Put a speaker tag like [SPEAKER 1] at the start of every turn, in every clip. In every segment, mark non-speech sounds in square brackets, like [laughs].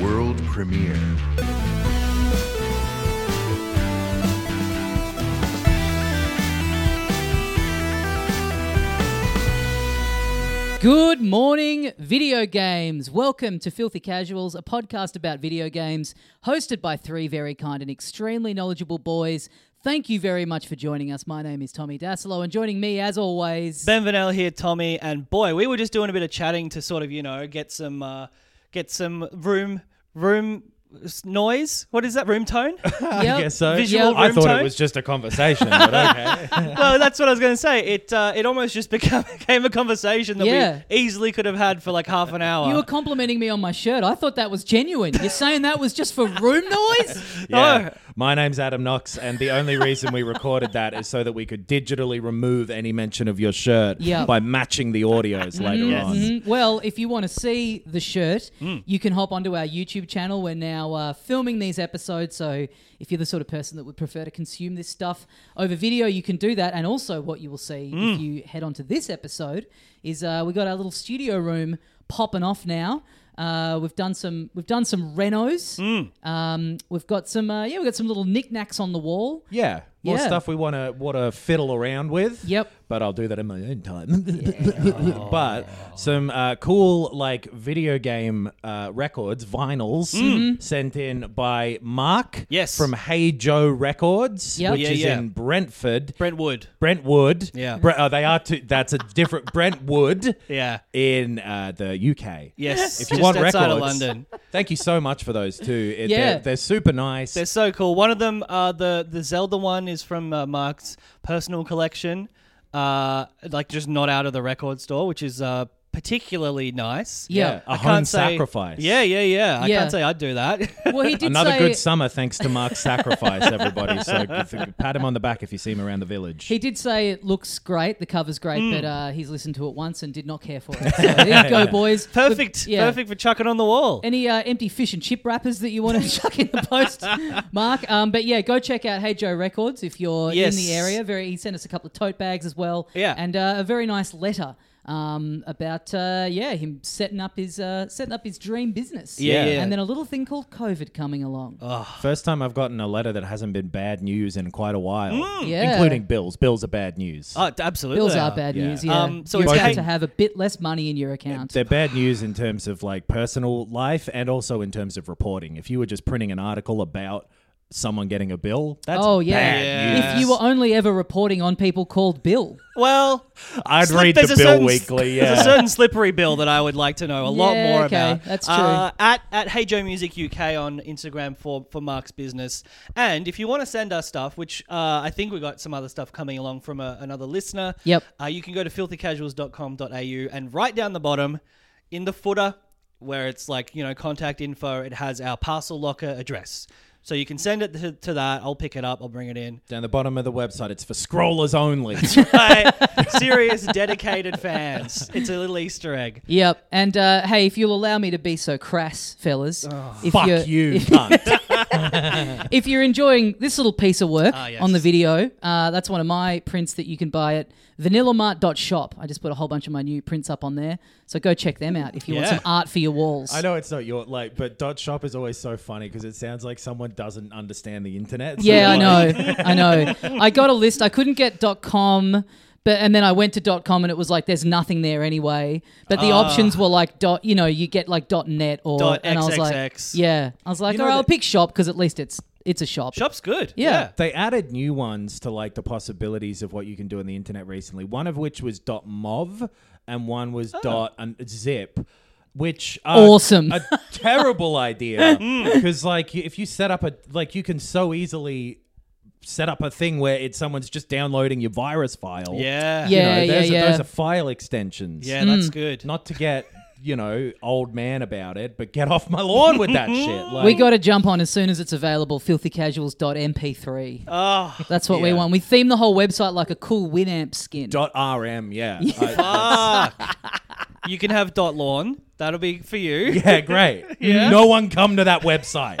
[SPEAKER 1] World premiere.
[SPEAKER 2] Good morning, video games. Welcome to Filthy Casuals, a podcast about video games hosted by three very kind and extremely knowledgeable boys. Thank you very much for joining us. My name is Tommy Dasilo, and joining me, as always,
[SPEAKER 3] [laughs]
[SPEAKER 4] Ben Vanel here, Tommy, and boy, we were just doing a bit of chatting to sort of, you know, get some, uh, get some room, room s- noise. What is that?
[SPEAKER 2] [laughs]
[SPEAKER 4] Room tone?
[SPEAKER 2] Yep.
[SPEAKER 3] guess so.
[SPEAKER 4] Visual
[SPEAKER 2] Yep.
[SPEAKER 3] I
[SPEAKER 4] room
[SPEAKER 3] thought
[SPEAKER 4] tone?
[SPEAKER 3] it was just a conversation, but
[SPEAKER 2] [laughs]
[SPEAKER 3] okay.
[SPEAKER 4] well, that's what I was going to say. It, uh, it almost just [laughs] became, became a conversation that
[SPEAKER 2] Yeah.
[SPEAKER 4] we easily could have had for like half an hour.
[SPEAKER 2] You were complimenting me on my shirt. I thought that was genuine. You're saying that was just for
[SPEAKER 3] [laughs]
[SPEAKER 2] room noise?
[SPEAKER 3] Yeah.
[SPEAKER 2] Oh.
[SPEAKER 3] My name's Adam Knox, and the only reason we recorded that is so that we could digitally remove any mention of your shirt
[SPEAKER 2] Yeah.
[SPEAKER 3] by matching the audios later on.
[SPEAKER 2] Mhm. Well, if you want to see the shirt, you can hop onto our YouTube channel. We're now uh, filming these episodes, so if you're the sort of person that would prefer to consume this stuff over video, you can do that. And also, what you will see if you head onto this episode is uh, we got our little studio room popping off now. Uh, we've done some we've done some renos. Um, we've got some uh, yeah we've got some little knickknacks on the wall.
[SPEAKER 3] Yeah. More
[SPEAKER 2] Yeah.
[SPEAKER 3] stuff we want to want to fiddle around with.
[SPEAKER 2] Yep.
[SPEAKER 3] But I'll do that in my own time. [laughs] but some uh, cool like video game uh, records, vinyls
[SPEAKER 2] Mm-hmm.
[SPEAKER 3] sent in by Mark.
[SPEAKER 4] Yes.
[SPEAKER 3] From Hey Joe Records,
[SPEAKER 2] Yep.
[SPEAKER 3] which
[SPEAKER 2] Yeah,
[SPEAKER 3] is
[SPEAKER 4] yeah.
[SPEAKER 3] in Brentford.
[SPEAKER 4] Brentwood.
[SPEAKER 3] Brentwood.
[SPEAKER 4] Yeah.
[SPEAKER 3] Bre- oh, they are two. That's a different [laughs] Brentwood.
[SPEAKER 4] Yeah.
[SPEAKER 3] In uh, the UK.
[SPEAKER 4] Yes.
[SPEAKER 3] If you
[SPEAKER 4] just
[SPEAKER 3] want records,
[SPEAKER 4] outside of London.
[SPEAKER 3] Thank you so much for those two. It-
[SPEAKER 2] Yeah.
[SPEAKER 3] They're, they're super nice.
[SPEAKER 4] They're so cool. One of them, uh, the the Zelda one, is from uh, Mark's personal collection, uh, like just not out of the record store, which is uh, particularly nice.
[SPEAKER 2] Yeah.
[SPEAKER 3] A
[SPEAKER 4] I
[SPEAKER 3] home
[SPEAKER 4] can't say-
[SPEAKER 3] sacrifice.
[SPEAKER 4] Yeah, yeah, yeah. I
[SPEAKER 2] Yeah.
[SPEAKER 4] can't say I'd do that. [laughs]
[SPEAKER 2] Well, he did
[SPEAKER 3] Another
[SPEAKER 2] say
[SPEAKER 3] good summer thanks to Mark's sacrifice, everybody. So g- pat him on the back if you see him around the village.
[SPEAKER 2] He did say it looks great, the cover's great, but
[SPEAKER 4] Hmm.
[SPEAKER 2] uh, he's listened to it once and did not care for
[SPEAKER 4] [laughs]
[SPEAKER 2] it. So there you go, boys.
[SPEAKER 4] perfect.
[SPEAKER 2] Yeah.
[SPEAKER 4] Perfect for chucking on the wall.
[SPEAKER 2] Any uh, empty fish and chip wrappers that you
[SPEAKER 4] [laughs]
[SPEAKER 2] want to chuck in the post, Mark? Um, but yeah, go check out Hey Joe Records if you're
[SPEAKER 4] Yes.
[SPEAKER 2] in the area. Very, he sent us a couple of tote bags as well.
[SPEAKER 4] Yeah.
[SPEAKER 2] and uh, a very nice letter um, about uh, yeah him setting up his uh, setting up his dream business.
[SPEAKER 4] Yeah,
[SPEAKER 3] Yeah.
[SPEAKER 4] yeah. Oh,
[SPEAKER 2] and then a little thing called COVID coming along.
[SPEAKER 3] First time I've gotten a letter that hasn't been bad news in quite a while,
[SPEAKER 4] Mm.
[SPEAKER 2] Yeah.
[SPEAKER 3] including bills. Bills are bad news.
[SPEAKER 4] oh, d- absolutely.
[SPEAKER 2] Bills
[SPEAKER 4] they
[SPEAKER 2] are bad
[SPEAKER 3] Yeah.
[SPEAKER 2] news. Yeah,
[SPEAKER 4] Um, so
[SPEAKER 2] you're
[SPEAKER 4] it's
[SPEAKER 2] about
[SPEAKER 4] Hey-
[SPEAKER 2] to have a bit less money in your account.
[SPEAKER 3] They're bad news in terms of like personal life and also in terms of reporting. If you were just printing an article about someone getting a bill, that's
[SPEAKER 2] Oh yeah.
[SPEAKER 3] bad
[SPEAKER 4] Yeah.
[SPEAKER 3] news.
[SPEAKER 2] If you were only ever reporting on people called Bill.
[SPEAKER 4] Well,
[SPEAKER 3] I'd
[SPEAKER 4] slip-
[SPEAKER 3] read
[SPEAKER 4] there's
[SPEAKER 3] the
[SPEAKER 4] a
[SPEAKER 3] bill
[SPEAKER 4] certain-
[SPEAKER 3] weekly.
[SPEAKER 4] There's
[SPEAKER 3] Yeah.
[SPEAKER 4] a certain slippery bill that I would like to know a lot
[SPEAKER 2] Yeah,
[SPEAKER 4] more
[SPEAKER 2] okay,
[SPEAKER 4] about.
[SPEAKER 2] that's
[SPEAKER 4] Uh, at at Hey Joe Music UK on Instagram for for Mark's business, and if you want to send us stuff, which uh, I think we got some other stuff coming along from a, another listener.
[SPEAKER 2] Yep.
[SPEAKER 4] Uh, you can go to filthycasuals.com.au and right down the bottom, in the footer where it's like you know contact info, it has our parcel locker address. So you can send it to, to that. I'll pick it up. I'll bring it in.
[SPEAKER 3] Down the bottom of the website, it's for
[SPEAKER 2] [laughs]
[SPEAKER 3] scrollers only.
[SPEAKER 4] by serious, dedicated fans. It's a little Easter egg.
[SPEAKER 2] Yep. And uh, hey, if you'll allow me to be so crass, fellas, if
[SPEAKER 3] Fuck
[SPEAKER 2] you're,
[SPEAKER 3] you,
[SPEAKER 2] [laughs] If,
[SPEAKER 3] cunt.
[SPEAKER 2] if you're enjoying this little piece of work
[SPEAKER 4] Ah, yes.
[SPEAKER 2] on the video, uh, that's one of my prints that you can buy at vanillamart.shop. I just put a whole bunch of my new prints up on there, so go check them out if you want
[SPEAKER 4] Yeah.
[SPEAKER 2] some art for your walls.
[SPEAKER 3] I know it's not your like, but dot shop is always so funny because it sounds like someone doesn't understand the internet. So
[SPEAKER 2] Yeah, I
[SPEAKER 3] like-
[SPEAKER 2] know. I know. I got a list. I couldn't get .com, but and then I went to .com and it was like there's nothing there anyway. But
[SPEAKER 3] Ah.
[SPEAKER 2] the options were like dot, you know, you get like .net or
[SPEAKER 4] Dot
[SPEAKER 2] and I was like
[SPEAKER 4] XXX.
[SPEAKER 2] yeah. I was like,
[SPEAKER 3] You know
[SPEAKER 2] "All right, I'll
[SPEAKER 3] that-
[SPEAKER 2] pick shop because at least it's it's a shop.
[SPEAKER 4] Shop's good.
[SPEAKER 2] Yeah.
[SPEAKER 3] They added new ones to like the possibilities of what you can do on the internet recently. One of which was dot .mov and one was
[SPEAKER 4] Ah.
[SPEAKER 3] dot and zip, which are
[SPEAKER 2] Awesome. [laughs] Hmm.
[SPEAKER 3] a terrible idea because like if you set up a like you can so easily set up a thing where it's someone's just downloading your virus file.
[SPEAKER 2] Yeah.
[SPEAKER 4] Yeah.
[SPEAKER 3] You know, those,
[SPEAKER 2] yeah,
[SPEAKER 3] Are, those
[SPEAKER 2] yeah.
[SPEAKER 3] are file extensions.
[SPEAKER 4] Yeah,
[SPEAKER 2] Mm.
[SPEAKER 4] that's
[SPEAKER 2] [laughs]
[SPEAKER 4] good.
[SPEAKER 3] Not to get, you know, old man about it, but get off my lawn with that shit. Like,
[SPEAKER 2] We got to jump on as soon as it's available. Filthycasuals.mp3.
[SPEAKER 4] oh,
[SPEAKER 2] That's what we
[SPEAKER 3] Ah, yeah.
[SPEAKER 2] want. We theme the whole website like a cool Winamp skin.
[SPEAKER 3] dot .rm, yeah. I-
[SPEAKER 4] ah. you
[SPEAKER 3] [laughs]
[SPEAKER 4] can have dot lawn. That'll be for you.
[SPEAKER 2] [laughs]
[SPEAKER 3] yeah, great. No one come to that website.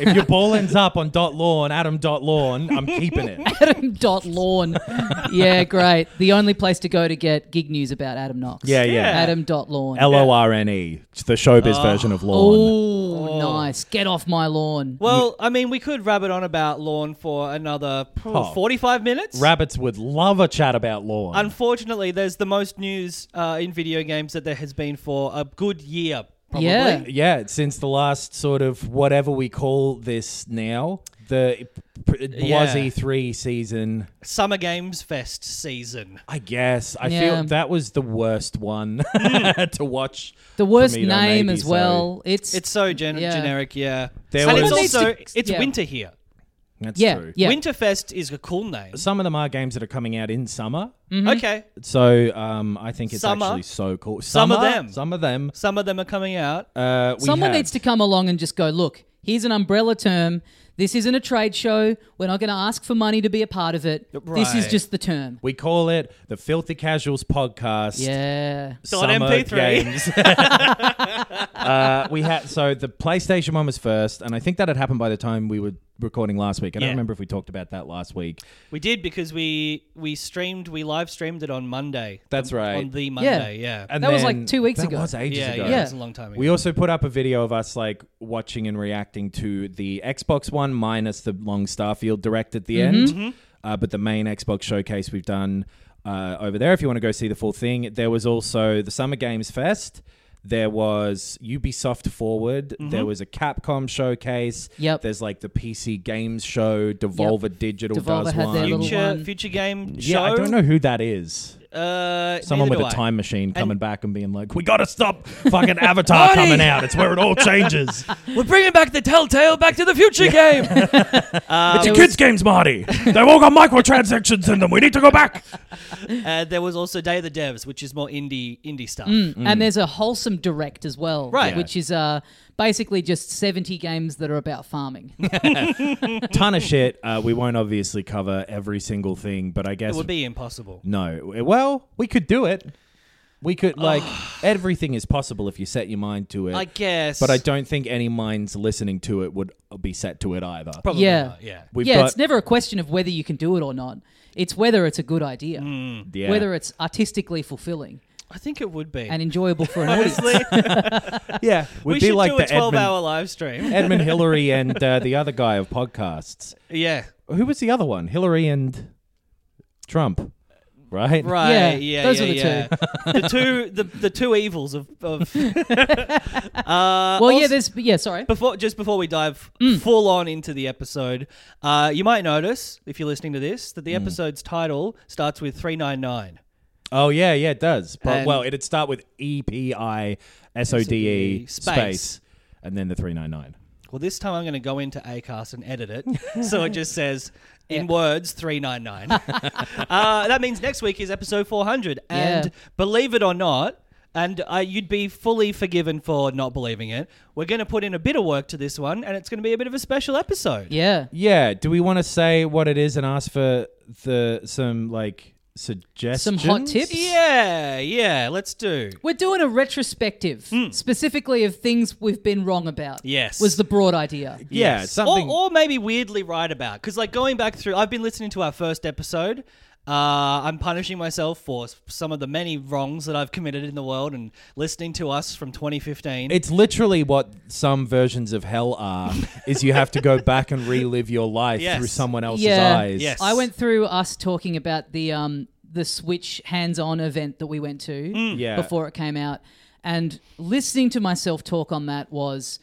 [SPEAKER 3] if your ball ends up on dot lawn, Adam dot lawn, I'm
[SPEAKER 2] [laughs]
[SPEAKER 3] keeping it.
[SPEAKER 2] [laughs] Adam dot lawn.
[SPEAKER 3] [laughs]
[SPEAKER 2] Yeah, great. The only place to go to get gig news about Adam Knox.
[SPEAKER 3] Yeah, yeah.
[SPEAKER 2] Adam dot lawn.
[SPEAKER 3] L O R N E, the showbiz version of lawn.
[SPEAKER 2] oh, nice. Get off my lawn.
[SPEAKER 4] Well, I mean, we could rabbit on about lawn for another phew,
[SPEAKER 3] Oh.
[SPEAKER 4] 45 minutes.
[SPEAKER 3] Rabbits would love a chat about lawn.
[SPEAKER 4] Unfortunately, there's the most news uh, in video games that there has been for a good year, probably.
[SPEAKER 2] Yeah.
[SPEAKER 3] yeah, since the last sort of whatever we call this now, the pr- it was
[SPEAKER 4] Yeah.
[SPEAKER 3] E3 season.
[SPEAKER 4] Summer Games Fest season.
[SPEAKER 3] I guess I
[SPEAKER 2] Yeah. Mm.
[SPEAKER 3] feel that was the worst one [laughs] to watch.
[SPEAKER 2] The worst
[SPEAKER 3] for me to
[SPEAKER 2] name
[SPEAKER 3] maybe,
[SPEAKER 2] as
[SPEAKER 3] so-
[SPEAKER 2] well. It's,
[SPEAKER 4] It's so gen-
[SPEAKER 2] Yeah.
[SPEAKER 4] generic, yeah.
[SPEAKER 3] There
[SPEAKER 4] and
[SPEAKER 3] was-
[SPEAKER 4] it's
[SPEAKER 3] Someone
[SPEAKER 2] needs
[SPEAKER 4] also
[SPEAKER 2] to-
[SPEAKER 4] it's
[SPEAKER 2] yeah.
[SPEAKER 4] winter here.
[SPEAKER 3] That's
[SPEAKER 2] yeah,
[SPEAKER 3] true.
[SPEAKER 2] yeah.
[SPEAKER 4] Winterfest is a cool name.
[SPEAKER 3] Some of them are games that are coming out in summer,
[SPEAKER 4] Okay,
[SPEAKER 3] so um, I think it's
[SPEAKER 4] Summer.
[SPEAKER 3] actually so cool.
[SPEAKER 4] Some of
[SPEAKER 3] Summer,
[SPEAKER 4] them.
[SPEAKER 3] some of them.
[SPEAKER 4] some of them are coming out.
[SPEAKER 3] Uh, we
[SPEAKER 2] Someone
[SPEAKER 3] had-
[SPEAKER 2] needs to come along and just go, look, here's an umbrella term. This isn't a trade show. We're not going to ask for money to be a part of it. This is
[SPEAKER 4] Right.
[SPEAKER 2] just the term.
[SPEAKER 3] We call it the Filthy Casuals Podcast.
[SPEAKER 2] Yeah.
[SPEAKER 3] Summer
[SPEAKER 2] [laughs]
[SPEAKER 4] MP3.
[SPEAKER 3] games. uh, we had so the PlayStation one was first, and I think that had happened by the time we were recording last week. I
[SPEAKER 4] Yeah.
[SPEAKER 3] don't remember if we talked about that last week.
[SPEAKER 4] We did because we we streamed, we live streamed it on Monday.
[SPEAKER 3] That's right.
[SPEAKER 4] On the Monday, yeah.
[SPEAKER 3] And
[SPEAKER 2] That was,
[SPEAKER 3] then-
[SPEAKER 2] like, two weeks
[SPEAKER 3] that
[SPEAKER 2] ago.
[SPEAKER 3] was ages
[SPEAKER 4] yeah,
[SPEAKER 3] ago.
[SPEAKER 4] yeah,
[SPEAKER 2] Yeah.
[SPEAKER 4] It was a long time ago.
[SPEAKER 3] We also put up a video of us like watching and reacting to the Xbox One minus the long Starfield direct at
[SPEAKER 2] Mm-hmm.
[SPEAKER 3] the end, uh, but the main Xbox showcase we've done uh, over there. If you want to go see the full thing, there was also the Summer Games Fest. There was Ubisoft Forward. There was a Capcom showcase.
[SPEAKER 2] Mm-hmm. Yep.
[SPEAKER 3] There's like the PC Games Show. Devolver Digital
[SPEAKER 2] Devolver
[SPEAKER 3] does
[SPEAKER 2] had
[SPEAKER 3] one.
[SPEAKER 2] their little-
[SPEAKER 4] future
[SPEAKER 2] one.
[SPEAKER 4] future game
[SPEAKER 3] yeah,
[SPEAKER 4] show.
[SPEAKER 3] I don't know who that is.
[SPEAKER 4] Uh,
[SPEAKER 3] Someone
[SPEAKER 4] neither
[SPEAKER 3] with
[SPEAKER 4] do
[SPEAKER 3] a
[SPEAKER 4] I.
[SPEAKER 3] time machine coming back and being like, "We gotta stop [laughs] fucking Avatar coming out. It's where it all [laughs] changes."
[SPEAKER 4] We're bringing back the Telltale Back to the Future game.
[SPEAKER 3] it's
[SPEAKER 2] There
[SPEAKER 3] a
[SPEAKER 2] was-
[SPEAKER 3] kids' games, Marty. They've all got microtransactions in them. We need to go back.
[SPEAKER 4] uh, there was also Day of the Devs, which is more indie indie stuff.
[SPEAKER 3] Mm.
[SPEAKER 2] And there's a wholesome direct as well,
[SPEAKER 4] Right.
[SPEAKER 2] Which is uh, basically just 70 games that are about farming.
[SPEAKER 3] [laughs] Ton of shit. Uh, we won't obviously cover every single thing, but I guess
[SPEAKER 4] It would be impossible.
[SPEAKER 3] no. Well, we could do it. We could like everything is possible if you set your mind to it.
[SPEAKER 4] I guess.
[SPEAKER 3] but I don't think any minds listening to it would be set to it either.
[SPEAKER 4] Probably
[SPEAKER 2] Yeah.
[SPEAKER 4] not, yeah.
[SPEAKER 3] [laughs] We've
[SPEAKER 2] yeah,
[SPEAKER 3] got-
[SPEAKER 2] it's never a question of whether you can do it or not. It's whether it's a good idea,
[SPEAKER 3] Mm. yeah.
[SPEAKER 2] whether it's artistically fulfilling
[SPEAKER 4] I think it would be.
[SPEAKER 2] and enjoyable for
[SPEAKER 3] [laughs]
[SPEAKER 2] an audience.
[SPEAKER 4] Honestly,
[SPEAKER 3] yeah,
[SPEAKER 4] we
[SPEAKER 3] we'd
[SPEAKER 4] should
[SPEAKER 3] be like
[SPEAKER 4] do
[SPEAKER 3] the
[SPEAKER 4] a 12
[SPEAKER 3] Edmund,
[SPEAKER 4] hour live stream.
[SPEAKER 3] Edmund Hillary and uh, the other guy of podcasts.
[SPEAKER 4] yeah.
[SPEAKER 3] Who was the other one? Hillary and Trump, right?
[SPEAKER 4] Right.
[SPEAKER 2] Yeah,
[SPEAKER 4] Yeah. yeah
[SPEAKER 2] those are the
[SPEAKER 4] the two. the two. The, the two evils of.
[SPEAKER 2] [laughs]
[SPEAKER 4] of uh, well,
[SPEAKER 2] Well, yeah, there's yeah. Sorry,
[SPEAKER 4] Before, just before we dive full on into the episode, uh, you might notice if you're listening to this that the episode's title starts with three nine nine.
[SPEAKER 3] Oh yeah, yeah, it does. But
[SPEAKER 4] And-
[SPEAKER 3] well, it'd start with E P I S O D E
[SPEAKER 4] space.
[SPEAKER 3] space, and then the three nine nine.
[SPEAKER 4] Well, this time I'm going to go into Acast and edit it, so it just says in words three nine nine. Uh, That means next week is episode four hundred, and
[SPEAKER 2] Yeah.
[SPEAKER 4] believe it or not. And uh, you'd be fully forgiven for not believing it. We're going to put in a bit of work to this one, and it's going to be a bit of a special episode.
[SPEAKER 2] yeah.
[SPEAKER 3] Yeah. Do we want to say what it is and ask for the some like suggestions?
[SPEAKER 2] tips?
[SPEAKER 4] Yeah, yeah, let's do.
[SPEAKER 2] We're doing a retrospective, specifically of things we've been wrong about.
[SPEAKER 4] Yes.
[SPEAKER 2] was the broad idea.
[SPEAKER 3] Yeah, something.
[SPEAKER 4] Or, or maybe weirdly right about. Because, like, going back through, I've been listening to our first episode. Uh, I'm punishing myself for s- some of the many wrongs that I've committed in the world and listening to us from 2015.
[SPEAKER 3] it's literally what some versions of hell are. is you have to go back and relive your life
[SPEAKER 4] Yes.
[SPEAKER 3] through someone else's
[SPEAKER 2] Yeah.
[SPEAKER 3] eyes.
[SPEAKER 4] Yes.
[SPEAKER 2] I went through us talking about the um the Switch hands-on event that we went to
[SPEAKER 3] Yeah.
[SPEAKER 2] before it came out, and listening to myself talk on that was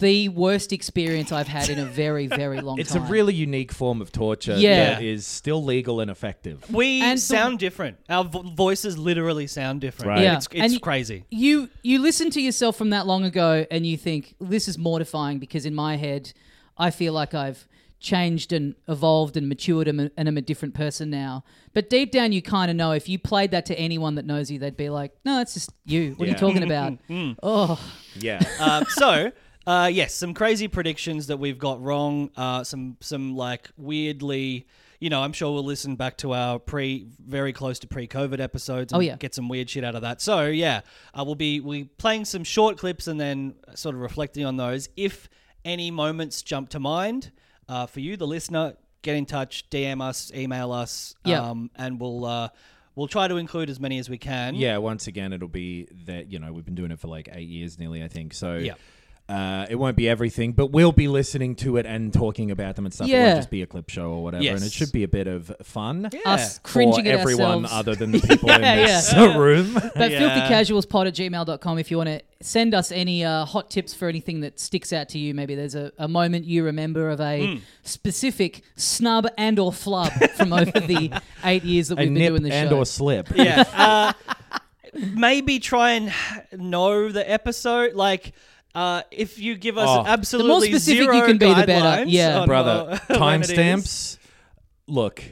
[SPEAKER 2] the worst experience I've had in a very very long
[SPEAKER 3] It's a
[SPEAKER 2] time.
[SPEAKER 3] really unique form of torture
[SPEAKER 2] Yeah.
[SPEAKER 3] that is still legal and effective.
[SPEAKER 4] we
[SPEAKER 2] and the-
[SPEAKER 4] sound different. Our vo- voices literally sound different.
[SPEAKER 3] Right. Yeah.
[SPEAKER 4] It's, it's
[SPEAKER 2] And-
[SPEAKER 4] crazy.
[SPEAKER 2] you you listen to yourself from that long ago and you think this is mortifying because in my head I feel like I've changed and evolved and matured and am- and I'm a different person now. But deep down you kind of know if you played that to anyone that knows you they'd be like, "No, it's just you. What are
[SPEAKER 3] Yeah.
[SPEAKER 2] you talking about?"
[SPEAKER 3] [laughs]
[SPEAKER 2] oh,
[SPEAKER 3] Yeah.
[SPEAKER 4] [laughs] Uh, so. Uh, yes, some crazy predictions that we've got wrong. Uh, some some like weirdly, you know. I'm sure we'll listen back to our pre, very close to pre-COVID episodes. And
[SPEAKER 2] Oh, yeah.
[SPEAKER 4] get some weird shit out of that. So yeah, uh, we'll be we playing some short clips and then sort of reflecting on those if Any moments jump to mind uh, for you, the listener? Get in touch, DM us, email us,
[SPEAKER 2] Yeah.
[SPEAKER 4] um, and we'll uh, we'll try to include as many as we can.
[SPEAKER 3] [laughs] Yeah, once again, it'll be that, you know, we've been doing it for like eight years nearly, I think. So
[SPEAKER 4] Yeah.
[SPEAKER 3] uh, it won't be everything, but we'll be listening to it and talking about them and stuff. It
[SPEAKER 2] Yeah.
[SPEAKER 3] won't just be a clip show or whatever. And
[SPEAKER 4] Yes.
[SPEAKER 3] it should be a bit of fun.
[SPEAKER 4] Yeah.
[SPEAKER 2] Us
[SPEAKER 3] For
[SPEAKER 2] cringing at
[SPEAKER 3] everyone
[SPEAKER 2] ourselves.
[SPEAKER 3] other
[SPEAKER 2] [laughs]
[SPEAKER 3] than the people in
[SPEAKER 2] Yeah,
[SPEAKER 3] this [laughs] room.
[SPEAKER 2] But
[SPEAKER 4] Yeah.
[SPEAKER 2] filthycasualspod at gmail.com if you want to send us any uh, hot tips for anything that sticks out to you. Maybe there's a, a moment you remember of
[SPEAKER 3] Hmm.
[SPEAKER 2] a specific snub and or flub from over
[SPEAKER 3] [laughs]
[SPEAKER 2] the eight years that
[SPEAKER 3] A
[SPEAKER 2] we've been
[SPEAKER 3] nip
[SPEAKER 2] doing the
[SPEAKER 3] and
[SPEAKER 2] show.
[SPEAKER 3] or slip.
[SPEAKER 4] [laughs] yeah. Uh, maybe try and know the episode. Like, uh, if you give us
[SPEAKER 3] Oh.
[SPEAKER 4] absolutely
[SPEAKER 2] specific you
[SPEAKER 4] zero
[SPEAKER 2] can be, the better.
[SPEAKER 4] guidelines
[SPEAKER 2] Yeah.
[SPEAKER 4] on, uh,
[SPEAKER 3] Brother,
[SPEAKER 4] [laughs] when it is-
[SPEAKER 3] timestamps. Look,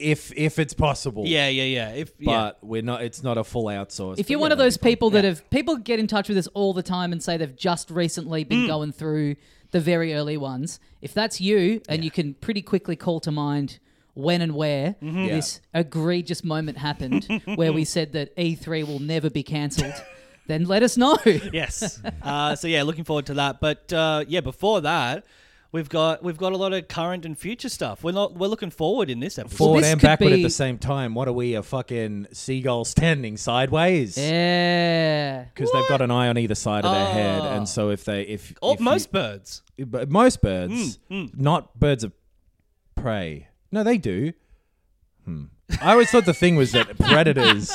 [SPEAKER 3] if if it's possible.
[SPEAKER 4] Yeah, yeah, yeah. If yeah.
[SPEAKER 3] But we're not it's not a full outsource.
[SPEAKER 2] If
[SPEAKER 3] But
[SPEAKER 2] you're
[SPEAKER 3] yeah,
[SPEAKER 2] one of
[SPEAKER 3] that'd
[SPEAKER 2] those
[SPEAKER 3] be fun.
[SPEAKER 2] people that have people get in touch with us all the time and say they've just recently been going through the very early ones, if that's you and you can pretty quickly call to mind when and where
[SPEAKER 3] Yeah.
[SPEAKER 2] this egregious moment happened where we said that E3 will never be cancelled, then let us know.
[SPEAKER 4] yes. Uh, so yeah, looking forward to that. But uh, yeah, before that, we've got we've got a lot of current and future stuff. We're not we're looking forward in this episode.
[SPEAKER 3] forward
[SPEAKER 2] this
[SPEAKER 3] and
[SPEAKER 2] could
[SPEAKER 3] backward at
[SPEAKER 2] be-
[SPEAKER 3] the same time. What are we, a fucking seagull standing sideways?
[SPEAKER 2] Eh, Yeah.
[SPEAKER 3] Because they've got an eye on either side of their head,
[SPEAKER 2] Ah.
[SPEAKER 3] and so if they if,
[SPEAKER 2] Oh,
[SPEAKER 4] Or
[SPEAKER 3] if you-
[SPEAKER 4] Oh, most birds.
[SPEAKER 3] but most birds,
[SPEAKER 2] Hmm,
[SPEAKER 3] not birds of prey. No, they do. Hmm. I always thought the thing
[SPEAKER 2] [laughs]
[SPEAKER 3] was that predators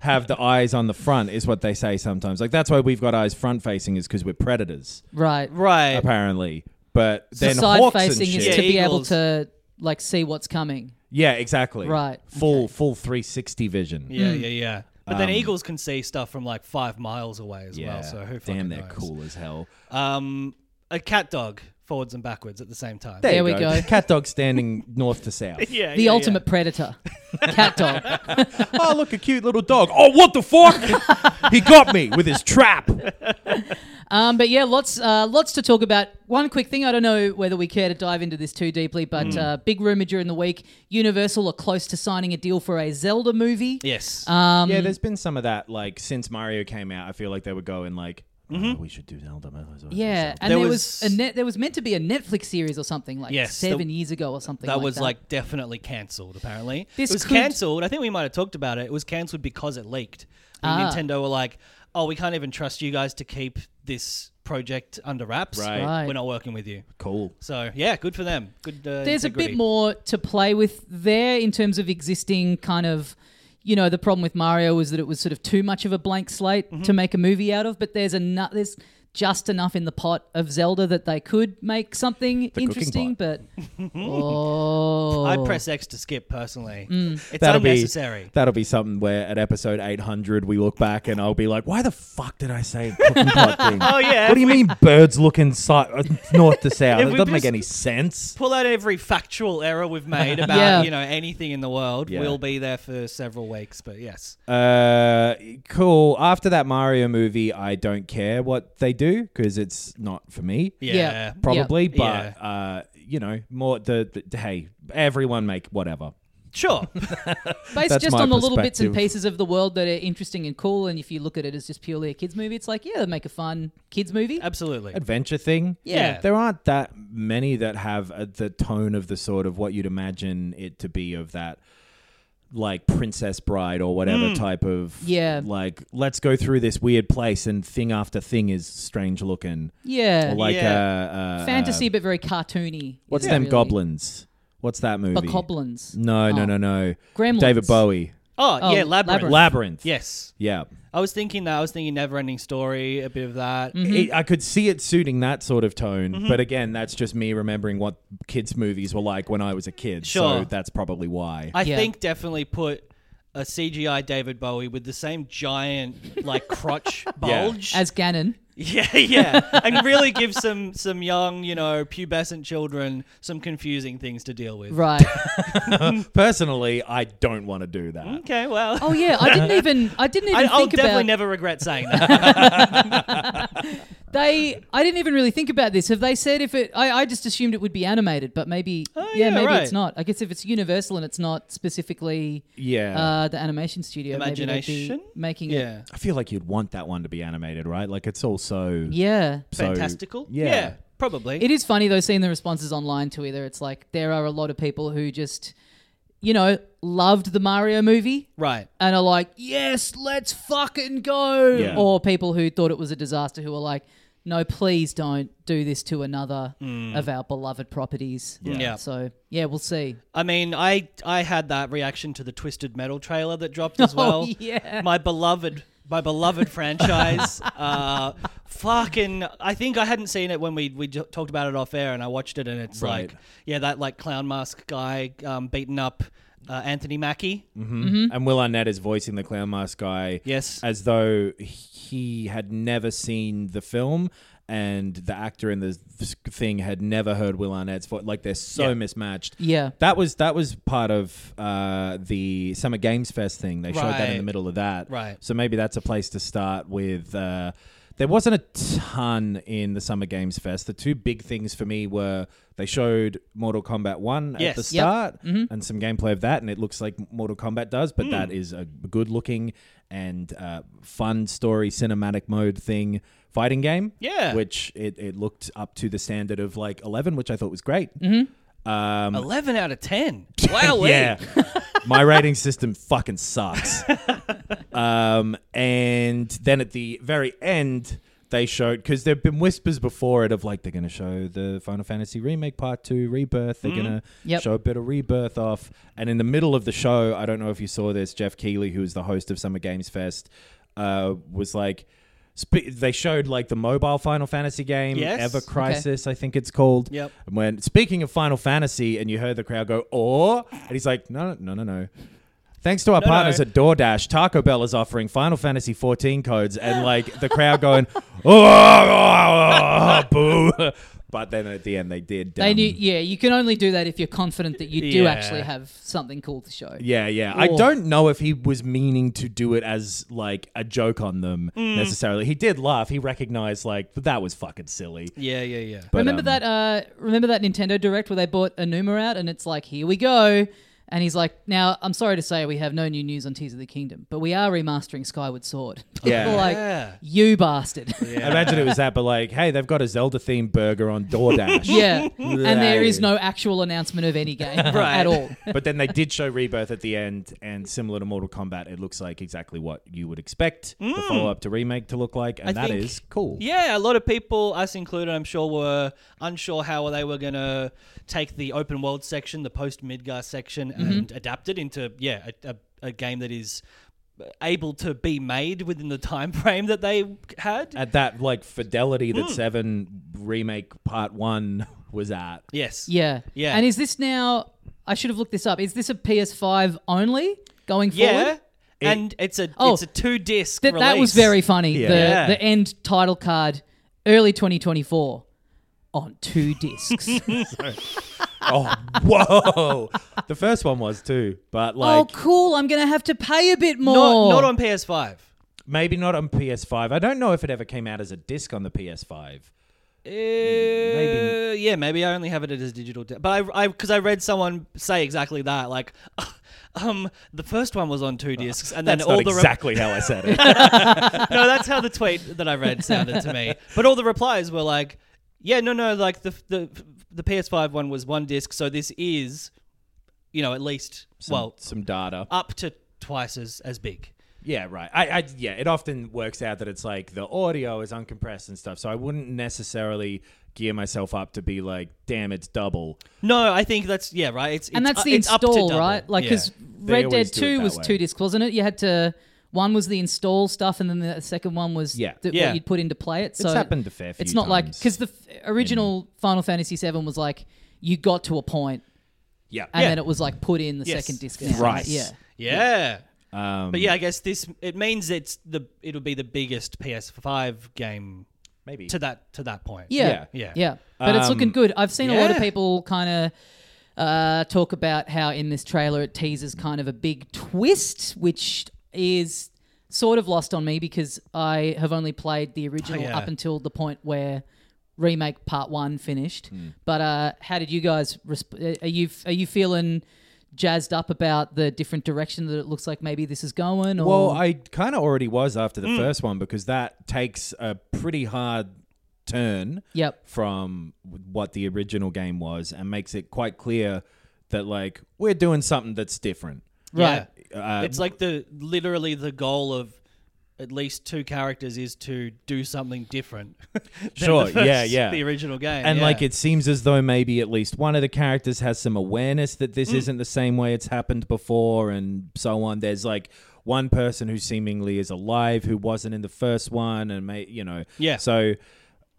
[SPEAKER 3] have the eyes on the front, is what they say sometimes. Like that's why we've got eyes front facing, is because we're predators,
[SPEAKER 2] Right.
[SPEAKER 4] Right.
[SPEAKER 3] apparently. But
[SPEAKER 2] The
[SPEAKER 3] then
[SPEAKER 2] Eh. side
[SPEAKER 3] hawks
[SPEAKER 2] facing
[SPEAKER 3] and
[SPEAKER 2] is
[SPEAKER 3] shit.
[SPEAKER 2] to be able
[SPEAKER 4] Eagles.
[SPEAKER 2] to like see what's coming.
[SPEAKER 3] yeah, exactly.
[SPEAKER 2] Right,
[SPEAKER 3] Full full 360 vision.
[SPEAKER 4] Yeah,
[SPEAKER 2] Hmm.
[SPEAKER 4] yeah, yeah. But
[SPEAKER 3] Um,
[SPEAKER 4] then eagles can see stuff from like five miles away as well. So who fucking
[SPEAKER 3] damn, they're
[SPEAKER 4] knows?
[SPEAKER 3] cool as hell.
[SPEAKER 4] Um, a cat dog forwards and backwards at the same time.
[SPEAKER 3] There,
[SPEAKER 2] we
[SPEAKER 3] we
[SPEAKER 2] go.
[SPEAKER 3] go. Cat dog standing [laughs] north to
[SPEAKER 4] [laughs]
[SPEAKER 3] south.
[SPEAKER 4] yeah,
[SPEAKER 2] The
[SPEAKER 4] yeah,
[SPEAKER 2] ultimate predator. Cat dog.
[SPEAKER 3] Oh, look, a cute little dog. Oh, what
[SPEAKER 4] [laughs]
[SPEAKER 3] the fuck? he got me with his trap.
[SPEAKER 2] Um, but yeah, lots uh, lots to talk about. One quick thing, I don't know whether we care to dive into this too deeply, but
[SPEAKER 4] Hmm.
[SPEAKER 2] uh, big rumor during the week: Universal are close to signing a deal for a Zelda movie.
[SPEAKER 4] Yeah. Yes.
[SPEAKER 3] yeah, there's been some of that. Like since Mario came out, I feel like they were going like, oh,
[SPEAKER 4] Mm-hmm.
[SPEAKER 3] we should do Zelda. we should do
[SPEAKER 2] Yeah,
[SPEAKER 3] Zelda.
[SPEAKER 2] and there,
[SPEAKER 4] There
[SPEAKER 2] was,
[SPEAKER 4] was-
[SPEAKER 2] a net, there was meant to be a Netflix series or something like
[SPEAKER 4] Yes,
[SPEAKER 2] seven
[SPEAKER 4] that-
[SPEAKER 2] years ago or something.
[SPEAKER 4] that
[SPEAKER 2] like
[SPEAKER 4] was
[SPEAKER 2] that.
[SPEAKER 4] like definitely cancelled. Apparently,
[SPEAKER 2] This
[SPEAKER 4] it was
[SPEAKER 2] could-
[SPEAKER 4] cancelled. I think we might have talked about it. It was cancelled because it leaked. And
[SPEAKER 2] Ah.
[SPEAKER 4] Nintendo were like, "Oh, we can't even trust you guys to keep this project under wraps.
[SPEAKER 3] Right.
[SPEAKER 2] Right.
[SPEAKER 4] We're not working with you."
[SPEAKER 3] cool.
[SPEAKER 4] So yeah, good for them. Good. Uh,
[SPEAKER 2] there's a
[SPEAKER 4] integrity.
[SPEAKER 2] bit more to play with there in terms of existing kind of you know the problem with Mario was that it was sort of too much of a blank slate
[SPEAKER 4] Mm-hmm.
[SPEAKER 2] to make a movie out of but there's enough there's just enough in the pot of Zelda that they could make something
[SPEAKER 3] cooking
[SPEAKER 2] interesting but oh
[SPEAKER 4] I'd press X to skip personally.
[SPEAKER 2] Mm.
[SPEAKER 4] It's
[SPEAKER 3] That'll be
[SPEAKER 4] unnecessary.
[SPEAKER 3] that'll be something where at episode 800 we look back and I'll be like, why the fuck did I say cooking pot thing?
[SPEAKER 4] [laughs]
[SPEAKER 2] [laughs]
[SPEAKER 4] oh yeah.
[SPEAKER 3] What do you mean birds looking si- uh, north to
[SPEAKER 4] [laughs]
[SPEAKER 3] south?
[SPEAKER 4] If
[SPEAKER 3] It
[SPEAKER 4] we
[SPEAKER 3] doesn't make
[SPEAKER 4] just-
[SPEAKER 3] any sense.
[SPEAKER 4] Pull out every factual error
[SPEAKER 2] [laughs]
[SPEAKER 4] we've made about
[SPEAKER 2] Yeah.
[SPEAKER 4] you know anything in the world.
[SPEAKER 3] Yeah.
[SPEAKER 4] We'll be there for several weeks. But yes,
[SPEAKER 3] Uh, cool. After that Mario movie, I don't care what they do because it's not for me.
[SPEAKER 4] yeah,
[SPEAKER 2] Yeah.
[SPEAKER 3] probably.
[SPEAKER 4] Yeah.
[SPEAKER 3] But uh, you know, more the, the hey, everyone make whatever.
[SPEAKER 2] [laughs]
[SPEAKER 4] sure.
[SPEAKER 2] based
[SPEAKER 3] That's
[SPEAKER 2] just
[SPEAKER 3] my
[SPEAKER 2] on the little bits and
[SPEAKER 3] perspective.
[SPEAKER 2] pieces of the world that are interesting and cool and if you look at it as just purely a kids movie it's like yeah make a fun kids movie
[SPEAKER 3] Uh,
[SPEAKER 4] Absolutely.
[SPEAKER 3] Adventure thing.
[SPEAKER 4] Yeah.
[SPEAKER 3] there aren't that many that have uh, the tone of the sort of what you'd imagine it to be of that. Like Princess Bride or whatever
[SPEAKER 4] Mm.
[SPEAKER 3] type of
[SPEAKER 2] Yeah.
[SPEAKER 3] like let's go through this weird place and thing after thing is strange looking
[SPEAKER 2] yeah
[SPEAKER 3] or like
[SPEAKER 4] Yeah.
[SPEAKER 3] uh, uh,
[SPEAKER 2] fantasy but very cartoony
[SPEAKER 3] What's
[SPEAKER 2] is
[SPEAKER 3] them
[SPEAKER 2] really-
[SPEAKER 3] goblins? What's that movie?
[SPEAKER 2] but goblins
[SPEAKER 3] No, no,
[SPEAKER 2] Oh.
[SPEAKER 3] no, no.
[SPEAKER 2] Gremlins.
[SPEAKER 3] David Bowie.
[SPEAKER 4] Oh,
[SPEAKER 2] Oh,
[SPEAKER 4] yeah, labyrinth.
[SPEAKER 2] Labyrinth.
[SPEAKER 3] Labyrinth.
[SPEAKER 4] yes,
[SPEAKER 3] Yeah.
[SPEAKER 4] I was thinking that. I was thinking never-ending story, a bit of that.
[SPEAKER 2] Mm. Mm-hmm.
[SPEAKER 3] It, I could see it suiting that sort of tone, but again, that's just me remembering what kids' movies were like when I was a kid.
[SPEAKER 4] Sure.
[SPEAKER 3] So that's probably why.
[SPEAKER 4] I
[SPEAKER 2] Yeah.
[SPEAKER 4] think definitely put a CGI David Bowie with the same giant
[SPEAKER 2] [laughs]
[SPEAKER 4] like crotch bulge.
[SPEAKER 2] as
[SPEAKER 3] [laughs]
[SPEAKER 2] Ganon
[SPEAKER 4] [laughs] yeah,
[SPEAKER 2] [laughs]
[SPEAKER 4] yeah, and really give some some young, you know, pubescent children some confusing things to deal with.
[SPEAKER 2] right
[SPEAKER 3] Personally, I don't want to do that.
[SPEAKER 4] Okay, well.
[SPEAKER 2] Oh yeah, I
[SPEAKER 3] [laughs]
[SPEAKER 2] didn't even I didn't even
[SPEAKER 4] [laughs] I, I'll
[SPEAKER 2] think
[SPEAKER 4] definitely
[SPEAKER 2] about
[SPEAKER 4] never regret
[SPEAKER 2] [laughs]
[SPEAKER 4] saying that.
[SPEAKER 2] they. I didn't even really think about this. Have they said if it? I, I just assumed it would be animated, but maybe
[SPEAKER 3] Oh,
[SPEAKER 2] yeah,
[SPEAKER 4] yeah,
[SPEAKER 2] maybe
[SPEAKER 4] right.
[SPEAKER 2] it's not. I guess if it's universal and it's not specifically
[SPEAKER 3] Yeah.
[SPEAKER 2] uh, the animation studio, maybe they'd be
[SPEAKER 4] Imagination?
[SPEAKER 2] making it.
[SPEAKER 3] I feel like you'd want that one to be animated, right? Like it's also
[SPEAKER 2] Yeah,
[SPEAKER 3] so-
[SPEAKER 4] Fantastical?
[SPEAKER 3] Yeah.
[SPEAKER 4] Yeah. Probably.
[SPEAKER 2] It is funny though seeing the responses online to either. It's like there are a lot of people who just, you know, loved the Mario movie
[SPEAKER 4] right.
[SPEAKER 2] and are like, yes, let's fucking go.
[SPEAKER 3] Yeah.
[SPEAKER 2] Or people who thought it was a disaster who are like, no, please don't do this to another of our beloved properties.
[SPEAKER 3] Yeah.
[SPEAKER 4] Yeah.
[SPEAKER 2] So yeah, we'll see.
[SPEAKER 4] I mean, I I had that reaction to the Twisted Metal trailer that
[SPEAKER 3] [laughs]
[SPEAKER 4] dropped
[SPEAKER 3] Oh,
[SPEAKER 4] as well.
[SPEAKER 2] yeah.
[SPEAKER 4] My beloved my beloved franchise. Uh fucking I think I hadn't seen it when we we j- talked about it off air and I watched it and it's
[SPEAKER 3] Right.
[SPEAKER 4] like yeah, that like clown mask guy um beating up uh, Anthony Mackie.
[SPEAKER 3] Mm-hmm. hmm.
[SPEAKER 2] Mm-hmm.
[SPEAKER 3] And Will Arnett is voicing the clown mask guy.
[SPEAKER 4] Yes.
[SPEAKER 3] As though he had never seen the film and the actor in the thing had never heard Will Arnett's voice. Like they're so
[SPEAKER 4] Yeah.
[SPEAKER 3] mismatched.
[SPEAKER 2] Yeah.
[SPEAKER 3] That was that was part of uh, the Summer Games Fest thing. They showed that in the
[SPEAKER 4] Right.
[SPEAKER 3] middle of that.
[SPEAKER 4] Right.
[SPEAKER 3] So maybe that's a place to start with. Uh, there wasn't a ton in the Summer Games Fest. The two big things for me were they showed Mortal Kombat 1 at
[SPEAKER 4] Yes.
[SPEAKER 3] the
[SPEAKER 4] Yep.
[SPEAKER 3] start and some gameplay of that, and it looks like Mortal Kombat does, but that is a good looking and uh, fun story cinematic mode thing fighting game.
[SPEAKER 4] Yeah.
[SPEAKER 3] Which it, it looked up to the standard of like 11, which I thought was great. Um,
[SPEAKER 4] 11 out of 10.
[SPEAKER 3] Wow. [laughs] yeah. My rating system
[SPEAKER 4] [laughs]
[SPEAKER 3] fucking sucks. um, and then at the very end, they showed because there've been whispers before it of like they're going to show the Final Fantasy remake part two rebirth. They're
[SPEAKER 4] Mm-hmm.
[SPEAKER 3] going to
[SPEAKER 2] Yep.
[SPEAKER 3] show a bit of rebirth off. And in the middle of the show, I don't know if you saw this, Jeff Keighley, who is the host of Summer Games Fest, uh, was like. sp- They showed like the mobile Final Fantasy game,
[SPEAKER 4] Yes.
[SPEAKER 3] Ever
[SPEAKER 4] Okay.
[SPEAKER 3] Crisis, I think it's called.
[SPEAKER 4] Yep.
[SPEAKER 3] And when speaking of Final Fantasy, and you heard the crowd go, "Or," and he's like, "No, no, no, no." Thanks to our
[SPEAKER 4] No,
[SPEAKER 3] partners
[SPEAKER 4] no.
[SPEAKER 3] at DoorDash, Taco Bell is offering Final Fantasy 14 codes, and like the crowd going, [laughs] "Oh, oh, oh, boo!" [laughs] But then at the end, they did.
[SPEAKER 2] They
[SPEAKER 3] um,
[SPEAKER 2] knew, yeah, you can only do that if you're confident that you do
[SPEAKER 4] Yeah.
[SPEAKER 2] actually have something cool to show.
[SPEAKER 3] Yeah, yeah. I
[SPEAKER 2] Or-
[SPEAKER 3] don't know if he was meaning to do it as like a joke on them
[SPEAKER 2] Mm.
[SPEAKER 3] necessarily. He did laugh. He recognized like that was fucking silly.
[SPEAKER 4] Yeah, yeah, yeah.
[SPEAKER 3] But,
[SPEAKER 2] remember
[SPEAKER 3] um,
[SPEAKER 2] that? Uh, remember that Nintendo Direct where they bought Enuma out, and it's like, here we go. And he's like, now I'm sorry to say we have no new news on Tears of the Kingdom, but we are remastering Skyward Sword. [laughs]
[SPEAKER 3] Yeah.
[SPEAKER 2] like
[SPEAKER 4] Yeah.
[SPEAKER 2] you
[SPEAKER 4] [laughs]
[SPEAKER 2] bastard. [laughs]
[SPEAKER 3] I imagine it was that, but like, hey, they've got a Zelda themed burger on DoorDash.
[SPEAKER 2] [laughs] yeah, and there is no actual announcement of any
[SPEAKER 4] [laughs]
[SPEAKER 2] game at all.
[SPEAKER 3] but then they did show Rebirth at the end, and similar to Mortal Kombat, it looks like exactly what you would expect the follow up to remake to look like, and
[SPEAKER 4] Mm. I
[SPEAKER 3] that is
[SPEAKER 4] think-
[SPEAKER 3] cool.
[SPEAKER 4] Yeah, a lot of people, us included, I'm sure, were unsure how they were going to take the open world section, the post Midgar section,
[SPEAKER 2] Mm-hmm.
[SPEAKER 4] and adapt it into yeah a, a, a game that is able to be made within the [laughs] time frame that they had.
[SPEAKER 3] At that like fidelity
[SPEAKER 4] Mm.
[SPEAKER 3] that Seven remake part one [laughs] was at.
[SPEAKER 4] yes.
[SPEAKER 2] Yeah,
[SPEAKER 4] Yeah.
[SPEAKER 2] And is this now? I should have looked this up. Is this a PS5 only going
[SPEAKER 4] Yeah.
[SPEAKER 2] forward?
[SPEAKER 4] and it's a
[SPEAKER 2] Oh.
[SPEAKER 4] it's a two disc.
[SPEAKER 2] That, that was very funny. The
[SPEAKER 3] Yeah.
[SPEAKER 2] the end title card, early 2024, on two discs.
[SPEAKER 3] [laughs] Oh, whoa! the first one was too, but
[SPEAKER 2] oh,
[SPEAKER 3] like
[SPEAKER 2] cool! I'm gonna have to pay a bit more.
[SPEAKER 4] not, not on PS5.
[SPEAKER 3] maybe not on PS5. I don't know if it ever came out as a disc on the PS5.
[SPEAKER 4] Uh, yeah, maybe I only have it as digital, di- but I, I, because I read someone say exactly that, like, [laughs] um, the first one was on two discs, and then
[SPEAKER 3] Uh, That's
[SPEAKER 4] all
[SPEAKER 3] not
[SPEAKER 4] the re-
[SPEAKER 3] exactly how I said
[SPEAKER 4] [laughs]
[SPEAKER 3] it.
[SPEAKER 4] no, that's how the tweet that I read sounded to
[SPEAKER 3] [laughs]
[SPEAKER 4] me. But all the replies were like, yeah, no, no, like the the the PS5 one was one disc, so this is, you know, at least
[SPEAKER 3] Some-
[SPEAKER 4] well
[SPEAKER 3] some data.
[SPEAKER 4] up to twice as as big.
[SPEAKER 3] Yeah, right. I, I yeah, it often works out that it's like the audio is uncompressed and stuff. So I wouldn't necessarily gear myself up to be like, damn, it's double.
[SPEAKER 4] No, I think that's yeah, right. It's,
[SPEAKER 2] and
[SPEAKER 4] it's,
[SPEAKER 2] that's
[SPEAKER 4] uh,
[SPEAKER 2] the
[SPEAKER 4] it's up to
[SPEAKER 2] install,
[SPEAKER 4] double.
[SPEAKER 2] right? Like,
[SPEAKER 4] Yeah.
[SPEAKER 2] because
[SPEAKER 3] They
[SPEAKER 2] Red
[SPEAKER 3] always
[SPEAKER 2] Dead
[SPEAKER 3] do it
[SPEAKER 2] Two
[SPEAKER 3] that
[SPEAKER 2] was
[SPEAKER 3] way.
[SPEAKER 2] two discs, wasn't it? You had to. One was the install stuff, and then the second one was
[SPEAKER 3] Yeah.
[SPEAKER 2] the,
[SPEAKER 4] Yeah.
[SPEAKER 2] what you'd put in to play it. So
[SPEAKER 3] happened a fair few
[SPEAKER 2] It's not like
[SPEAKER 3] times
[SPEAKER 2] because the f- original Final Fantasy VII was like you got to a point,
[SPEAKER 3] Yeah.
[SPEAKER 2] and
[SPEAKER 4] Yeah.
[SPEAKER 2] then it was like put in the
[SPEAKER 4] Yes.
[SPEAKER 2] second disc. Now.
[SPEAKER 3] Right.
[SPEAKER 2] Yeah.
[SPEAKER 4] yeah.
[SPEAKER 3] Um,
[SPEAKER 4] But yeah, I guess this it means it's the it'll be the biggest PS5 game
[SPEAKER 3] maybe.
[SPEAKER 4] to that to that point.
[SPEAKER 2] Yeah.
[SPEAKER 4] Yeah.
[SPEAKER 2] Yeah. But it's looking
[SPEAKER 3] Um,
[SPEAKER 2] good. I've seen a lot of
[SPEAKER 4] yeah.
[SPEAKER 2] people kind of uh, talk about how in this trailer it teases kind of a big twist, which is sort of lost on me because I have only played the original
[SPEAKER 4] yeah.
[SPEAKER 2] up until the point where remake part one finished.
[SPEAKER 4] Hmm.
[SPEAKER 2] But uh, how did you guys? Resp- uh, are you are you feeling? Jazzed up about the different direction that it looks like maybe this is going, or
[SPEAKER 3] Mm. well, I kind of already was after the first one because that takes a pretty hard turn
[SPEAKER 2] Yep.
[SPEAKER 3] from what the original game was and makes it quite clear that like we're doing something that's different.
[SPEAKER 4] Right.
[SPEAKER 3] Uh,
[SPEAKER 4] it's like the literally the goal of at least two characters is to do something different. than
[SPEAKER 3] Sure,
[SPEAKER 4] the first-
[SPEAKER 3] yeah, yeah.
[SPEAKER 4] The original game,
[SPEAKER 3] and
[SPEAKER 4] yeah.
[SPEAKER 3] like it seems as though maybe at least one of the characters has some awareness that
[SPEAKER 4] Mm.
[SPEAKER 3] this isn't the same way it's happened before and so on there's like one person who seemingly is alive who wasn't in the first one and may you know
[SPEAKER 4] Yeah.
[SPEAKER 3] so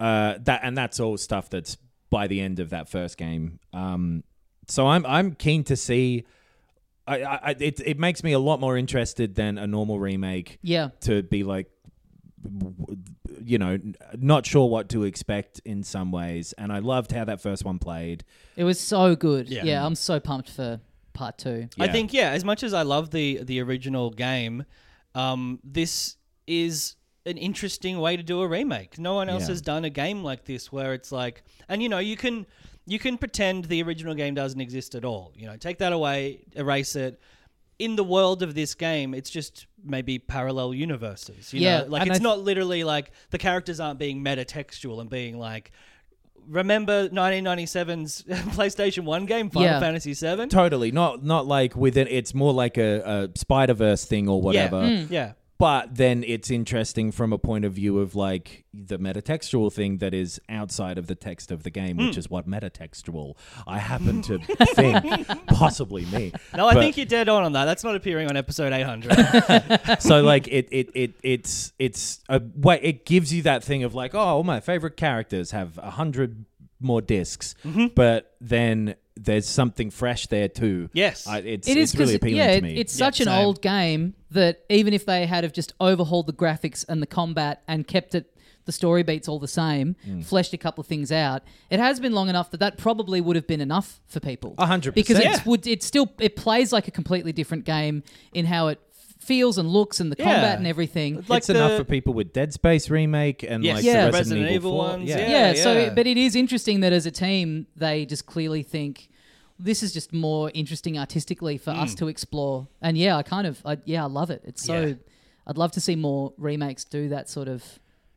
[SPEAKER 3] uh that and that's all stuff that's by the end of that first game um so i'm i'm keen to see I, I I- it it makes me a lot more interested than a normal remake
[SPEAKER 2] Yeah.
[SPEAKER 3] to be like w- you know n- not sure what to expect in some ways and i loved how that first one played
[SPEAKER 2] It was so good.
[SPEAKER 4] Yeah.
[SPEAKER 2] Yeah. I'm so pumped for part two.
[SPEAKER 4] I
[SPEAKER 3] Yeah.
[SPEAKER 4] think yeah, as much as I love the the original game, um, this is an interesting way to do a remake. No one else
[SPEAKER 3] Yeah.
[SPEAKER 4] has done a game like this where it's like, and you know, you can you can pretend the original game doesn't exist at all. You know, take that away, erase it. In the world of this game, it's just maybe parallel universes. You
[SPEAKER 2] Yeah,
[SPEAKER 4] know? like
[SPEAKER 2] and
[SPEAKER 4] it's
[SPEAKER 2] I-
[SPEAKER 4] not literally like the characters aren't being metatextual and being like. Remember 1997's [laughs] PlayStation 1 game, Final
[SPEAKER 2] Yeah.
[SPEAKER 4] Fantasy 7?
[SPEAKER 3] totally not not like within it's more like a, a spider-verse thing or whatever
[SPEAKER 4] Yeah. Mm.
[SPEAKER 3] but then it's interesting from a point of view of like the metatextual thing that is outside of the text of the game which is what metatextual i happen to think possibly me
[SPEAKER 4] No, I
[SPEAKER 3] But-
[SPEAKER 4] think you're dead on on that. That's not appearing on episode 800.
[SPEAKER 3] so like it, it it it's it's a way it gives you that thing of like oh all my favorite characters have a hundred more disks
[SPEAKER 4] Mm-hmm.
[SPEAKER 3] but then there's something fresh there too
[SPEAKER 4] Yes.
[SPEAKER 3] I, it's,
[SPEAKER 2] It is
[SPEAKER 3] it's really
[SPEAKER 2] 'cause-
[SPEAKER 3] appealing
[SPEAKER 2] yeah,
[SPEAKER 3] to
[SPEAKER 2] it-
[SPEAKER 3] me
[SPEAKER 2] it's such an
[SPEAKER 4] same.
[SPEAKER 2] old game that even if they had have just overhauled the graphics and the combat and kept it the story beats all the same,
[SPEAKER 3] Mm.
[SPEAKER 2] fleshed a couple of things out, it has been long enough that that probably would have been enough for people.
[SPEAKER 3] A hundred
[SPEAKER 2] because
[SPEAKER 3] percent.
[SPEAKER 2] it's would it still it plays like a completely different game in how it feels and looks and the
[SPEAKER 4] Yeah.
[SPEAKER 2] combat and everything.
[SPEAKER 4] like
[SPEAKER 3] it's enough
[SPEAKER 4] the-
[SPEAKER 3] for people with dead space remake and
[SPEAKER 4] Yes,
[SPEAKER 3] like
[SPEAKER 2] yeah.
[SPEAKER 3] the resident,
[SPEAKER 4] Resident
[SPEAKER 3] evil,
[SPEAKER 4] Evil
[SPEAKER 3] 4.
[SPEAKER 4] ones,
[SPEAKER 3] yeah.
[SPEAKER 4] yeah.
[SPEAKER 2] yeah, so
[SPEAKER 4] yeah.
[SPEAKER 2] but it is interesting that as a team they just clearly think this is just more interesting artistically for us to explore and yeah i kind of I, yeah i love it it's so
[SPEAKER 4] Yeah.
[SPEAKER 2] i'd love to see more remakes do that sort of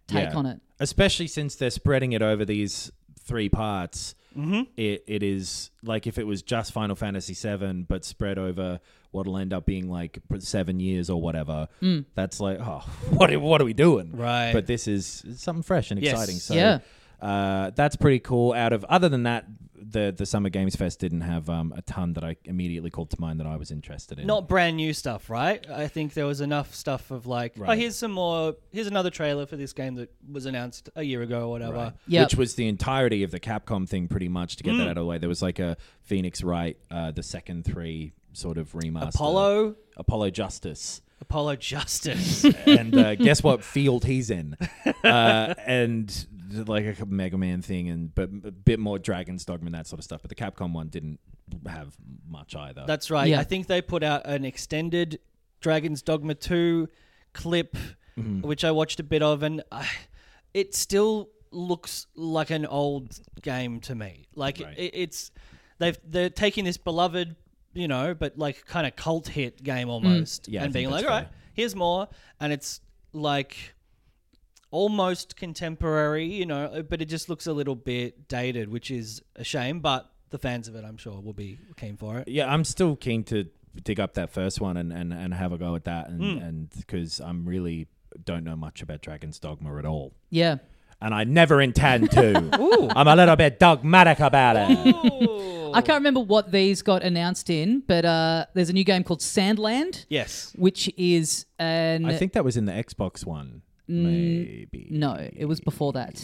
[SPEAKER 2] take
[SPEAKER 3] Yeah.
[SPEAKER 2] on it
[SPEAKER 3] especially since they're spreading it over these three parts. Mm-hmm. It it is like if it was just Final Fantasy VII, but spread over what'll end up being like seven years or whatever.
[SPEAKER 2] Mm.
[SPEAKER 3] That's like, oh, [laughs] what are- what are we doing?
[SPEAKER 4] Right.
[SPEAKER 3] But this is it's something fresh and
[SPEAKER 4] Yes.
[SPEAKER 3] exciting. So
[SPEAKER 2] Yeah.
[SPEAKER 3] uh, that's pretty cool. Out of other than that, the the Summer Games Fest didn't have um, a ton that I immediately called to mind that I was interested in.
[SPEAKER 4] Not brand new stuff, right? I think there was enough stuff of like, oh,
[SPEAKER 3] Right.
[SPEAKER 4] here's some more, here's another trailer for this game that was announced a year ago or whatever.
[SPEAKER 2] Yep.
[SPEAKER 3] Which was the entirety of the Capcom thing, pretty much, to get that out of the way. There was like a Phoenix Wright, uh, the second three sort of remaster.
[SPEAKER 4] Apollo,
[SPEAKER 3] Apollo Justice.
[SPEAKER 4] Apollo Justice.
[SPEAKER 3] and uh, guess what field he's in? Uh, and like a Mega Man thing, and but a bit more Dragon's Dogma and that sort of stuff. But the Capcom one didn't have much either.
[SPEAKER 4] That's right.
[SPEAKER 2] Yeah.
[SPEAKER 4] I think they put out an extended Dragon's Dogma 2 clip,
[SPEAKER 3] Mm-hmm.
[SPEAKER 4] which I watched a bit of, and I, it still looks like an old game to me. Like
[SPEAKER 3] Right.
[SPEAKER 4] it, it's they've they're taking this beloved, you know, but like kind of cult hit game almost,
[SPEAKER 3] Yeah, I
[SPEAKER 4] and
[SPEAKER 3] think
[SPEAKER 4] being like,
[SPEAKER 3] that's
[SPEAKER 4] all right,
[SPEAKER 3] fair.
[SPEAKER 4] here's more, and it's like almost contemporary, you know, but it just looks a little bit dated, which is a shame, but. The fans of it, I'm sure, will be keen for it.
[SPEAKER 3] yeah, I'm still keen to dig up that first one and, and, and have a go at that, and and because I'm really don't know much about Dragon's Dogma at all.
[SPEAKER 2] yeah
[SPEAKER 3] and I never
[SPEAKER 2] [laughs]
[SPEAKER 3] intend to. I'm a little bit dogmatic about it.
[SPEAKER 2] i can't remember what these got announced in but uh there's a new game called sandland
[SPEAKER 4] Yes.
[SPEAKER 2] which is an
[SPEAKER 3] I think that was in the Xbox one,
[SPEAKER 2] Mm.
[SPEAKER 3] maybe.
[SPEAKER 2] no it was before that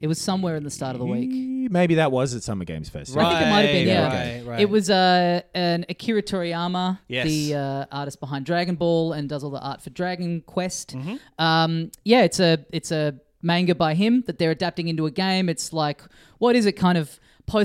[SPEAKER 2] it was somewhere in the start of the week
[SPEAKER 3] Maybe that was at Summer Games Fest.
[SPEAKER 2] I think it might have been,
[SPEAKER 4] Right,
[SPEAKER 2] yeah.
[SPEAKER 4] right, right.
[SPEAKER 2] It was uh, an Akira Toriyama,
[SPEAKER 4] Yes.
[SPEAKER 2] the uh, artist behind Dragon Ball and does all the art for Dragon Quest. Um, yeah, it's a it's a manga by him that they're adapting into a game. It's like what is it kind of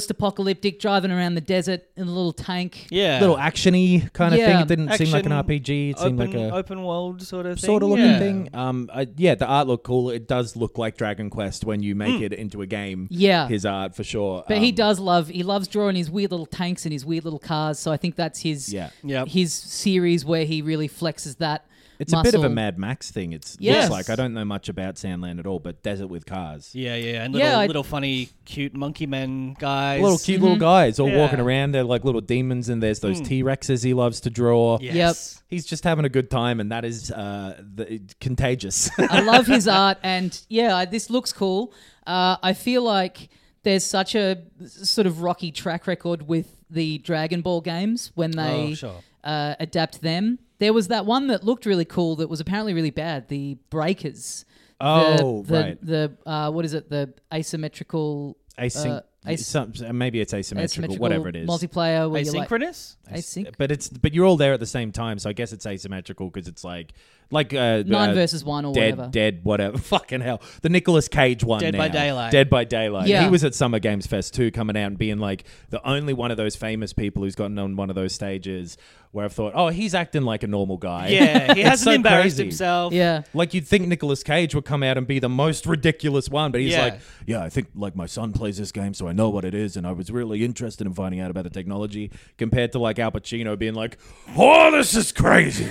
[SPEAKER 2] post-apocalyptic driving around the desert in a little tank.
[SPEAKER 4] Yeah.
[SPEAKER 3] Little actiony kind of thing.
[SPEAKER 2] Yeah.
[SPEAKER 3] It didn't seem like an
[SPEAKER 4] Action,
[SPEAKER 3] RPG. It
[SPEAKER 4] open,
[SPEAKER 3] seemed like a
[SPEAKER 4] open world sort of thing.
[SPEAKER 3] sort of looking
[SPEAKER 4] yeah.
[SPEAKER 3] thing. Um, I, yeah, the art looked cool. It does look like Dragon Quest when you make it into a game.
[SPEAKER 2] Mm. Yeah.
[SPEAKER 3] his art for sure.
[SPEAKER 2] But he
[SPEAKER 3] Um,
[SPEAKER 2] does love he loves drawing his weird little tanks and his weird little cars. So I think that's his
[SPEAKER 3] Yeah.
[SPEAKER 4] Yep.
[SPEAKER 2] his series where he really flexes that
[SPEAKER 3] It's a bit of a
[SPEAKER 2] muscle.
[SPEAKER 3] Mad Max thing. It's
[SPEAKER 2] Yes.
[SPEAKER 3] looks like I don't know much about Sandland at all, but desert with cars.
[SPEAKER 4] Yeah, yeah, and
[SPEAKER 2] Yeah,
[SPEAKER 4] little,
[SPEAKER 2] I-
[SPEAKER 4] little funny, cute monkey men guys.
[SPEAKER 3] Little cute
[SPEAKER 2] Mm-hmm.
[SPEAKER 3] little guys all
[SPEAKER 4] Yeah.
[SPEAKER 3] walking around. They're like little demons, and there's
[SPEAKER 2] Hmm.
[SPEAKER 3] those T Rexes he loves to draw.
[SPEAKER 4] Yes.
[SPEAKER 3] He's just having a good time, and that is uh, the,
[SPEAKER 2] [laughs]
[SPEAKER 3] contagious.
[SPEAKER 2] I love his art, and yeah, I, this looks cool. Uh, I feel like there's such a sort of rocky track record with the Dragon Ball games when they
[SPEAKER 4] Oh, sure.
[SPEAKER 2] uh, adapt them. There was that one that looked really cool that was apparently really bad, the Breakers. The-
[SPEAKER 3] [laughs] Oh,
[SPEAKER 2] the,
[SPEAKER 3] right.
[SPEAKER 2] The uh, what is it? The asymmetrical.
[SPEAKER 3] Async-
[SPEAKER 2] uh, as-
[SPEAKER 3] some, maybe it's asymmetrical,
[SPEAKER 2] asymmetrical
[SPEAKER 3] whatever it is. Uh,
[SPEAKER 2] multiplayer where you're like
[SPEAKER 4] Asynchronous?
[SPEAKER 2] async
[SPEAKER 3] but it's but you're all there at the same time, so I guess it's asymmetrical because it's like like uh,
[SPEAKER 2] nine
[SPEAKER 3] uh,
[SPEAKER 2] versus one or
[SPEAKER 3] dead
[SPEAKER 2] whatever.
[SPEAKER 3] dead whatever [laughs] fucking hell the Nicolas Cage one
[SPEAKER 4] Dead by
[SPEAKER 3] now.
[SPEAKER 4] Daylight.
[SPEAKER 3] Dead by Daylight
[SPEAKER 2] Yeah.
[SPEAKER 3] he was at Summer Games Fest too coming out and being like the only one of those famous people who's gotten on one of those stages where I've thought oh he's acting like a normal
[SPEAKER 4] [laughs]
[SPEAKER 3] guy [laughs]
[SPEAKER 4] Yeah, he
[SPEAKER 3] It's
[SPEAKER 4] hasn't
[SPEAKER 3] so
[SPEAKER 4] embarrassed
[SPEAKER 3] crazy.
[SPEAKER 4] himself.
[SPEAKER 2] Yeah.
[SPEAKER 3] Like you'd think Nicolas Cage would come out and be the most ridiculous one, but he's
[SPEAKER 4] Yeah.
[SPEAKER 3] like, "Yeah, I think like my son plays this game, so I know what it is, and I was really interested in finding out about the technology." Compared to like Al Pacino being like, "Oh, this
[SPEAKER 4] [laughs]
[SPEAKER 3] is crazy,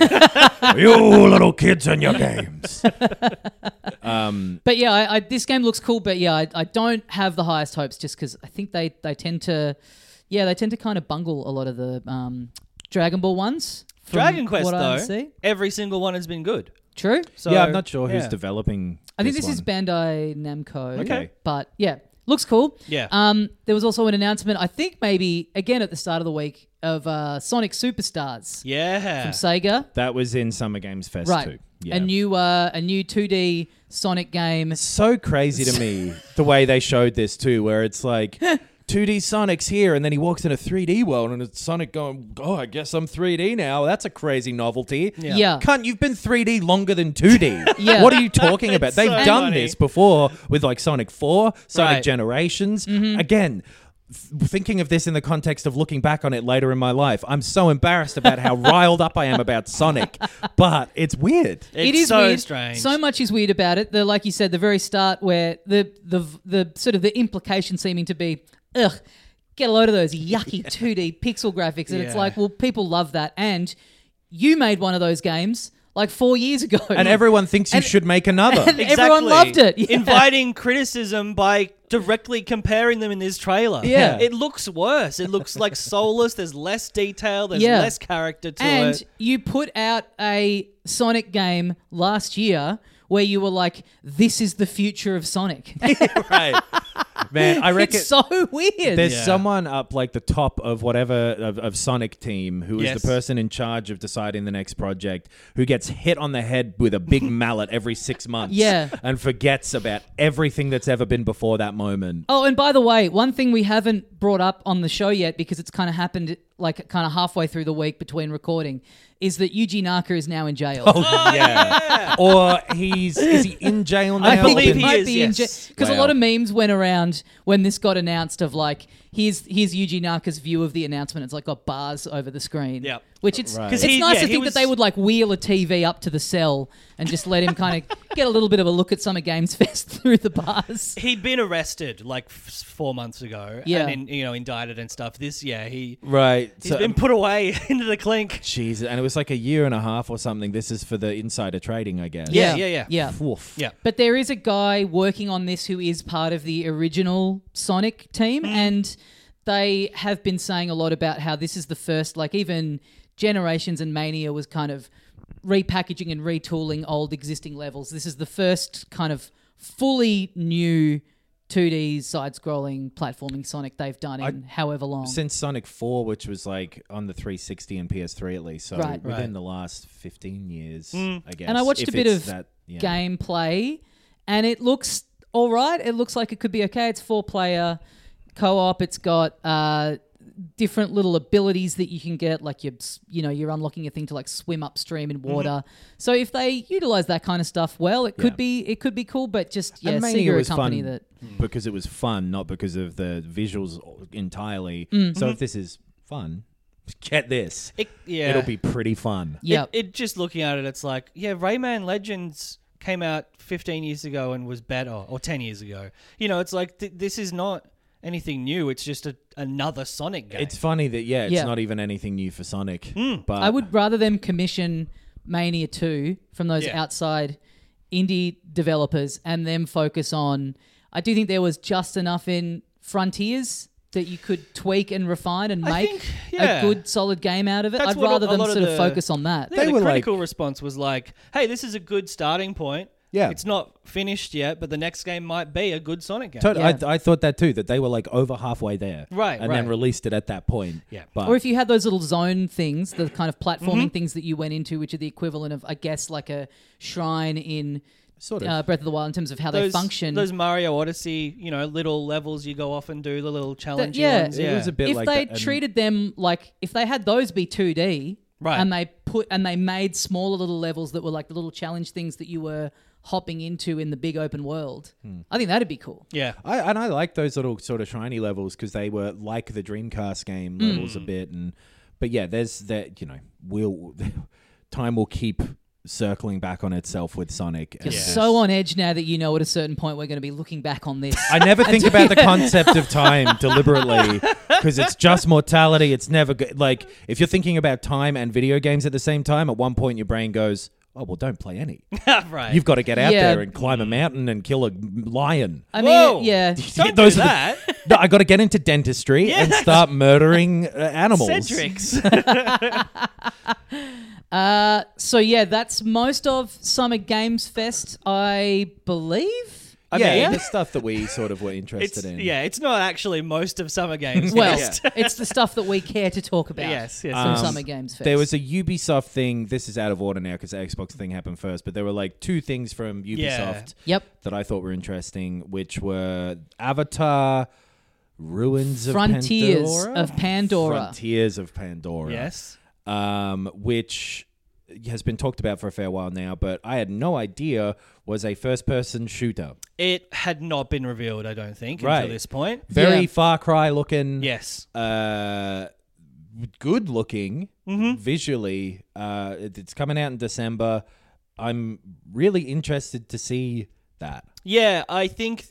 [SPEAKER 3] you little kids and your games."
[SPEAKER 2] But yeah, I, I, this game looks cool. But yeah, I, I don't have the highest hopes just because I think they, they tend to, yeah, they tend to kind of bungle a lot of the um, Dragon Ball ones. from
[SPEAKER 4] Dragon Quest,
[SPEAKER 2] what I
[SPEAKER 4] though,
[SPEAKER 2] see.
[SPEAKER 4] every single one has been good.
[SPEAKER 2] True.
[SPEAKER 4] So,
[SPEAKER 3] yeah, I'm not sure who's
[SPEAKER 4] yeah.
[SPEAKER 3] developing.
[SPEAKER 2] I think this, is
[SPEAKER 3] one.
[SPEAKER 2] Bandai Namco.
[SPEAKER 3] Okay.
[SPEAKER 2] But yeah, looks cool.
[SPEAKER 4] Yeah.
[SPEAKER 2] Um, there was also an announcement. I think maybe again at the start of the week of uh, Sonic Superstars
[SPEAKER 4] Yeah.
[SPEAKER 2] from Sega.
[SPEAKER 3] that was in Summer Games Fest
[SPEAKER 2] Right.
[SPEAKER 3] too. Yeah.
[SPEAKER 2] A new uh, a new 2D Sonic game.
[SPEAKER 3] so crazy
[SPEAKER 4] [laughs]
[SPEAKER 3] to me the way they showed this too, where it's like 2D Sonic's here, and then he walks in a 3D world, and it's Sonic going, "Oh, I guess I'm 3D now. That's a crazy novelty."
[SPEAKER 4] Yeah.
[SPEAKER 2] yeah.
[SPEAKER 3] Cunt, you've been 3D longer than
[SPEAKER 4] [laughs]
[SPEAKER 3] 2D.
[SPEAKER 2] Yeah.
[SPEAKER 3] What are you talking about?
[SPEAKER 4] It's
[SPEAKER 3] They've
[SPEAKER 4] so
[SPEAKER 3] done
[SPEAKER 4] funny.
[SPEAKER 3] this before with like Sonic 4, Sonic
[SPEAKER 4] Right. Mm-hmm.
[SPEAKER 3] Generations. Again, th- thinking of this in the context of looking back on it later in my life, I'm so embarrassed about
[SPEAKER 4] [laughs]
[SPEAKER 3] how riled up I am about Sonic, but it's weird.
[SPEAKER 4] It's
[SPEAKER 2] it is
[SPEAKER 4] so
[SPEAKER 2] weird.
[SPEAKER 4] strange.
[SPEAKER 2] So much is weird about it. The like you said, the very start where the the the sort of the implication seeming to be, ugh, get a load of those
[SPEAKER 4] [laughs]
[SPEAKER 2] yucky two D pixel graphics, and it's
[SPEAKER 4] Yeah.
[SPEAKER 2] like, well, people love that, and you made one of those games like four years ago,
[SPEAKER 3] And everyone thinks you should make
[SPEAKER 4] [laughs]
[SPEAKER 3] another.
[SPEAKER 2] everyone loved it. [laughs] Yeah.
[SPEAKER 4] Inviting criticism by directly comparing them in this trailer.
[SPEAKER 2] Yeah.
[SPEAKER 4] It looks worse. It looks like soulless. There's less detail. There's
[SPEAKER 2] Yeah.
[SPEAKER 4] less character to
[SPEAKER 2] and
[SPEAKER 4] it.
[SPEAKER 2] you put out a Sonic game last year where you were like, this is the future of Sonic. [laughs]
[SPEAKER 3] right. Man, I reckon
[SPEAKER 2] it's so weird.
[SPEAKER 3] there's
[SPEAKER 4] Yeah.
[SPEAKER 3] someone up like the top of whatever of, of Sonic team who is
[SPEAKER 4] Yes.
[SPEAKER 3] the person in charge of deciding the next project who gets hit on the head with
[SPEAKER 4] [laughs]
[SPEAKER 3] a big mallet every six months.
[SPEAKER 2] Yeah.
[SPEAKER 3] And forgets about everything that's ever been before that moment.
[SPEAKER 2] Oh, and by the way, one thing we haven't brought up on the show yet because it's kind of happened like kind of halfway through the week between recording is that Yuji Naka is now in jail.
[SPEAKER 4] Oh,
[SPEAKER 3] yeah. or he's is he in jail now?
[SPEAKER 2] I believe he
[SPEAKER 4] he
[SPEAKER 2] might
[SPEAKER 4] is,
[SPEAKER 2] be in jail
[SPEAKER 4] yes.
[SPEAKER 2] because a
[SPEAKER 3] Wow.
[SPEAKER 2] lot of memes went around when this got announced of like here's here's Yuji Naka's view of the announcement. It's like got bars over the screen.
[SPEAKER 4] Yep.
[SPEAKER 2] Which it's
[SPEAKER 3] 'Cause
[SPEAKER 2] it's
[SPEAKER 4] he-
[SPEAKER 2] nice
[SPEAKER 4] yeah,
[SPEAKER 2] to
[SPEAKER 4] he
[SPEAKER 2] think
[SPEAKER 4] was-
[SPEAKER 2] that they would like wheel a TV up to the cell and just let him
[SPEAKER 4] [laughs]
[SPEAKER 2] kind of get a little bit of a look at Summer Games Fest [laughs] through the bars.
[SPEAKER 4] He'd been arrested like f- four months ago.
[SPEAKER 2] Yeah.
[SPEAKER 4] And, in, you know, indicted and stuff. This year, he,
[SPEAKER 3] Right.
[SPEAKER 4] he's been put away [laughs] into the clink.
[SPEAKER 3] Jesus, and it was like a year and a half or something. This is for the insider trading, I guess.
[SPEAKER 4] Yeah, yeah, yeah.
[SPEAKER 2] yeah.
[SPEAKER 3] Woof.
[SPEAKER 4] Yeah.
[SPEAKER 2] But there is a guy working on this who is part of the original Sonic team, and they have been saying a lot about how this is the first, like, even Generations and Mania was kind of repackaging and retooling old existing levels. This is the first kind of fully new 2D side scrolling platforming Sonic they've done in however long.
[SPEAKER 3] since Sonic 4, which was like on the 360 and PS3 at least, so
[SPEAKER 2] Right.
[SPEAKER 3] within
[SPEAKER 4] Right. Mm.
[SPEAKER 3] the last 15 years, I guess.
[SPEAKER 2] And I watched
[SPEAKER 3] if
[SPEAKER 2] a bit
[SPEAKER 3] it's
[SPEAKER 2] of
[SPEAKER 3] yeah.
[SPEAKER 2] gameplay, and it looks all right. It looks like it could be okay. It's four player co op. It's got uh, different little abilities that you can get, like you you know you're unlocking a thing to like swim upstream
[SPEAKER 3] Mm-hmm.
[SPEAKER 2] in water. So if they utilize that kind of stuff well, it could
[SPEAKER 3] Yeah.
[SPEAKER 2] be it could be cool. But just yeah,
[SPEAKER 3] And mainly
[SPEAKER 2] Sega
[SPEAKER 3] it
[SPEAKER 2] are a
[SPEAKER 3] was
[SPEAKER 2] company
[SPEAKER 3] fun
[SPEAKER 2] that
[SPEAKER 4] Mm.
[SPEAKER 3] because it was fun, not because of the visuals entirely.
[SPEAKER 2] Mm.
[SPEAKER 3] So if this is fun, [laughs] get this.
[SPEAKER 4] It, Mm-hmm. yeah.
[SPEAKER 3] It'll be pretty fun.
[SPEAKER 2] yeah.
[SPEAKER 4] It, it just looking at it, it's like, yeah, Rayman Legends came out 15 years ago and was better, or 10 years ago. You know, it's like th- this is not anything new. It's just a, another Sonic game.
[SPEAKER 3] It's funny that yeah, it's
[SPEAKER 2] Yeah.
[SPEAKER 4] Mm.
[SPEAKER 3] not even anything new for Sonic, but
[SPEAKER 2] I would rather them commission Mania 2 from those
[SPEAKER 4] Yeah.
[SPEAKER 2] outside indie developers and them focus on. I do think there was just enough in Frontiers that you could tweak and refine and
[SPEAKER 4] I
[SPEAKER 2] make
[SPEAKER 4] think- yeah.
[SPEAKER 2] a good solid game out of it.
[SPEAKER 4] That's
[SPEAKER 2] I'd
[SPEAKER 4] what a-
[SPEAKER 2] rather
[SPEAKER 4] a
[SPEAKER 2] them
[SPEAKER 4] lot of
[SPEAKER 2] sort of,
[SPEAKER 4] the-
[SPEAKER 2] focus on that.
[SPEAKER 4] Yeah,
[SPEAKER 3] They
[SPEAKER 4] the
[SPEAKER 3] were
[SPEAKER 4] critical response was like, "Hey, this is a good starting point.
[SPEAKER 3] Yeah.
[SPEAKER 4] it's not finished yet, but the next game might be a good Sonic game."
[SPEAKER 3] Totally.
[SPEAKER 2] Yeah.
[SPEAKER 3] I, I thought that too, that they were like over halfway there.
[SPEAKER 4] Right,
[SPEAKER 3] And
[SPEAKER 4] right.
[SPEAKER 3] then released it at that point.
[SPEAKER 4] Yeah.
[SPEAKER 3] But
[SPEAKER 2] Or if you had those little zone things, the kind of
[SPEAKER 4] Mm-hmm.
[SPEAKER 2] platforming things that you went into, which are the equivalent of, I guess, like a shrine in
[SPEAKER 3] sort of.
[SPEAKER 2] uh, Breath of the Wild in terms of how they function.
[SPEAKER 4] Those Mario Odyssey, you know, little levels you go off and do the little
[SPEAKER 2] That-
[SPEAKER 4] challenge.
[SPEAKER 2] yeah,
[SPEAKER 4] ones.
[SPEAKER 3] It
[SPEAKER 4] yeah.
[SPEAKER 3] was a bit
[SPEAKER 2] if
[SPEAKER 3] like
[SPEAKER 2] they
[SPEAKER 3] that, and-
[SPEAKER 2] treated them like if they had those be 2D,
[SPEAKER 4] Right.
[SPEAKER 2] and they put and they made smaller little levels that were like the little challenge things that you were hopping into in the big open world. I think that'd be cool.
[SPEAKER 4] yeah.
[SPEAKER 3] I, and I like those little sort of shiny levels because they were like the Dreamcast game levels a bit. And but yeah, there's that you know, will [laughs] time will keep circling back on itself with Sonic.
[SPEAKER 2] You're
[SPEAKER 3] and just-
[SPEAKER 2] so on edge now that you know at a certain point we're going to be looking back on this.
[SPEAKER 3] I never think about the concept of time deliberately because it's just mortality. It's never good. Like if you're thinking about time and video games at the same time, at one point your brain goes, "Oh well, don't play any.
[SPEAKER 4] [laughs] right.
[SPEAKER 3] You've got to get out
[SPEAKER 2] Yeah.
[SPEAKER 3] there and climb a mountain and kill a lion."
[SPEAKER 2] I mean,
[SPEAKER 4] Whoa.
[SPEAKER 2] yeah.
[SPEAKER 4] Don't
[SPEAKER 3] Those
[SPEAKER 4] do
[SPEAKER 3] are the-
[SPEAKER 4] that,
[SPEAKER 3] No, I got to get into dentistry and start murdering uh, [laughs] animals. [laughs]
[SPEAKER 4] Cedric's.
[SPEAKER 2] Uh, so yeah, that's most of Summer Games Fest, I believe.
[SPEAKER 4] I
[SPEAKER 3] yeah,
[SPEAKER 4] mean,
[SPEAKER 3] the stuff that we sort of were interested
[SPEAKER 4] it's
[SPEAKER 3] in.
[SPEAKER 4] yeah, it's not actually most of Summer
[SPEAKER 3] [laughs]
[SPEAKER 4] Games. [laughs]
[SPEAKER 2] Well,
[SPEAKER 4] Fest.
[SPEAKER 2] [laughs] it's the stuff that we care to talk about.
[SPEAKER 4] yes, yes.
[SPEAKER 2] From
[SPEAKER 3] Um,
[SPEAKER 2] Summer Games Fest.
[SPEAKER 3] There was a Ubisoft thing. This is out of order now because the Xbox thing happened first, but there were like two things from Ubisoft
[SPEAKER 4] Yeah.
[SPEAKER 2] Yep.
[SPEAKER 3] that I thought were interesting, which were Avatar, Ruins
[SPEAKER 2] Frontiers
[SPEAKER 3] of Pandora.
[SPEAKER 2] of Pandora.
[SPEAKER 3] Frontiers of Pandora.
[SPEAKER 4] yes.
[SPEAKER 3] um, which has been talked about for a fair while now, but I had no idea was a first-person shooter.
[SPEAKER 4] It had not been revealed, I don't think,
[SPEAKER 3] Right.
[SPEAKER 4] until this point.
[SPEAKER 3] Very
[SPEAKER 2] Yeah.
[SPEAKER 3] Far Cry looking.
[SPEAKER 4] Yes.
[SPEAKER 3] uh, good looking visually. Uh, it- it's coming out in December. I'm really interested to see that.
[SPEAKER 4] Yeah, I think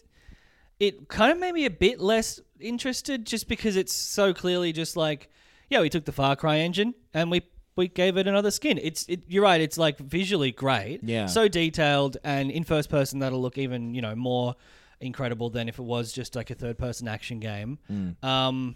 [SPEAKER 4] it kind of made me a bit less interested just because it's so clearly just like, yeah, we took the Far Cry engine and we we gave it another skin. It's it, you're right. It's like visually great,
[SPEAKER 3] Yeah.
[SPEAKER 4] so detailed, and in first person that'll look even you know more incredible than if it was just like a third person action game.
[SPEAKER 3] Mm.
[SPEAKER 4] Um,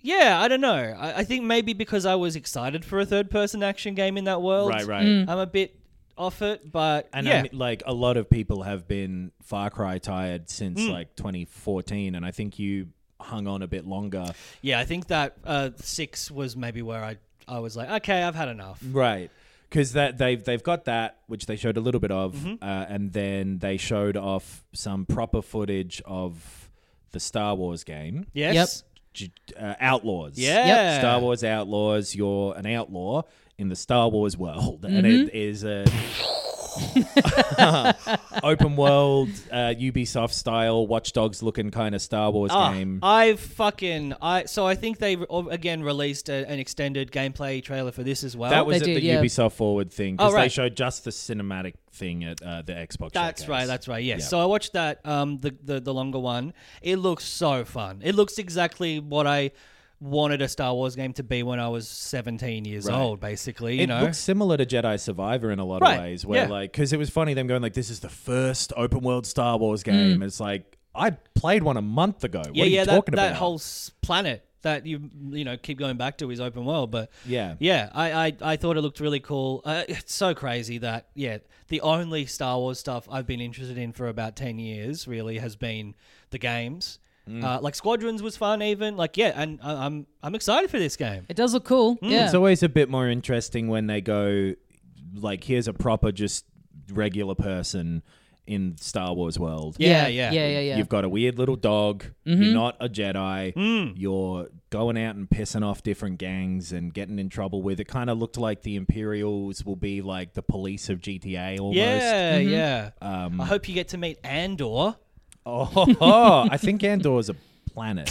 [SPEAKER 4] yeah, I don't know. I, I think maybe because I was excited for a third person action game in that world,
[SPEAKER 3] right.
[SPEAKER 4] I'm a bit off it, but
[SPEAKER 3] And
[SPEAKER 4] yeah,
[SPEAKER 3] I mean, like a lot of people have been Far Cry tired since like 2014, and I think you hung on a bit longer.
[SPEAKER 4] Yeah, I think that uh, six was maybe where I, I was like, okay, I've had enough.
[SPEAKER 3] Right. Because that they've they've got that which they showed a little bit of, uh, and then they showed off some proper footage of the Star Wars game.
[SPEAKER 4] Yes.
[SPEAKER 3] J- uh, outlaws.
[SPEAKER 4] Yeah. Yep.
[SPEAKER 3] Star Wars outlaws. You're an outlaw in the Star Wars world, and
[SPEAKER 4] Mm-hmm.
[SPEAKER 3] it is a [laughs] open world uh, Ubisoft style watchdogs looking kind of Star Wars
[SPEAKER 4] Ah,
[SPEAKER 3] game.
[SPEAKER 4] I fucking I so I think they re- again released a, an extended gameplay trailer for this as well.
[SPEAKER 3] that was
[SPEAKER 2] They
[SPEAKER 3] at
[SPEAKER 2] did,
[SPEAKER 3] the
[SPEAKER 2] yeah.
[SPEAKER 3] Ubisoft Forward thing because
[SPEAKER 4] Oh, right.
[SPEAKER 3] they showed just the cinematic thing at uh, the Xbox.
[SPEAKER 4] that's
[SPEAKER 3] showcase.
[SPEAKER 4] right. That's right. Yes.
[SPEAKER 3] Yeah.
[SPEAKER 4] So I watched that um the, the the longer one. It looks so fun. It looks exactly what I wanted a Star Wars game to be when I was 17 years
[SPEAKER 3] Right.
[SPEAKER 4] old basically, you
[SPEAKER 3] it
[SPEAKER 4] know.
[SPEAKER 3] looks similar to Jedi Survivor in a lot
[SPEAKER 4] Right,
[SPEAKER 3] of ways, where
[SPEAKER 4] yeah.
[SPEAKER 3] like because it was funny them going like, "This is the first open world Star Wars game." It's like I played one a month ago.
[SPEAKER 4] Mm. yeah,
[SPEAKER 3] what are
[SPEAKER 4] yeah,
[SPEAKER 3] you
[SPEAKER 4] that,
[SPEAKER 3] talking
[SPEAKER 4] that
[SPEAKER 3] about?
[SPEAKER 4] whole s- planet that you you know keep going back to is open world, but
[SPEAKER 3] yeah,
[SPEAKER 4] Yeah, I, I, I thought it looked really cool. Uh, it's so crazy that, yeah, the only Star Wars stuff I've been interested in for about 10 years really has been the games.
[SPEAKER 3] Mm.
[SPEAKER 4] Uh, like Squadrons was fun, even like yeah, and I, I'm I'm excited for this game.
[SPEAKER 2] It does look cool. Yeah.
[SPEAKER 3] It's always a bit more interesting when they go like, "Here's a proper just regular person in Star Wars world."
[SPEAKER 4] Yeah,
[SPEAKER 2] yeah,
[SPEAKER 4] yeah.
[SPEAKER 2] yeah, yeah, Mm-hmm. yeah.
[SPEAKER 3] You've got a weird little dog. You're not a Jedi. You're going out and pissing off different gangs and getting in trouble with. It kind of looked like the Imperials will be like the police of GTA almost.
[SPEAKER 4] Yeah, yeah.
[SPEAKER 3] Um,
[SPEAKER 4] I hope you get to meet Andor.
[SPEAKER 3] [laughs] Oh, I think Andor is a
[SPEAKER 2] [laughs]
[SPEAKER 3] planet.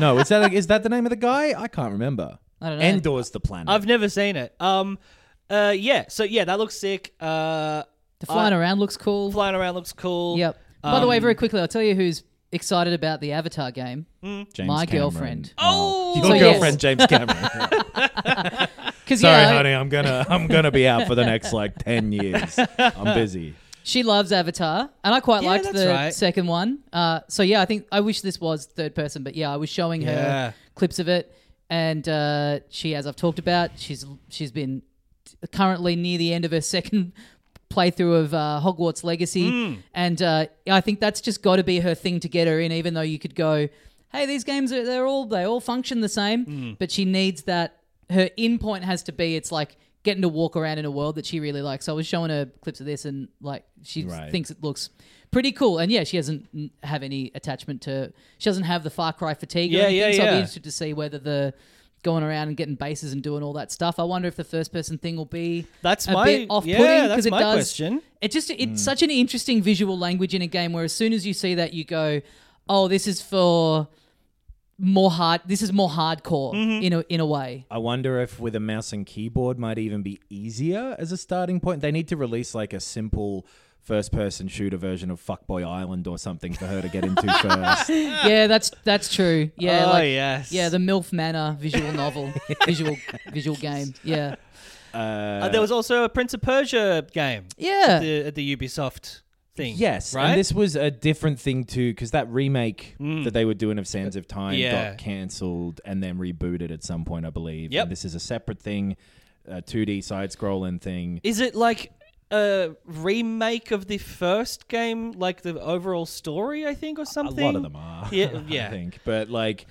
[SPEAKER 3] no, is that is that the name of the guy? I can't remember.
[SPEAKER 2] I don't know.
[SPEAKER 3] Andor's the planet.
[SPEAKER 4] I've never seen it. Um, uh, yeah. So yeah, that looks sick. Uh,
[SPEAKER 2] the flying around looks cool.
[SPEAKER 4] flying around looks cool.
[SPEAKER 2] Yep. By the way,
[SPEAKER 4] Um,
[SPEAKER 2] very quickly, I'll tell you who's excited about the Avatar game.
[SPEAKER 3] James
[SPEAKER 2] my
[SPEAKER 3] Cameron.
[SPEAKER 2] girlfriend.
[SPEAKER 3] Oh,
[SPEAKER 4] Oh!
[SPEAKER 3] your
[SPEAKER 2] So yes.
[SPEAKER 4] [laughs]
[SPEAKER 3] girlfriend James Cameron.
[SPEAKER 2] Because
[SPEAKER 3] Sorry,
[SPEAKER 2] yeah,
[SPEAKER 3] honey, I'm gonna I'm gonna be out for the next like ten years. I'm busy.
[SPEAKER 2] she loves Avatar, and I quite
[SPEAKER 4] Yeah,
[SPEAKER 2] liked
[SPEAKER 4] that's
[SPEAKER 2] the
[SPEAKER 4] right.
[SPEAKER 2] second one. Uh, so yeah, I think I wish this was third person, but yeah, I was showing her
[SPEAKER 4] Yeah.
[SPEAKER 2] clips of it, and uh, she, as I've talked about, she's she's been currently near the end of her [laughs] second playthrough of uh, Hogwarts Legacy,
[SPEAKER 4] Mm.
[SPEAKER 2] and uh, I think that's just got to be her thing to get her in. Even though you could go, hey, these games are they're all they all function the same,
[SPEAKER 4] Mm.
[SPEAKER 2] but she needs that. Her in point has to be it's like getting to walk around in a world that she really likes. So I was showing her clips of this, and like she
[SPEAKER 3] Right.
[SPEAKER 2] thinks it looks. Pretty cool, and yeah, she doesn't n- have any attachment to. She doesn't have the Far Cry fatigue. or
[SPEAKER 4] Yeah,
[SPEAKER 2] anything,
[SPEAKER 4] yeah,
[SPEAKER 2] so I'll be
[SPEAKER 4] yeah.
[SPEAKER 2] interested to see whether the going around and getting bases and doing all that stuff. I wonder if the first person thing will be
[SPEAKER 4] That's
[SPEAKER 2] a
[SPEAKER 4] my-
[SPEAKER 2] bit off-putting
[SPEAKER 4] yeah, that's
[SPEAKER 2] it
[SPEAKER 4] my
[SPEAKER 2] does.
[SPEAKER 4] question.
[SPEAKER 2] It just it's such an interesting visual language in a game where as soon as you see that you go, oh, this is for more hard. This is more hardcore
[SPEAKER 4] Mm-hmm.
[SPEAKER 2] in a in a way.
[SPEAKER 3] I wonder if with a mouse and keyboard might even be easier as a starting point. They need to release like a simple first person shooter version of Fuckboy Island or something for her
[SPEAKER 4] [laughs]
[SPEAKER 3] to get into first.
[SPEAKER 2] yeah, that's that's true. Yeah,
[SPEAKER 4] Ah. oh
[SPEAKER 2] like
[SPEAKER 4] yes.
[SPEAKER 2] yeah, the MILF Manor visual
[SPEAKER 4] [laughs]
[SPEAKER 2] novel, visual visual game. Yeah,
[SPEAKER 3] Uh,
[SPEAKER 4] Uh, there was also a Prince of Persia game
[SPEAKER 2] yeah.
[SPEAKER 4] at, the, at the Ubisoft thing.
[SPEAKER 3] Yes,
[SPEAKER 4] right. Mm.
[SPEAKER 3] and this was a different thing too, because that remake that they were doing of Sands of Time
[SPEAKER 4] Yeah.
[SPEAKER 3] got cancelled and then rebooted at some point, I believe.
[SPEAKER 4] Yep.
[SPEAKER 3] And this is a separate thing, a 2D side-scrolling thing.
[SPEAKER 4] Is it like a remake of the first game, like the overall story, I think, or something?
[SPEAKER 3] A lot of them are,
[SPEAKER 4] Yeah,
[SPEAKER 3] [laughs] I
[SPEAKER 4] yeah.
[SPEAKER 3] think. But like,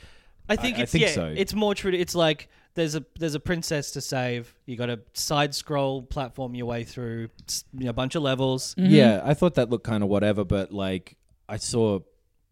[SPEAKER 4] I think
[SPEAKER 3] I- I
[SPEAKER 4] it's
[SPEAKER 3] think
[SPEAKER 4] yeah,
[SPEAKER 3] so.
[SPEAKER 4] it's more true. It's like there's a there's a princess to save. You got to side scroll platform your way through s- you know, a bunch of levels.
[SPEAKER 3] yeah, I thought that looked kind of whatever, but like, I saw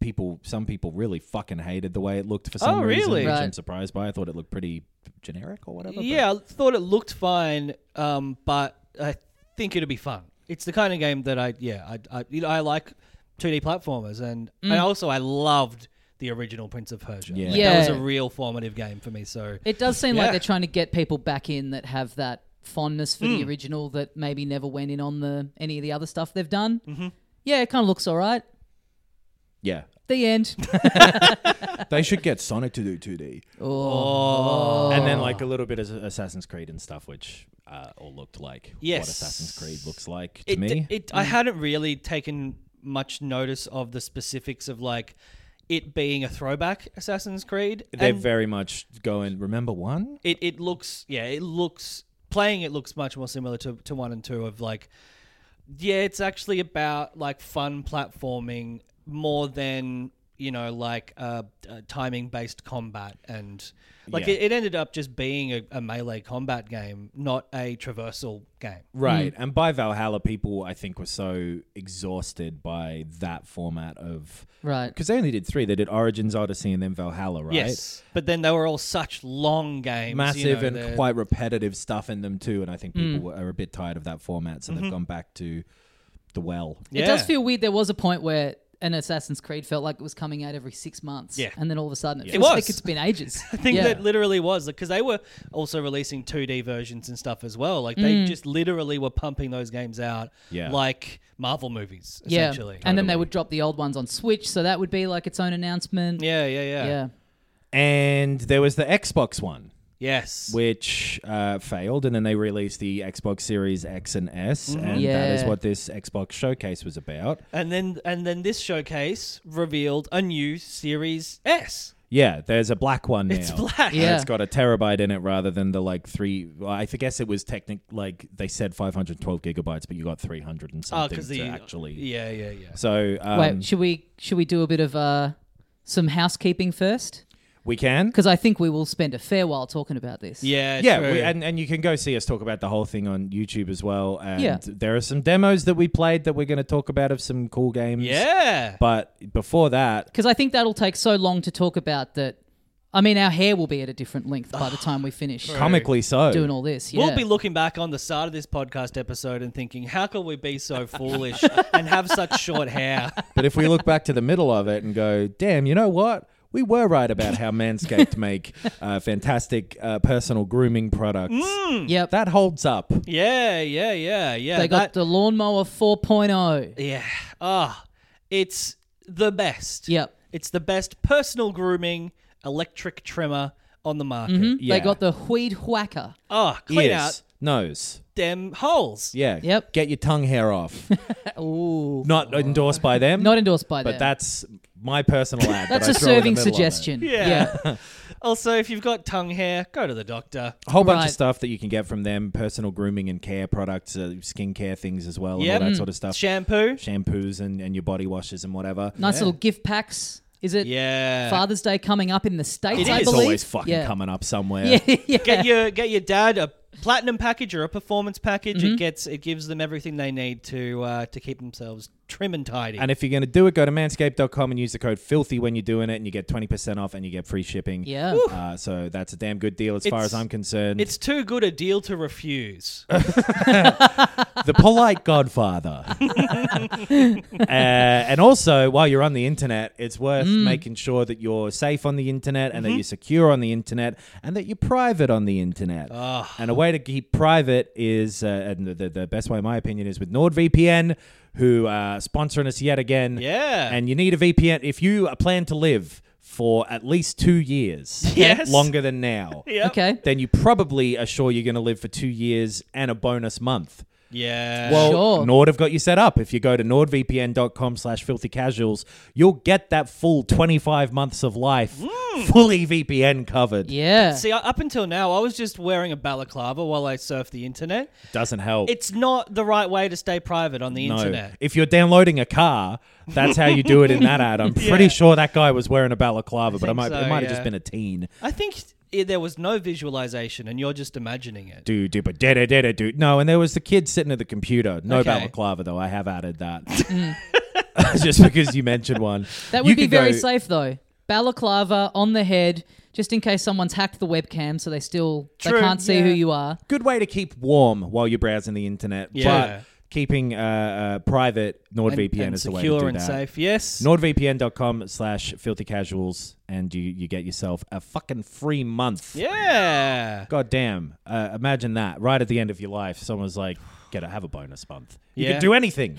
[SPEAKER 3] people, some people really fucking hated the way it looked for some
[SPEAKER 4] Oh,
[SPEAKER 3] reason,
[SPEAKER 4] really?
[SPEAKER 3] which I'm
[SPEAKER 2] Right.
[SPEAKER 3] surprised by. I thought it looked pretty generic or whatever. but-
[SPEAKER 4] Yeah, I thought it looked fine, um, but I think it'll be fun. It's the kind of game that I yeah I I, you know, I like 2D platformers, and I also I loved the original Prince of Persia.
[SPEAKER 3] Yeah.
[SPEAKER 4] Like, that was a
[SPEAKER 2] Yeah.
[SPEAKER 4] real formative game for me. So
[SPEAKER 2] It does seem
[SPEAKER 4] Yeah.
[SPEAKER 2] like they're trying to get people back in that have that fondness for
[SPEAKER 4] Hmm.
[SPEAKER 2] the original that maybe never went in on the any of the other stuff they've done. Mm-hmm. Yeah, it kind of looks all right.
[SPEAKER 3] yeah.
[SPEAKER 2] The
[SPEAKER 4] [laughs]
[SPEAKER 2] end.
[SPEAKER 3] They should get Sonic to do 2D.
[SPEAKER 2] [laughs] Oh.
[SPEAKER 3] and then like a little bit of Assassin's Creed and stuff, which uh, all looked like
[SPEAKER 4] Yes.
[SPEAKER 3] what Assassin's Creed looks like to
[SPEAKER 4] it,
[SPEAKER 3] me.
[SPEAKER 4] It, I hadn't really taken much notice of the specifics of like it being a throwback Assassin's Creed.
[SPEAKER 3] They're
[SPEAKER 4] and
[SPEAKER 3] very much going. Remember one?
[SPEAKER 4] it, it looks yeah it looks playing it looks much more similar to, to one and two of like yeah it's actually about like fun platforming more than you know like uh, uh, timing based combat and like
[SPEAKER 3] Yeah.
[SPEAKER 4] it, it ended up just being a, a melee combat game not a traversal game
[SPEAKER 3] Right.
[SPEAKER 4] Mm.
[SPEAKER 3] And by Valhalla, people I think were so exhausted by that format of
[SPEAKER 2] Right.
[SPEAKER 3] because they only did three. They did Origins, Odyssey, and then Valhalla, right?
[SPEAKER 4] yes but then they were all such long games you
[SPEAKER 3] Massive
[SPEAKER 4] know, Mm.
[SPEAKER 3] and
[SPEAKER 4] they're-
[SPEAKER 3] quite repetitive stuff in them too, and I think people were, are a bit tired of that format, so
[SPEAKER 4] Mm-hmm.
[SPEAKER 3] they've gone back to the well.
[SPEAKER 2] It does
[SPEAKER 4] Yeah.
[SPEAKER 2] feel weird. There was a point where an Assassin's Creed felt like it was coming out every six months.
[SPEAKER 4] Yeah.
[SPEAKER 2] And then all of a sudden it
[SPEAKER 4] It
[SPEAKER 2] feels
[SPEAKER 4] was.
[SPEAKER 2] like it's been ages.
[SPEAKER 4] [laughs] I think
[SPEAKER 2] yeah.
[SPEAKER 4] that literally was because they were also releasing 2D versions and stuff as well. Like
[SPEAKER 2] Mm.
[SPEAKER 4] they just literally were pumping those games out,
[SPEAKER 3] Yeah.
[SPEAKER 4] like Marvel movies,
[SPEAKER 2] yeah.
[SPEAKER 4] essentially.
[SPEAKER 2] And then they would drop the old ones on Switch, so that would be like its own announcement.
[SPEAKER 4] yeah, yeah, yeah,
[SPEAKER 2] Yeah.
[SPEAKER 3] And there was the Xbox one.
[SPEAKER 4] Yes,
[SPEAKER 3] which uh, failed, and then they released the Xbox Series X and S,
[SPEAKER 4] Mm-hmm.
[SPEAKER 3] and that is
[SPEAKER 2] Yeah.
[SPEAKER 3] what this Xbox showcase was about.
[SPEAKER 4] and then and then this showcase revealed a new Series S.
[SPEAKER 3] Yeah, there's a black one now.
[SPEAKER 4] It's black.
[SPEAKER 3] And
[SPEAKER 2] Yeah.
[SPEAKER 3] it's got a terabyte in it rather than the like three. Well, I guess it was technic like they said 512 gigabytes, but you got 300 and
[SPEAKER 4] Oh,
[SPEAKER 3] something
[SPEAKER 4] because
[SPEAKER 3] to
[SPEAKER 4] the
[SPEAKER 3] actually.
[SPEAKER 4] Yeah, yeah, yeah.
[SPEAKER 3] So um,
[SPEAKER 2] Wait, should we should we do a bit of uh, some housekeeping first?
[SPEAKER 3] we can.
[SPEAKER 2] Because I think we will spend a fair while talking about this.
[SPEAKER 4] Yeah,
[SPEAKER 3] Yeah,
[SPEAKER 4] true.
[SPEAKER 3] we, and, and you can go see us talk about the whole thing on YouTube as well. And
[SPEAKER 2] Yeah.
[SPEAKER 3] there are some demos that we played that we're going to talk about of some cool games.
[SPEAKER 4] yeah.
[SPEAKER 3] But before that,
[SPEAKER 2] Because I think that'll take so long to talk about that. I mean, our hair will be at a different length by the time
[SPEAKER 4] [sighs]
[SPEAKER 2] we finish
[SPEAKER 3] comically so.
[SPEAKER 2] doing all this. Yeah.
[SPEAKER 4] We'll be looking back on the start of this podcast episode and thinking, how can we be so
[SPEAKER 3] [laughs]
[SPEAKER 4] foolish and have such short hair? [laughs]
[SPEAKER 3] But if we look back to the middle of it and go, damn, you know what? We were right about how Manscaped [laughs] make uh, fantastic uh, personal grooming products.
[SPEAKER 2] yep.
[SPEAKER 3] That holds up.
[SPEAKER 4] Yeah, yeah, yeah, yeah.
[SPEAKER 2] they got
[SPEAKER 4] that-
[SPEAKER 2] the lawnmower oh. 4.0.
[SPEAKER 4] Yeah. Ah, it's the best.
[SPEAKER 2] Yep.
[SPEAKER 4] It's the best personal grooming electric trimmer on the market.
[SPEAKER 3] Yeah.
[SPEAKER 2] They got the Huid Whacker.
[SPEAKER 4] Oh, clean
[SPEAKER 3] Ears,
[SPEAKER 4] out
[SPEAKER 3] nose.
[SPEAKER 4] them holes.
[SPEAKER 3] Yeah.
[SPEAKER 2] Yep.
[SPEAKER 3] Get your tongue
[SPEAKER 2] [laughs]
[SPEAKER 3] hair off.
[SPEAKER 2] Ooh.
[SPEAKER 3] Not endorsed by them.
[SPEAKER 2] Not endorsed by
[SPEAKER 3] but
[SPEAKER 2] them.
[SPEAKER 3] that's my personal ad.
[SPEAKER 2] That's
[SPEAKER 3] that
[SPEAKER 2] a
[SPEAKER 3] I throw in the
[SPEAKER 2] serving
[SPEAKER 3] middle of it.
[SPEAKER 2] suggestion.
[SPEAKER 3] [laughs]
[SPEAKER 4] Yeah. [laughs] also, if you've got tongue hair, go to the doctor.
[SPEAKER 3] A whole bunch
[SPEAKER 2] Right.
[SPEAKER 3] of stuff that you can get from them: personal grooming and care products, uh, skincare things as well,
[SPEAKER 4] Yep.
[SPEAKER 2] Mm.
[SPEAKER 3] and all that sort of stuff.
[SPEAKER 4] Shampoo.
[SPEAKER 3] Shampoos and, and your body washes and whatever.
[SPEAKER 2] Nice
[SPEAKER 4] Yeah.
[SPEAKER 2] little gift packs. Is it
[SPEAKER 4] Yeah.
[SPEAKER 2] Father's Day coming up in the States,
[SPEAKER 4] It
[SPEAKER 2] I
[SPEAKER 4] is.
[SPEAKER 3] It's
[SPEAKER 2] believe?
[SPEAKER 3] always fucking
[SPEAKER 2] yeah. [laughs]
[SPEAKER 3] coming up somewhere.
[SPEAKER 2] Yeah, yeah.
[SPEAKER 4] Get your get your dad a platinum package or a performance package. It gets it gives them everything they need to uh, to keep themselves trim and tidy.
[SPEAKER 3] And if you're going to do it, go to manscaped.com and use the code filthy when you're doing it, and you get 20% off and you get free shipping.
[SPEAKER 2] Yeah. Woo.
[SPEAKER 3] Uh, so that's a damn good deal as far
[SPEAKER 4] It's-
[SPEAKER 3] as I'm concerned.
[SPEAKER 4] it's too good a deal to
[SPEAKER 3] [laughs]
[SPEAKER 4] refuse.
[SPEAKER 3] the
[SPEAKER 4] [laughs]
[SPEAKER 3] polite godfather. uh, and also, while you're on the internet, it's worth
[SPEAKER 4] Mm.
[SPEAKER 3] making sure that you're safe on the internet
[SPEAKER 4] Mm-hmm.
[SPEAKER 3] and that you're secure on the internet and that you're private on the internet. And a way to keep private is, uh, and the, the, the best way, in my opinion, is with NordVPN, who are sponsoring us yet again.
[SPEAKER 4] Yeah.
[SPEAKER 3] And you need a VPN if you plan to live for at least two years.
[SPEAKER 4] [laughs] Yes.
[SPEAKER 3] Longer
[SPEAKER 4] [laughs]
[SPEAKER 3] than now.
[SPEAKER 4] Yep.
[SPEAKER 2] Okay.
[SPEAKER 3] Then you probably are sure you're going to live for two years and a bonus month.
[SPEAKER 4] Yeah.
[SPEAKER 3] Well,
[SPEAKER 2] Sure.
[SPEAKER 3] Nord have got you set up. If you go to nordvpn.com slash filthy casuals, you'll get that full 25 months of life fully VPN covered.
[SPEAKER 2] Yeah.
[SPEAKER 4] See, I- up until now, I was just wearing a balaclava while I surfed the internet.
[SPEAKER 3] Doesn't help.
[SPEAKER 4] It's not the right way to stay private on the
[SPEAKER 3] no.
[SPEAKER 4] internet.
[SPEAKER 3] If you're downloading a car, that's how you do it in that ad. I'm pretty sure that guy was wearing a balaclava, but I
[SPEAKER 4] think
[SPEAKER 3] might,
[SPEAKER 4] so,
[SPEAKER 3] it might have
[SPEAKER 4] yeah.
[SPEAKER 3] just been a teen.
[SPEAKER 4] I think i there was no visualization, and you're just imagining it.
[SPEAKER 3] Do do but da da da da do. No, and there was the kid sitting at the computer. No
[SPEAKER 4] Okay.
[SPEAKER 3] balaclava though. I have added that. [laughs] Just because you mentioned one,
[SPEAKER 2] That
[SPEAKER 3] You
[SPEAKER 2] would be
[SPEAKER 3] could
[SPEAKER 2] very
[SPEAKER 3] go-
[SPEAKER 2] safe, though. Balaclava on the head, just in case someone's hacked the webcam, so they still
[SPEAKER 4] True,
[SPEAKER 2] they can't see who
[SPEAKER 4] yeah.
[SPEAKER 2] you are.
[SPEAKER 3] good way to keep warm while you're browsing the internet.
[SPEAKER 4] Yeah.
[SPEAKER 3] But keeping uh, uh, private NordVPN
[SPEAKER 4] and
[SPEAKER 3] is the way to
[SPEAKER 4] secure
[SPEAKER 3] do
[SPEAKER 4] and
[SPEAKER 3] that.
[SPEAKER 4] safe. Yes.
[SPEAKER 3] NordVPN.com slash filthy casuals, and you, you get yourself a fucking free month.
[SPEAKER 4] yeah.
[SPEAKER 3] God damn. Uh, imagine that. Right at the end of your life, someone's like, get a, have a bonus month. You
[SPEAKER 4] Yeah.
[SPEAKER 3] can
[SPEAKER 4] [laughs]
[SPEAKER 3] do anything.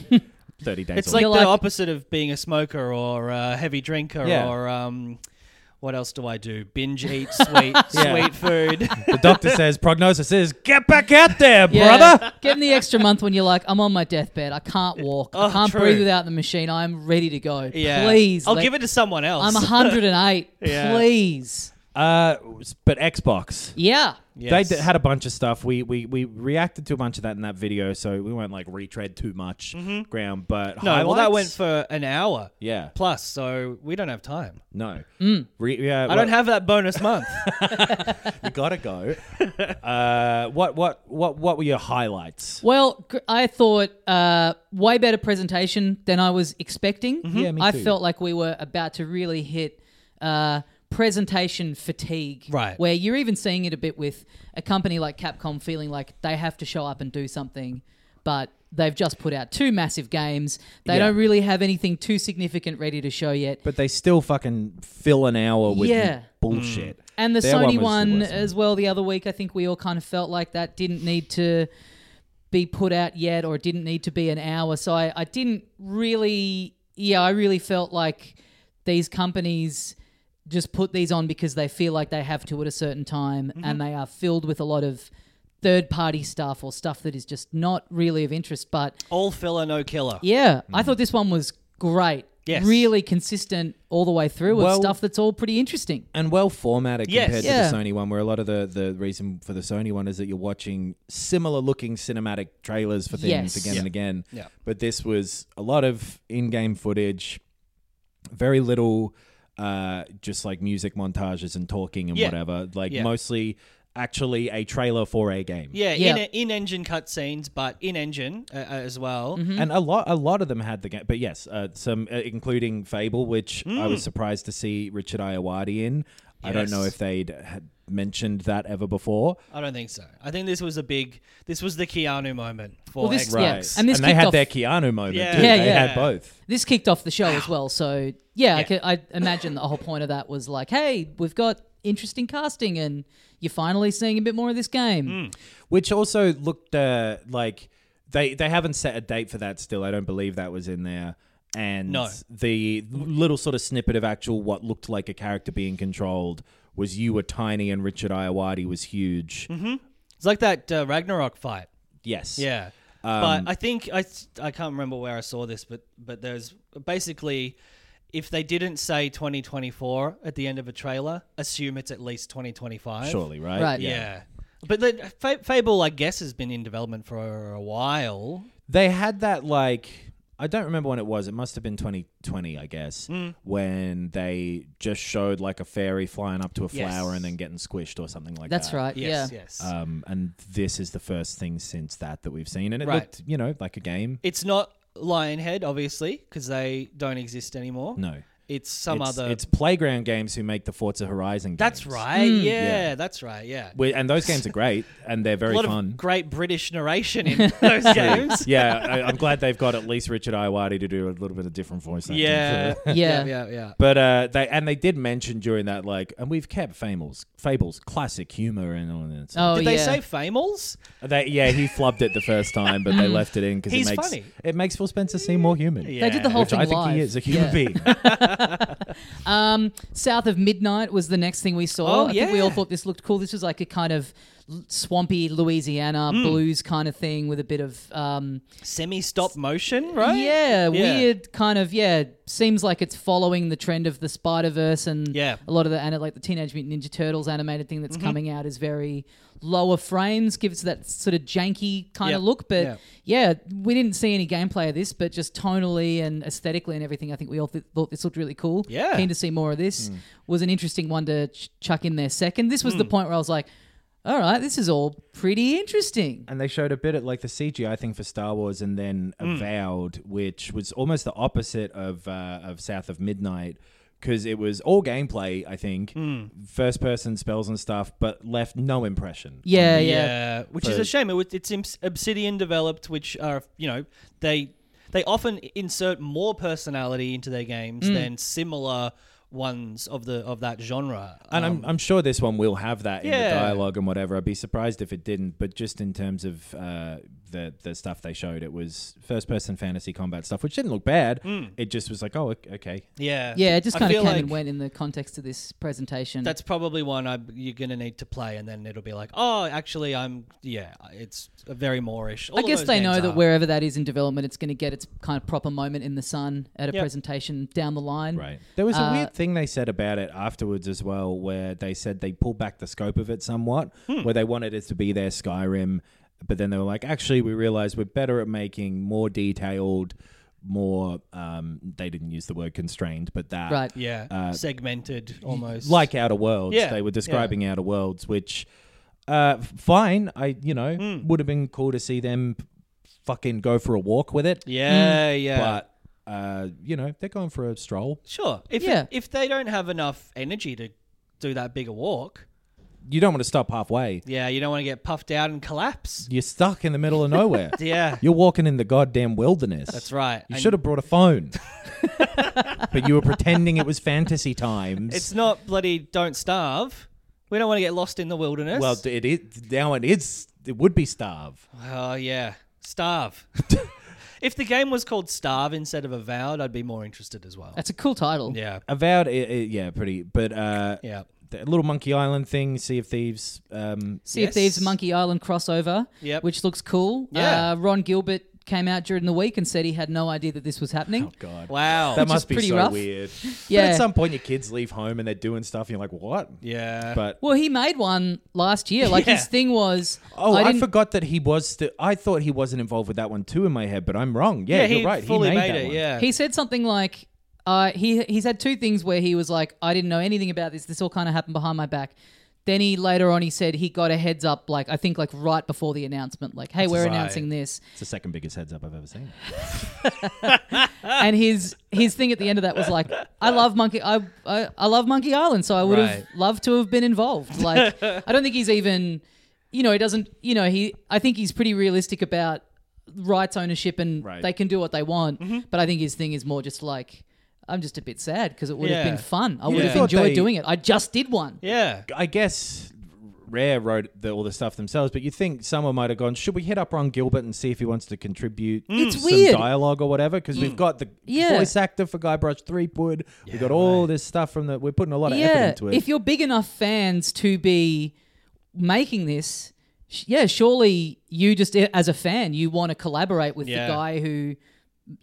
[SPEAKER 3] 30 days
[SPEAKER 4] It's
[SPEAKER 3] or
[SPEAKER 4] like the
[SPEAKER 2] You're like-
[SPEAKER 4] opposite of being a smoker or a heavy drinker
[SPEAKER 3] Yeah.
[SPEAKER 4] or um, what else do I do? Binge eat sweet
[SPEAKER 3] [laughs] Yeah.
[SPEAKER 4] sweet food. [laughs]
[SPEAKER 3] The doctor says, prognosis is, get back out there,
[SPEAKER 2] Yeah.
[SPEAKER 3] brother.
[SPEAKER 2] Give them the extra month when you're like, I'm on my deathbed. I can't walk.
[SPEAKER 3] [laughs]
[SPEAKER 4] Oh,
[SPEAKER 2] I can't
[SPEAKER 4] true.
[SPEAKER 2] breathe without the machine. I'm ready to go.
[SPEAKER 4] yeah.
[SPEAKER 2] Please.
[SPEAKER 4] I'll give it to someone else.
[SPEAKER 3] [laughs]
[SPEAKER 2] I'm 108.
[SPEAKER 4] Yeah.
[SPEAKER 2] Please.
[SPEAKER 3] Uh, but Xbox.
[SPEAKER 2] Yeah.
[SPEAKER 4] Yes.
[SPEAKER 3] They d- had a bunch of stuff. We, we we reacted to a bunch of that in that video, so we won't like retread too much ground. But
[SPEAKER 4] Mm-hmm. no, well, that
[SPEAKER 3] highlights?
[SPEAKER 4] went for an hour
[SPEAKER 3] yeah.
[SPEAKER 4] plus, so we don't have time.
[SPEAKER 3] No, Re- yeah,
[SPEAKER 4] Mm. I don't have that bonus month.
[SPEAKER 3] You
[SPEAKER 4] [laughs]
[SPEAKER 3] gotta go. uh, what what what what were your highlights?
[SPEAKER 2] Well, gr- I thought uh, way better presentation than I was expecting.
[SPEAKER 3] Mm-hmm. Yeah, me
[SPEAKER 2] I
[SPEAKER 3] too.
[SPEAKER 2] felt like we were about to really hit uh, presentation fatigue,
[SPEAKER 4] Right.
[SPEAKER 2] Where you're even seeing it a bit with a company like Capcom feeling like they have to show up and do something, but they've just put out two massive games. They
[SPEAKER 3] Yeah.
[SPEAKER 2] don't really have anything too significant ready to show yet.
[SPEAKER 3] But they still fucking fill an hour with
[SPEAKER 2] Yeah.
[SPEAKER 3] bullshit.
[SPEAKER 2] And the
[SPEAKER 3] Their
[SPEAKER 2] Sony
[SPEAKER 3] was the
[SPEAKER 2] one,
[SPEAKER 3] worst
[SPEAKER 2] as well the other week, I think we all kind of felt like that didn't need to be put out yet or it didn't need to be an hour. So I, I didn't really, yeah, I really felt like these companies just put these on because they feel like they have to at a certain time
[SPEAKER 3] Mm-hmm.
[SPEAKER 2] and they are filled with a lot of third party stuff or stuff that is just not really of interest. But
[SPEAKER 4] [laughs] All filler, no killer.
[SPEAKER 2] yeah, I thought this one was great.
[SPEAKER 4] Yes.
[SPEAKER 2] Really consistent all the way through with
[SPEAKER 3] Well-
[SPEAKER 2] stuff that's all pretty interesting.
[SPEAKER 3] and well formatted
[SPEAKER 4] Yes.
[SPEAKER 3] compared
[SPEAKER 2] Yeah.
[SPEAKER 3] to the Sony one, where a lot of the, the reason for the Sony one is that you're watching similar looking cinematic trailers for things
[SPEAKER 2] Yes.
[SPEAKER 3] again
[SPEAKER 4] Yeah.
[SPEAKER 3] and again.
[SPEAKER 4] Yeah.
[SPEAKER 3] But this was a lot of in game footage, very little uh, just like music montages and talking and
[SPEAKER 4] Yeah.
[SPEAKER 3] whatever. Like
[SPEAKER 4] Yeah.
[SPEAKER 3] mostly actually a trailer for a game.
[SPEAKER 4] Yeah,
[SPEAKER 2] Yeah.
[SPEAKER 4] in in engine cutscenes, but in engine uh, uh, as well.
[SPEAKER 2] Mm-hmm.
[SPEAKER 3] And a lot, a lot of them had the game, but yes, uh, some uh, including Fable, which I was surprised to see Richard Iowati in. I don't know
[SPEAKER 4] Mm. Yes.
[SPEAKER 3] if they'd had mentioned that ever before.
[SPEAKER 4] I don't think so. I think this was a big. This was the Keanu moment for
[SPEAKER 2] Well, this-
[SPEAKER 4] Xbox.
[SPEAKER 2] yeah.
[SPEAKER 3] Right.
[SPEAKER 2] And
[SPEAKER 3] And,
[SPEAKER 2] this
[SPEAKER 3] they
[SPEAKER 2] kicked
[SPEAKER 3] had
[SPEAKER 2] off-
[SPEAKER 3] their Keanu moment.
[SPEAKER 4] Yeah.
[SPEAKER 3] Too.
[SPEAKER 2] Yeah,
[SPEAKER 3] they
[SPEAKER 2] yeah.
[SPEAKER 3] had both.
[SPEAKER 2] this kicked off the show as well. So yeah, I, could, I imagine the whole point of that was like, hey, we've got interesting casting, and you're finally seeing a bit more of this game.
[SPEAKER 4] Hmm.
[SPEAKER 3] Which also looked uh, like they they haven't set a date for that still. I don't believe that was in there. And
[SPEAKER 4] No.
[SPEAKER 3] the little sort of snippet of actual what looked like a character being controlled was you were tiny and Richard Iowati was huge.
[SPEAKER 4] It's like that uh, Ragnarok fight.
[SPEAKER 3] Yes.
[SPEAKER 4] Yeah.
[SPEAKER 3] Um,
[SPEAKER 4] but I think I I can't remember where I saw this, but but there's basically if they didn't say 2024 at the end of a trailer, assume it's at least 2025.
[SPEAKER 3] Surely, right?
[SPEAKER 2] Right.
[SPEAKER 4] Yeah. But the, Fa- Fable, I guess, has been in development for a while.
[SPEAKER 3] They had that like I don't remember when it was. It must have been 2020, I guess, when they just showed like a fairy flying up to a
[SPEAKER 4] Yes.
[SPEAKER 3] flower and then getting squished or something like
[SPEAKER 2] That's
[SPEAKER 3] that.
[SPEAKER 2] right.
[SPEAKER 4] Uh, Yes,
[SPEAKER 2] yeah.
[SPEAKER 4] yes.
[SPEAKER 3] Um, and this is the first thing since that that we've seen, and it
[SPEAKER 4] Right.
[SPEAKER 3] looked, you know, like a game.
[SPEAKER 4] it's not Lionhead, obviously, because they don't exist anymore.
[SPEAKER 3] No,
[SPEAKER 4] It's some
[SPEAKER 3] it's,
[SPEAKER 4] other.
[SPEAKER 3] It's Hmm. Playground Games who make the Forza Horizon. Games.
[SPEAKER 4] that's right. Yeah, that's right. Yeah.
[SPEAKER 3] We- and those games are great, and they're very
[SPEAKER 4] [laughs] a lot
[SPEAKER 3] fun.
[SPEAKER 4] of great British narration
[SPEAKER 3] [laughs]
[SPEAKER 4] in those games.
[SPEAKER 3] yeah, I, I'm glad they've got at least Richard Iowati to do a little bit of different voice acting.
[SPEAKER 4] Yeah.
[SPEAKER 3] for-
[SPEAKER 2] Yeah.
[SPEAKER 4] Yeah. Yeah.
[SPEAKER 3] [laughs] But uh, they and they did mention during that like, and we've kept fables, fables, classic humor, and all that. stuff.
[SPEAKER 2] Oh,
[SPEAKER 4] Did they
[SPEAKER 2] yeah.
[SPEAKER 4] say Famals?
[SPEAKER 3] They, yeah, he flubbed it the first
[SPEAKER 4] [laughs]
[SPEAKER 3] time, but they left it in because it
[SPEAKER 4] Oh. He's
[SPEAKER 3] makes
[SPEAKER 4] funny.
[SPEAKER 3] it makes Phil Spencer seem more human.
[SPEAKER 4] Yeah.
[SPEAKER 2] They did the whole
[SPEAKER 3] Which
[SPEAKER 2] thing
[SPEAKER 3] I think
[SPEAKER 2] live.
[SPEAKER 3] he is a human
[SPEAKER 2] Yeah.
[SPEAKER 3] being.
[SPEAKER 2] Um, South of Midnight was the next thing we saw.
[SPEAKER 4] Oh,
[SPEAKER 2] I think we all
[SPEAKER 4] yeah.
[SPEAKER 2] thought this looked cool. This was like a kind of l- swampy Louisiana
[SPEAKER 4] Hmm.
[SPEAKER 2] blues kind of thing with a bit of um,
[SPEAKER 4] Semi stop motion, right?
[SPEAKER 2] yeah,
[SPEAKER 4] Oh, Yeah.
[SPEAKER 2] weird kind of yeah. Seems like it's following the trend of the Spider Verse and
[SPEAKER 4] Yeah. Mm-hmm.
[SPEAKER 2] a lot of the and like the Teenage Mutant Ninja Turtles animated thing that's coming out is very lower frames, gives that sort of janky kind of
[SPEAKER 4] Yep.
[SPEAKER 2] look. But
[SPEAKER 4] Yeah.
[SPEAKER 2] yeah, we didn't see any gameplay of this, but just tonally and aesthetically and everything, I think we all th- thought this looked really cool.
[SPEAKER 4] Yeah. Hmm.
[SPEAKER 2] keen to see more of this. Was an interesting one to ch- chuck in there second. This was the point where I was like. All right, this is all pretty interesting.
[SPEAKER 3] and they showed a bit of like the CGI thing for Star Wars, and then Avowed, which was almost the opposite of uh, of South of Midnight, because it was all gameplay, I think, first person spells and stuff, but left no impression.
[SPEAKER 2] Yeah,
[SPEAKER 4] Yeah,
[SPEAKER 2] yeah.
[SPEAKER 4] which is a
[SPEAKER 3] But-
[SPEAKER 4] shame. It, was- it's Obs- Obsidian developed, which are you know they they often insert more personality into their games
[SPEAKER 2] Hmm.
[SPEAKER 4] than similar ones of the of that genre. Um,
[SPEAKER 3] And I'm, I'm sure this one will have that in
[SPEAKER 4] Yeah.
[SPEAKER 3] the dialogue and whatever. I'd be surprised if it didn't. But just in terms of uh, the the stuff they showed, it was first person fantasy combat stuff, which didn't look bad. It just was like, oh, ok- okay,
[SPEAKER 4] yeah,
[SPEAKER 2] Yeah, it just
[SPEAKER 4] I
[SPEAKER 2] kind of
[SPEAKER 4] feel
[SPEAKER 2] came
[SPEAKER 4] like
[SPEAKER 2] and went in the context of this presentation.
[SPEAKER 4] That's probably one I, you're gonna need to play, and then it'll be like, oh, actually, I'm yeah, it's very Moorish. All
[SPEAKER 2] I
[SPEAKER 4] of
[SPEAKER 2] guess
[SPEAKER 4] those
[SPEAKER 2] they
[SPEAKER 4] games
[SPEAKER 2] know
[SPEAKER 4] are.
[SPEAKER 2] that wherever that is in development, it's going to get its kind of proper moment in the sun at a
[SPEAKER 4] Yep.
[SPEAKER 2] presentation down the line.
[SPEAKER 3] Right. There was a
[SPEAKER 2] Uh,
[SPEAKER 3] weird thing they said about it afterwards as well, where they said they pulled back the scope of it somewhat,
[SPEAKER 4] Hmm.
[SPEAKER 3] where they wanted it to be their Skyrim, but then they were like, actually, we realized we're better at making more detailed, more. Um, they didn't use the word constrained, but that
[SPEAKER 2] Right.
[SPEAKER 4] Ah, yeah
[SPEAKER 3] uh,
[SPEAKER 4] segmented almost
[SPEAKER 3] like Outer Worlds.
[SPEAKER 4] Yeah,
[SPEAKER 3] They
[SPEAKER 4] yeah.
[SPEAKER 3] were describing Outer Worlds, which uh, f- fine. I you know
[SPEAKER 4] Hmm.
[SPEAKER 3] would have been cool to see them fucking go for a walk with it,
[SPEAKER 4] yeah
[SPEAKER 2] Mm.
[SPEAKER 4] yeah.
[SPEAKER 3] but. Uh, you know, they're going for a stroll.
[SPEAKER 4] Sure. If
[SPEAKER 2] Yeah.
[SPEAKER 4] if they don't have enough energy to do that bigger walk,
[SPEAKER 3] You don't want to stop halfway.
[SPEAKER 4] yeah, you don't want to get puffed out and collapse.
[SPEAKER 3] You're stuck in the middle of nowhere.
[SPEAKER 4] [laughs] Yeah,
[SPEAKER 3] You're walking in the goddamn wilderness.
[SPEAKER 4] that's right.
[SPEAKER 3] You
[SPEAKER 4] And
[SPEAKER 3] should have brought a
[SPEAKER 4] [laughs]
[SPEAKER 3] phone. but you were pretending it was fantasy times.
[SPEAKER 4] It's not bloody don't starve. We don't want to get lost in the wilderness.
[SPEAKER 3] well, it is now it is it would be starve.
[SPEAKER 4] oh yeah,
[SPEAKER 3] [laughs]
[SPEAKER 4] starve. if the game was called Starve instead of Avowed, I'd be more interested as well.
[SPEAKER 2] That's a cool title.
[SPEAKER 4] Yeah,
[SPEAKER 3] Avowed i i yeah, pretty but uh
[SPEAKER 4] yeah,
[SPEAKER 3] the little Monkey Island thing, Sea of Thieves, um
[SPEAKER 2] Sea
[SPEAKER 4] Yes.
[SPEAKER 2] of Thieves Monkey Island crossover,
[SPEAKER 4] Yep.
[SPEAKER 2] which looks cool.
[SPEAKER 4] Yeah.
[SPEAKER 2] Uh, Ron Gilbert came out during the week and said he had no idea that this was happening.
[SPEAKER 3] God.
[SPEAKER 4] wow.
[SPEAKER 3] That
[SPEAKER 2] is
[SPEAKER 3] must be
[SPEAKER 2] pretty
[SPEAKER 3] so
[SPEAKER 2] rough.
[SPEAKER 4] [laughs]
[SPEAKER 3] weird. But
[SPEAKER 2] Yeah.
[SPEAKER 3] at some point your kids leave home and they're doing stuff and you're like, What?
[SPEAKER 4] yeah,
[SPEAKER 3] But
[SPEAKER 2] Well, he made one last year. Like
[SPEAKER 4] Yeah.
[SPEAKER 2] his thing was,
[SPEAKER 3] Oh, I,
[SPEAKER 2] didn't,
[SPEAKER 3] forgot that he was. St- I thought he wasn't involved with that one too in my head, but I'm wrong. Yeah,
[SPEAKER 4] yeah, he
[SPEAKER 3] you're right.
[SPEAKER 4] fully
[SPEAKER 3] he made,
[SPEAKER 4] made,
[SPEAKER 3] that
[SPEAKER 4] it.
[SPEAKER 3] one.
[SPEAKER 4] Yeah,
[SPEAKER 2] He said something like, uh, he he's had two things where he was like, I didn't know anything about this. This all kind of happened behind my back. Then he later on he said he got a heads up, like I think like right before the announcement, like, hey, we're
[SPEAKER 4] right.
[SPEAKER 2] announcing this.
[SPEAKER 3] It's the second biggest heads up I've ever seen.
[SPEAKER 2] and his his thing at the end of that was like, I love Monkey, I I, I love Monkey Island, so I would have
[SPEAKER 4] Right.
[SPEAKER 2] loved to have been involved. Like,
[SPEAKER 4] [laughs]
[SPEAKER 2] I don't think he's even, you know, he doesn't, you know, he. I think he's pretty realistic about rights ownership and
[SPEAKER 3] Right.
[SPEAKER 2] they can do what they want.
[SPEAKER 4] Mm-hmm.
[SPEAKER 2] But I think his thing is more just like, I'm just a bit sad because it would
[SPEAKER 4] Yeah.
[SPEAKER 2] have been fun. I would
[SPEAKER 4] Yeah.
[SPEAKER 2] have
[SPEAKER 3] Thought
[SPEAKER 2] enjoyed
[SPEAKER 3] they-
[SPEAKER 2] doing it. I just did one.
[SPEAKER 4] yeah,
[SPEAKER 3] I guess Rare wrote the, all the stuff themselves, but you think someone might have gone, should we hit up Ron Gilbert and see if he wants to contribute
[SPEAKER 2] Mm. It's
[SPEAKER 3] some
[SPEAKER 2] weird. Mm.
[SPEAKER 3] dialogue or whatever? Because we've got the
[SPEAKER 2] Yeah.
[SPEAKER 3] voice actor for Guybrush Threepwood. we've got all this stuff from the. We're putting a lot of effort into it.
[SPEAKER 2] If you're big enough fans to be making this, sh- yeah, surely you just i- as a fan you want to collaborate with
[SPEAKER 4] Yeah.
[SPEAKER 2] the guy who,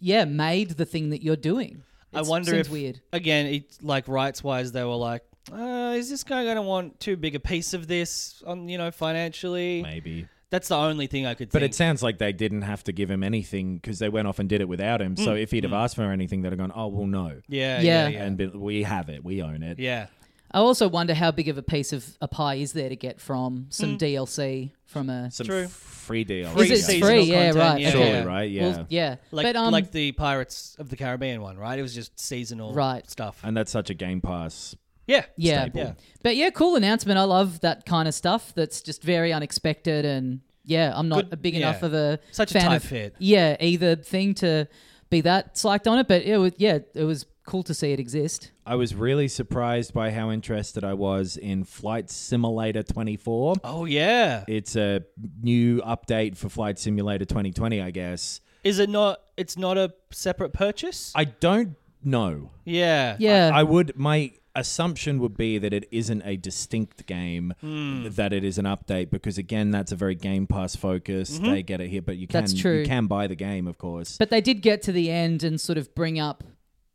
[SPEAKER 2] yeah, made the thing that you're doing.
[SPEAKER 4] I
[SPEAKER 2] It's-
[SPEAKER 4] wonder
[SPEAKER 2] seems
[SPEAKER 4] if
[SPEAKER 2] weird.
[SPEAKER 4] again, it's like rights wise, they were like, uh, is this guy going to want too big a piece of this on you know financially?
[SPEAKER 3] Maybe.
[SPEAKER 4] That's the only thing I could.
[SPEAKER 3] But
[SPEAKER 4] think.
[SPEAKER 3] it sounds like they didn't have to give him anything because they went off and did it without him.
[SPEAKER 2] Mm.
[SPEAKER 3] So if he'd have asked for anything, they'd have gone, "Oh, well, no."
[SPEAKER 4] yeah,
[SPEAKER 2] Yeah.
[SPEAKER 4] yeah, yeah,
[SPEAKER 3] And be, we have it. We own it.
[SPEAKER 4] yeah.
[SPEAKER 2] I also wonder how big of a piece of a pie is there to get from
[SPEAKER 4] Hmm.
[SPEAKER 2] some DLC from a.
[SPEAKER 3] Some
[SPEAKER 4] True.
[SPEAKER 3] f- free deal.
[SPEAKER 4] Free
[SPEAKER 2] is it
[SPEAKER 4] seasonal
[SPEAKER 2] free? Yeah,
[SPEAKER 4] content,
[SPEAKER 2] right.
[SPEAKER 4] yeah.
[SPEAKER 2] okay.
[SPEAKER 3] Surely, right? Yeah.
[SPEAKER 2] Well, yeah.
[SPEAKER 4] Like
[SPEAKER 2] but um,
[SPEAKER 4] like the Pirates of the Caribbean one, right? It was just seasonal
[SPEAKER 2] Right.
[SPEAKER 4] stuff.
[SPEAKER 3] And that's such a Game Pass.
[SPEAKER 4] yeah,
[SPEAKER 2] yeah,
[SPEAKER 3] staple.
[SPEAKER 4] Yeah.
[SPEAKER 2] but yeah, cool announcement. I love that kind of stuff. That's just very unexpected, and yeah, I'm not
[SPEAKER 4] Good-
[SPEAKER 2] a big
[SPEAKER 4] yeah.
[SPEAKER 2] enough of a
[SPEAKER 4] Such a
[SPEAKER 2] fan
[SPEAKER 4] tight
[SPEAKER 2] of
[SPEAKER 4] fit.
[SPEAKER 2] yeah either thing to be that psyched on it. But it was yeah, it was cool to see it exist.
[SPEAKER 3] I was really surprised by how interested I was in Flight Simulator 24.
[SPEAKER 4] Oh yeah.
[SPEAKER 3] It's a new update for Flight Simulator 2020, I guess.
[SPEAKER 4] Is it not? It's not a separate purchase.
[SPEAKER 3] I don't know.
[SPEAKER 4] yeah.
[SPEAKER 2] Yeah,
[SPEAKER 3] I would my assumption would be that it isn't a distinct game
[SPEAKER 2] Hmm.
[SPEAKER 3] that it is an update because again that's a very game pass focus they get it here but you can
[SPEAKER 2] Mm-hmm. That's true.
[SPEAKER 3] you can buy the game of course
[SPEAKER 2] but they did get to the end and sort of bring up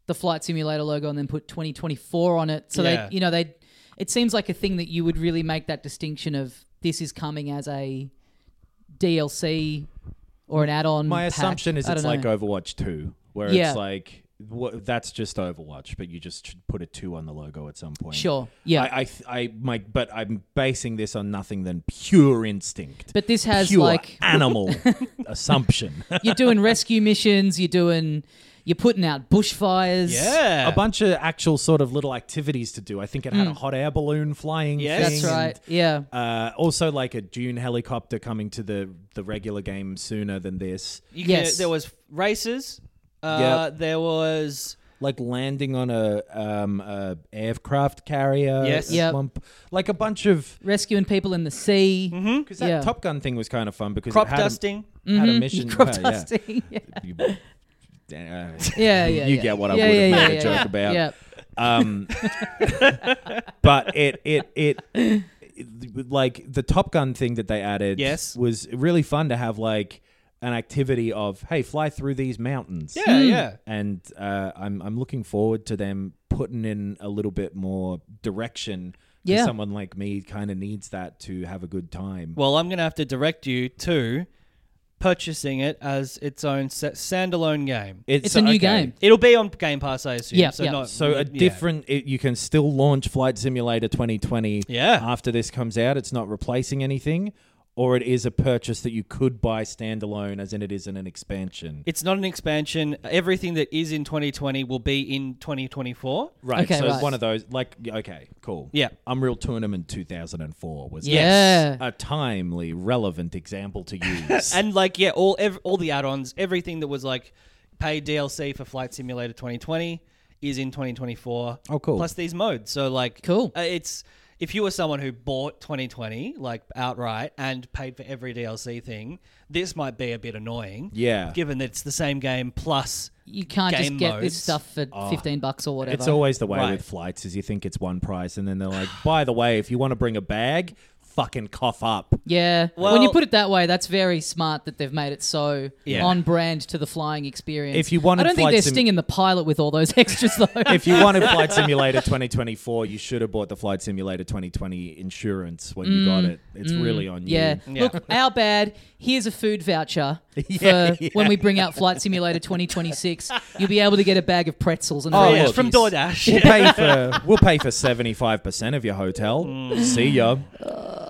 [SPEAKER 2] the flight simulator logo and then put 2024 on it. So
[SPEAKER 4] Yeah.
[SPEAKER 2] they you know they it seems like a thing that you would really make that distinction of this is coming as a DLC or an add-on.
[SPEAKER 3] my
[SPEAKER 2] pack.
[SPEAKER 3] assumption is
[SPEAKER 2] I
[SPEAKER 3] it's
[SPEAKER 2] don't
[SPEAKER 3] like
[SPEAKER 2] know.
[SPEAKER 3] Overwatch 2 where
[SPEAKER 2] Yeah.
[SPEAKER 3] it's like wha- that's just Overwatch but you just should put a 2 on the logo at some point
[SPEAKER 2] sure yeah.
[SPEAKER 3] I, I, th- I, my, but I'm basing this on nothing than pure instinct,
[SPEAKER 2] but this has
[SPEAKER 3] pure
[SPEAKER 2] like [laughs]
[SPEAKER 3] animal assumption.
[SPEAKER 2] you're doing rescue missions, you're doing you're putting out bushfires.
[SPEAKER 4] Yeah.
[SPEAKER 3] [laughs] a bunch of actual sort of little activities to do. I think it had a hot air balloon flying.
[SPEAKER 4] Yes.
[SPEAKER 3] thing
[SPEAKER 2] Mm. That's right.
[SPEAKER 3] and,
[SPEAKER 2] Yeah.
[SPEAKER 3] uh, also, like a Dune helicopter coming to the the regular game sooner than this.
[SPEAKER 4] You
[SPEAKER 2] Yes.
[SPEAKER 4] can- there was races. Uh, There was.
[SPEAKER 3] Like landing on a um a aircraft carrier.
[SPEAKER 4] Yes.
[SPEAKER 3] a
[SPEAKER 2] Yep.
[SPEAKER 3] slump- Like a bunch of
[SPEAKER 2] Rescuing people in the sea. [laughs]
[SPEAKER 3] because that
[SPEAKER 2] Hmm? Yeah. Mm-hmm.
[SPEAKER 3] Top Gun thing was kind of fun because
[SPEAKER 4] crop
[SPEAKER 3] it had a-
[SPEAKER 4] dusting.
[SPEAKER 3] had A, mission.
[SPEAKER 2] [laughs] Crop
[SPEAKER 3] yeah, yeah.
[SPEAKER 2] dusting. Yeah.
[SPEAKER 3] You- [laughs]
[SPEAKER 2] Yeah,
[SPEAKER 3] uh,
[SPEAKER 2] yeah,
[SPEAKER 3] you
[SPEAKER 2] yeah.
[SPEAKER 3] get what I
[SPEAKER 2] Yeah,
[SPEAKER 3] would
[SPEAKER 2] yeah,
[SPEAKER 3] have made
[SPEAKER 2] yeah, yeah.
[SPEAKER 3] a joke
[SPEAKER 2] Yeah.
[SPEAKER 3] about. Um, but it, it it it like the Top Gun thing that they added
[SPEAKER 4] Yes.
[SPEAKER 3] was really fun to have like an activity of hey fly through these mountains
[SPEAKER 4] Yeah,
[SPEAKER 2] Hmm.
[SPEAKER 4] yeah.
[SPEAKER 3] and uh, I'm I'm looking forward to them putting in a little bit more direction. 'cause
[SPEAKER 2] Yeah.
[SPEAKER 3] someone like me kind of needs that to have a good time.
[SPEAKER 4] Well, I'm going to have to direct you to purchasing it as its own sa- standalone game.
[SPEAKER 2] It's a new
[SPEAKER 3] okay.
[SPEAKER 2] game.
[SPEAKER 4] It'll be on Game Pass, I assume.
[SPEAKER 2] Yeah,
[SPEAKER 4] so
[SPEAKER 2] yeah.
[SPEAKER 4] Not,
[SPEAKER 3] So
[SPEAKER 4] yeah.
[SPEAKER 3] a different, it, you can still launch Flight Simulator 2020.
[SPEAKER 4] Yeah.
[SPEAKER 3] After this comes out, it's not replacing anything, or it is a purchase that you could buy standalone, as in it isn't an expansion.
[SPEAKER 4] It's not an expansion. Everything that is in 2020 will be in 2024.
[SPEAKER 3] Right.
[SPEAKER 2] Okay,
[SPEAKER 3] so
[SPEAKER 2] right.
[SPEAKER 3] it's one of those. Like, yeah, okay, cool.
[SPEAKER 4] Yeah.
[SPEAKER 3] Unreal Tournament 2004 was
[SPEAKER 2] Yes.
[SPEAKER 3] a timely, relevant example to
[SPEAKER 4] [laughs]
[SPEAKER 3] use.
[SPEAKER 4] And like, yeah, all ev- all the add-ons, everything that was like paid DLC for Flight Simulator 2020 is in 2024.
[SPEAKER 3] Oh, cool.
[SPEAKER 4] Plus these modes. So like,
[SPEAKER 2] Cool.
[SPEAKER 4] Uh, it's if you were someone who bought 2020 like outright and paid for every DLC thing, this might be a bit annoying.
[SPEAKER 3] Yeah.
[SPEAKER 4] Given that it's the same game plus.
[SPEAKER 2] You can't just
[SPEAKER 4] Game
[SPEAKER 2] get
[SPEAKER 4] modes.
[SPEAKER 2] this stuff for 15 bucks or whatever.
[SPEAKER 3] Ah. It's always the way
[SPEAKER 4] Right.
[SPEAKER 3] with flights is you think it's one price, and then they're like, by the way, if you want to bring a bag, fucking cough up.
[SPEAKER 2] yeah.
[SPEAKER 4] Well-
[SPEAKER 2] when you put it that way, that's very smart that they've made it so
[SPEAKER 4] Yeah.
[SPEAKER 2] on brand to the flying experience.
[SPEAKER 3] If you
[SPEAKER 2] I
[SPEAKER 3] wanted
[SPEAKER 2] don't think
[SPEAKER 3] flight
[SPEAKER 2] they're
[SPEAKER 3] sim-
[SPEAKER 2] stinging the pilot with all those [laughs] extras though.
[SPEAKER 3] if you wanted Flight Simulator 2024, you should have bought the Flight Simulator 2020 insurance when you got it. It's really on you.
[SPEAKER 2] Yeah.
[SPEAKER 4] Yeah.
[SPEAKER 2] Look, our bad. Here's a food voucher for
[SPEAKER 3] Mm. [laughs] Yeah, yeah.
[SPEAKER 2] when we bring out Flight Simulator 2026. You'll be able to get a bag of pretzels and
[SPEAKER 3] Oh,
[SPEAKER 2] orange
[SPEAKER 3] yeah,
[SPEAKER 4] yeah,
[SPEAKER 2] juice.
[SPEAKER 3] look.
[SPEAKER 4] from DoorDash.
[SPEAKER 3] We'll pay for we'll pay for 75% of your hotel. See ya.